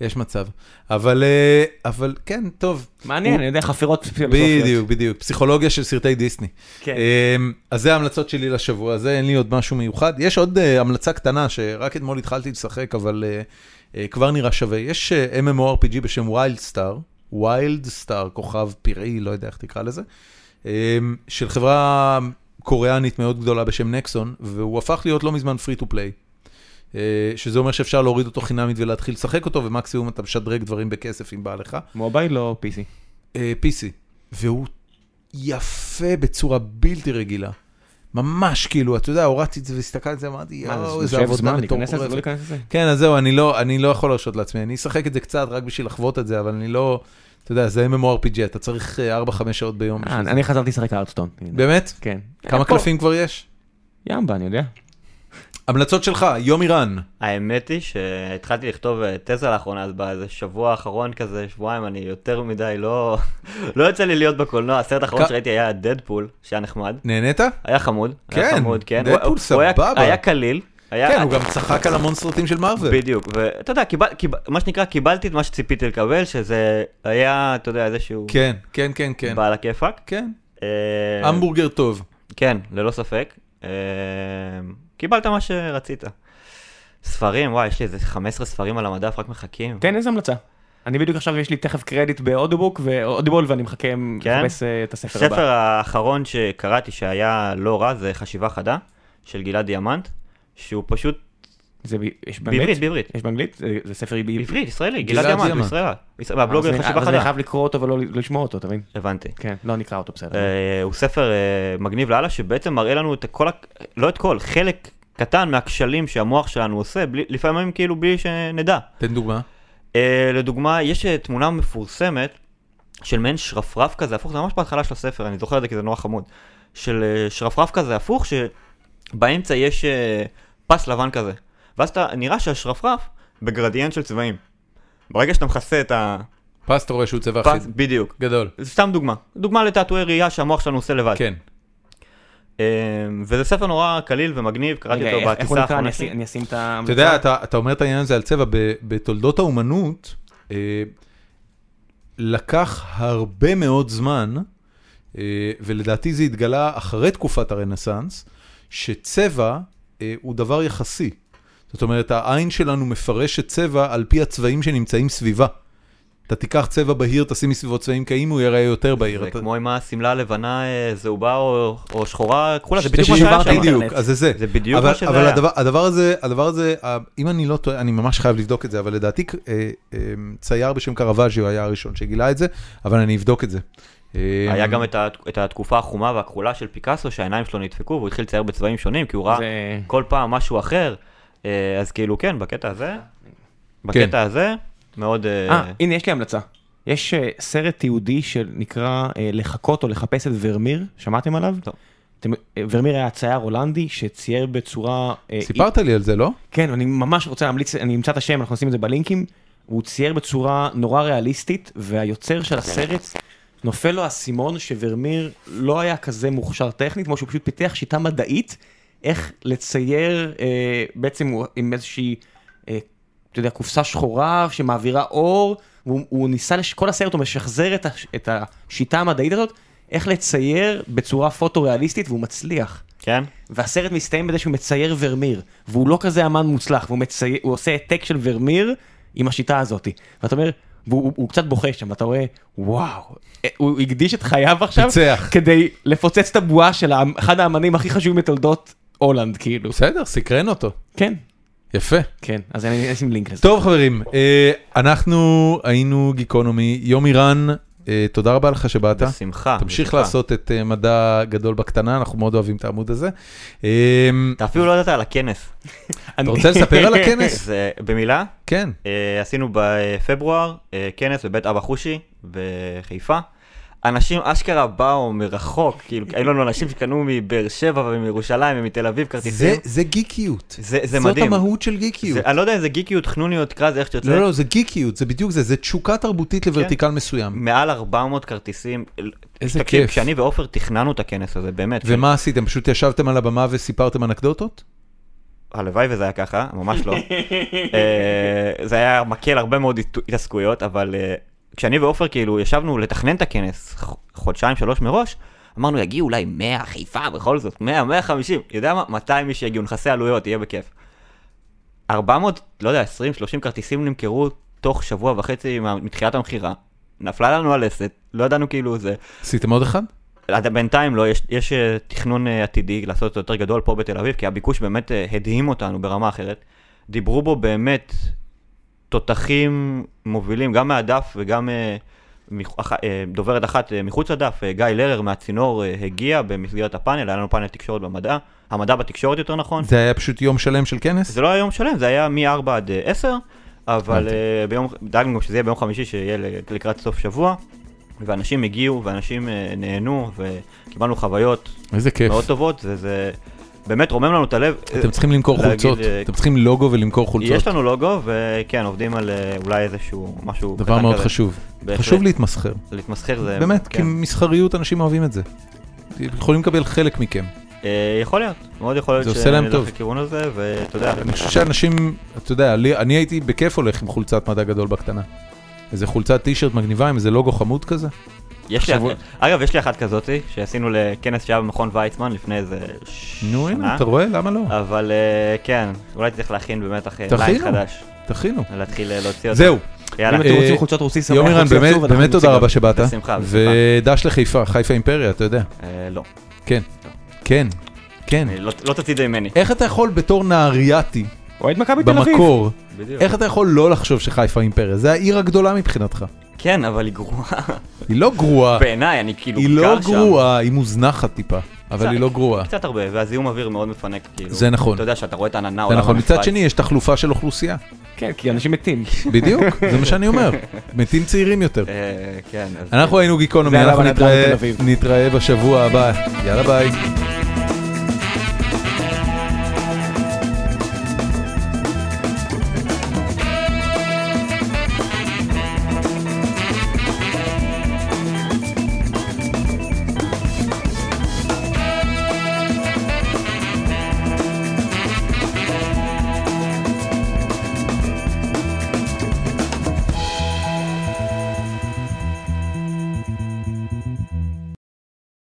Speaker 1: יש מצב. אבל, אה, אבל כן, טוב.
Speaker 2: מעניין אני יודע חפירות פילוסופיות.
Speaker 1: בדיוק, בדיוק. פסיכולוגיה של סרטי דיסני.
Speaker 2: כן.
Speaker 1: אמ, אז זה ההמלצות שלי לשבוע הזה, אין לי עוד משהו מיוחד. יש עוד אה, המלצה קטנה שרק אתמול התחלתי לשחק, אבל אה, אה, כבר נראה שווה. יש אה, MMORPG בשם ויילד סטאר, ויילד סטאר, כוכב פראי, לא יודע איך תקרא לזה, אמ, של חברה קוריאנית מאוד גדולה בשם נקסון, והוא הפך להיות לא מזמן free to play. אה, שזה אומר שאפשר להוריד אותו חינמית ולהתחיל לשחק אותו, ומקסימום אתה משדרג דברים בכסף אם בא לך.
Speaker 2: מובייל או PC.
Speaker 1: אה, PC, והוא יפה בצורה בלתי רגילה. ממש כאילו, אתה יודע, הורדתי את זה והסתכלתי על זה, אמרתי,
Speaker 2: מה,
Speaker 1: יואו,
Speaker 2: זה
Speaker 1: איזה
Speaker 2: שואב
Speaker 1: עבודה
Speaker 2: זמן להיכנס לזה לא
Speaker 1: מטורפת.
Speaker 2: להיכנס לזה.
Speaker 1: כן, אז זהו, אני לא, אני לא יכול להרשות לעצמי, אני אשחק את זה קצת רק בשביל לחוות את זה, אבל אני לא, אתה יודע, זה MMORPG, אתה צריך אה, 4-5 שעות ביום.
Speaker 2: אה,
Speaker 1: בשביל זה.
Speaker 2: אני חזרתי לשחק ארטסטון.
Speaker 1: באמת?
Speaker 2: כן.
Speaker 1: כמה קלפים כבר יש?
Speaker 2: ימבה אני יודע.
Speaker 1: המלצות שלך, יום איראן.
Speaker 3: האמת היא שהתחלתי לכתוב אה, תזה לאחרונה, אז באיזה שבוע האחרון כזה, שבועיים, אני יותר מדי לא... לא יוצא לי להיות בקולנוע, הסרט האחרון
Speaker 1: כ-
Speaker 3: שראיתי היה דדפול, שהיה נחמד,
Speaker 1: נהנית?
Speaker 2: אה.
Speaker 3: היה חמוד,
Speaker 1: כן,
Speaker 3: היה חמוד, כן,
Speaker 1: דדפול
Speaker 3: הוא- הוא היה-
Speaker 1: סבבה.
Speaker 3: היה קליל, היה-
Speaker 1: כן, הוא גם צחק על המון סרטים של מארוול.
Speaker 3: בדיוק, ואתה יודע, קיבל, קיבל, מה שנקרא, קיבלתי את מה שציפיתי לקבל, שזה היה, אתה יודע, איזשהו
Speaker 1: כן, כן, כן, כן.
Speaker 3: בעל הכיפאק.
Speaker 1: כן,
Speaker 3: אה,
Speaker 1: המבורגר טוב.
Speaker 3: כן, ללא ספק. אה, קיבלת מה שרצית. ספרים, וואי, יש לי איזה 15 ספרים על המדף, רק מחכים.
Speaker 2: תן איזה המלצה. אני בדיוק עכשיו יש לי תכף קרדיט באודיובוק ואודיבול ואני מחכה
Speaker 3: כן?
Speaker 2: לחפש אה, את הספר
Speaker 3: הספר
Speaker 2: הבא.
Speaker 3: האחרון שקראתי שהיה לא רע, זה חשיבה חדה, של גלעד דיאמנט, שהוא פשוט,
Speaker 2: זה ב- יש
Speaker 3: בעברית,
Speaker 2: באמת?
Speaker 3: בעברית.
Speaker 2: יש באנגלית? זה- זה ספר בעברית.
Speaker 3: בעברית, ישראלי,
Speaker 1: גלעד
Speaker 3: גלעד דיאמנט,
Speaker 1: דיאמנט.
Speaker 3: הוא ישראלי. ישראל- והבלוגר חשיבה
Speaker 2: אז אני
Speaker 3: חדה.
Speaker 2: חייב לקרוא אותו ולא ל- לא לשמוע אותו, אתה מבין?
Speaker 3: הבנתי.
Speaker 2: כן, לא, נקרא אותו בסדר.
Speaker 3: אה, הוא ספר אה, מגניב לאללה, שבעצם מראה לנו את כל, הק- לא את כל, חלק קטן מהכשלים שהמוח שלנו עושה, בלי, לפעמים כאילו בלי שנדע.
Speaker 1: תן דוגמה.
Speaker 3: אה, לדוגמה, יש אה, תמונה מפורסמת של מעין שרפרף כזה הפוך, זה ממש בהתחלה של הספר, אני זוכר את זה כי זה נורא חמוד. של אה, שרפרף כזה הפוך, שבאמצע יש אה, פס לבן כזה. ואז אתה, נראה שהשרפרף בגרדיאנט של צבעים. ברגע שאתה מכסה את הפס,
Speaker 1: פס, אתה רואה שהוא צבע אחיד.
Speaker 3: בדיוק.
Speaker 1: גדול.
Speaker 3: זה סתם דוגמה. דוגמה לתעתועי ראייה שהמוח שלנו עושה
Speaker 2: אה.
Speaker 3: לבד.
Speaker 1: כן.
Speaker 3: אמ, וזה ספר נורא קליל ומגניב,
Speaker 2: רגע,
Speaker 3: קראתי אותו
Speaker 2: איך הוא
Speaker 3: בטיסה
Speaker 2: נקרא? אני
Speaker 3: האחרונה
Speaker 2: אשים-
Speaker 3: שלי.
Speaker 2: אני אשים את ה...
Speaker 1: אתה יודע, אתה, אתה אומר את העניין הזה על צבע, ב, בתולדות האומנות אה, לקח הרבה מאוד זמן, אה, ולדעתי זה התגלה אחרי תקופת הרנסאנס, שצבע אה, הוא דבר יחסי. זאת אומרת, העין שלנו מפרשת צבע על פי הצבעים שנמצאים סביבה. אתה תיקח צבע בהיר, תשים מסביבו צבעים קיים, הוא יראה יותר בהיר.
Speaker 3: זה
Speaker 1: אתה-
Speaker 3: כמו עם השמלה הלבנה אה, זהובה או או שחורה כחולה, זה
Speaker 1: זה
Speaker 3: בדיוק מה שהיה
Speaker 2: שדיברת
Speaker 3: שם.
Speaker 2: איתי.
Speaker 1: בדיוק,
Speaker 2: באינטרנט.
Speaker 1: אז זה זה.
Speaker 3: זה בדיוק
Speaker 1: אבל-
Speaker 3: מה שזה
Speaker 1: אבל
Speaker 3: היה.
Speaker 1: הדבר, הדבר הזה, הדבר הזה, אה, אם אני לא טועה, אני ממש חייב לבדוק את זה, אבל לדעתי אה, אה, צייר בשם קרוואז'יו היה הראשון שגילה את זה, אבל אני אבדוק את זה. אה,
Speaker 3: היה גם את ה- את התקופה החומה והכחולה של פיקאסו שהעיניים שלו נדפקו והוא התחיל לצייר בצבעים שונים כי הוא ראה
Speaker 2: זה-
Speaker 3: כל פעם משהו אחר. אה, אז כאילו כן, בקטע הזה,
Speaker 1: כן.
Speaker 3: בקטע הזה, מאוד... אה,
Speaker 2: אה, הנה, יש לי המלצה. יש אה, סרט תיעודי שנקרא אה, לחכות או לחפש את ורמיר, שמעתם עליו?
Speaker 3: לא.
Speaker 2: אתם- אה, ורמיר היה צייר הולנדי שצייר בצורה... אה,
Speaker 1: סיפרת לי על זה, לא?
Speaker 2: כן, אני ממש רוצה להמליץ, אני אמצא את השם, אנחנו נשים את זה בלינקים. הוא צייר בצורה נורא ריאליסטית, והיוצר של הסרט, נופל לו האסימון שוורמיר לא היה כזה מוכשר טכנית, כמו שהוא פשוט פיתח שיטה מדעית איך לצייר, אה, בעצם הוא עם איזושהי, אה, אתה יודע, קופסה שחורה שמעבירה אור, והוא הוא ניסה, לש... כל הסרט הוא משחזר את, הש... את השיטה המדעית הזאת, איך לצייר בצורה פוטו-ריאליסטית, והוא מצליח.
Speaker 3: כן?
Speaker 2: והסרט מסתיים בזה שהוא מצייר ורמיר, והוא לא כזה אמן מוצלח, והוא מצייר, הוא עושה העתק של ורמיר עם השיטה הזאת. ואתה אומר, והוא הוא, הוא קצת בוכה שם, ואתה רואה, וואו, אה, הוא הקדיש את חייו עכשיו,
Speaker 1: פיצח.
Speaker 2: כדי לפוצץ את הבועה של האמ- אחד האמנים הכי חשובים בתולדות הולנד, כאילו.
Speaker 1: בסדר, סקרן אותו.
Speaker 2: כן,
Speaker 1: יפה.
Speaker 2: כן, אז אני אני אשים לינק לזה.
Speaker 1: טוב חברים, אה, אנחנו היינו גיקונומי, יום איראן, אה, תודה רבה לך שבאת.
Speaker 3: בשמחה.
Speaker 1: תמשיך
Speaker 3: בשמחה.
Speaker 1: לעשות את אה, מדע גדול בקטנה, אנחנו מאוד אוהבים את העמוד הזה. אה,
Speaker 3: אתה אפילו לא יודעת על הכנס.
Speaker 1: אתה רוצה לספר על הכנס?
Speaker 3: זה במילה,
Speaker 1: כן.
Speaker 3: אה, עשינו בפברואר אה, כנס בבית אבא חושי בחיפה. אנשים אשכרה באו מרחוק, כאילו, היו לנו אנשים שקנו מבאר שבע ומירושלים ומתל אביב
Speaker 1: זה,
Speaker 3: כרטיסים.
Speaker 1: זה גיקיות.
Speaker 3: זה, זה מדהים.
Speaker 1: זאת המהות של גיקיות.
Speaker 3: זה, אני לא יודע אם זה גיקיות, חנוניות, קרא זה כן. איך שתרצה.
Speaker 1: לא, לא, זה גיקיות, זה בדיוק זה, זה תשוקה תרבותית לוורטיקל מסוים.
Speaker 3: מעל 400 כרטיסים.
Speaker 1: איזה
Speaker 3: תקשיב,
Speaker 1: כיף.
Speaker 3: כשאני ועופר תכננו את הכנס הזה, באמת.
Speaker 1: ומה עשיתם? פשוט ישבתם על הבמה וסיפרתם אנקדוטות?
Speaker 3: הלוואי וזה היה ככה, ממש לא. אה, זה היה מקל הרבה מאוד הת- התעסקויות, אבל אה, כשאני ועופר כאילו ישבנו לתכנן את הכנס ח- חודשיים, שלוש מראש, אמרנו יגיעו אולי 100 חיפה בכל זאת, 100, 150, יודע מה? 200 מי שיגיעו, נכסי עלויות, יהיה בכיף. 400, לא יודע, 20, 30 כרטיסים נמכרו תוך שבוע וחצי מה- מתחילת המכירה. נפלה לנו הלסת, לא ידענו כאילו זה.
Speaker 1: עשיתם עוד אחד?
Speaker 3: עד- בינתיים לא, יש, יש אה, תכנון אה, עתידי לעשות אותו יותר גדול פה בתל אביב, כי הביקוש באמת אה, הדהים אותנו ברמה אחרת. דיברו בו באמת תותחים מובילים, גם מהדף וגם אה, מח- אח- אה, דוברת אחת אה, מחוץ לדף, אה, גיא לרר מהצינור אה, הגיע במסגרת הפאנל, היה לנו פאנל תקשורת במדע, המדע בתקשורת יותר נכון.
Speaker 1: זה היה פשוט יום שלם של כנס?
Speaker 3: זה לא היה יום שלם, זה היה מ-4 עד 10, אבל אה, ביום, דאגנו גם שזה יהיה ביום חמישי, שיהיה ל- לקראת סוף שבוע, ואנשים הגיעו, ואנשים אה, נהנו, וקיבלנו חוויות
Speaker 1: איזה כיף.
Speaker 3: מאוד טובות, וזה באמת רומם לנו את הלב.
Speaker 1: אתם צריכים למכור
Speaker 3: להגיד,
Speaker 1: חולצות,
Speaker 3: אה,
Speaker 1: אתם צריכים לוגו ולמכור חולצות.
Speaker 3: יש לנו לוגו, וכן, עובדים על אה, אולי איזשהו משהו
Speaker 1: דבר מאוד
Speaker 3: כזה.
Speaker 1: חשוב.
Speaker 3: בהחלט.
Speaker 1: חשוב להתמסחר.
Speaker 3: להתמסחר זה...
Speaker 1: באמת,
Speaker 3: כן.
Speaker 1: כי מסחריות אנשים אוהבים את זה. יכולים לקבל חלק מכם.
Speaker 3: אה, יכול להיות, מאוד יכול להיות
Speaker 1: זה עושה להם
Speaker 3: שנלך
Speaker 1: טוב.
Speaker 3: לכיוון הזה, ואתה יודע,
Speaker 1: אני חושב שאנשים, אתה יודע, לי- אני הייתי בכיף הולך עם חולצת מדע גדול בקטנה. איזה חולצת טישרט מגניבה עם איזה לוגו חמוד כזה.
Speaker 3: יש לי,
Speaker 1: עכשיו-
Speaker 3: אגב, יש לי אחת כזאתי, שעשינו לכנס שהיה במכון ויצמן לפני איזה שנה.
Speaker 1: נו הנה, אתה רואה? למה לא?
Speaker 3: אבל אה, כן, אולי צריך להכין באמת אחרי ליין
Speaker 1: תכינו.
Speaker 3: חדש,
Speaker 1: תכינו.
Speaker 3: להתחיל אה, להוציא אותו.
Speaker 1: זהו,
Speaker 3: יאללה,
Speaker 2: אם אתם
Speaker 1: אה,
Speaker 2: רוצים חולצת רוסי שמח,
Speaker 1: יומירן,
Speaker 2: רוסי
Speaker 1: באמת-
Speaker 2: עצוב, אנחנו
Speaker 1: באמת תודה
Speaker 2: נוציא
Speaker 1: רבה
Speaker 2: גם.
Speaker 1: שבאת.
Speaker 3: בשמחה, בשמחה.
Speaker 1: ודש לחיפה, חיפה אימפריה, אתה יודע.
Speaker 3: אה, לא,
Speaker 1: כן, כן, כן.
Speaker 3: אני- לא לא תוציא את זה ממני.
Speaker 1: איך אתה יכול בתור נהרייתי,
Speaker 2: אוהד מכבי תל אביב.
Speaker 1: במקור,
Speaker 3: בדיוק.
Speaker 1: איך אתה יכול לא לחשוב שחיפה אימפריה? זה העיר הגדולה מבחינתך.
Speaker 3: כן, אבל היא גרועה.
Speaker 1: היא לא גרועה,
Speaker 3: בעיניי, אני כאילו
Speaker 1: היא לא
Speaker 3: גר שם.
Speaker 1: גרועה, היא מוזנחת טיפה, אבל
Speaker 3: קצת-
Speaker 1: היא לא גרועה.
Speaker 3: קצת הרבה, והזיהום אוויר מאוד מפנק, כאילו.
Speaker 1: זה נכון.
Speaker 3: אתה יודע שאתה רואה את העננה
Speaker 1: זה
Speaker 3: עולה
Speaker 1: נכון, מצד
Speaker 3: מהשוויץ.
Speaker 1: שני יש תחלופה של אוכלוסייה,
Speaker 2: כן, כי אנשים מתים.
Speaker 1: בדיוק, זה מה שאני אומר, מתים צעירים יותר.
Speaker 3: אה, כן. אז-
Speaker 1: אנחנו היינו גיקונומי,
Speaker 2: זה היה
Speaker 1: אנחנו
Speaker 2: לבן אדם
Speaker 1: נתראה-
Speaker 2: בתל אביב.
Speaker 1: נתראה בשבוע הבא, יאללה ביי.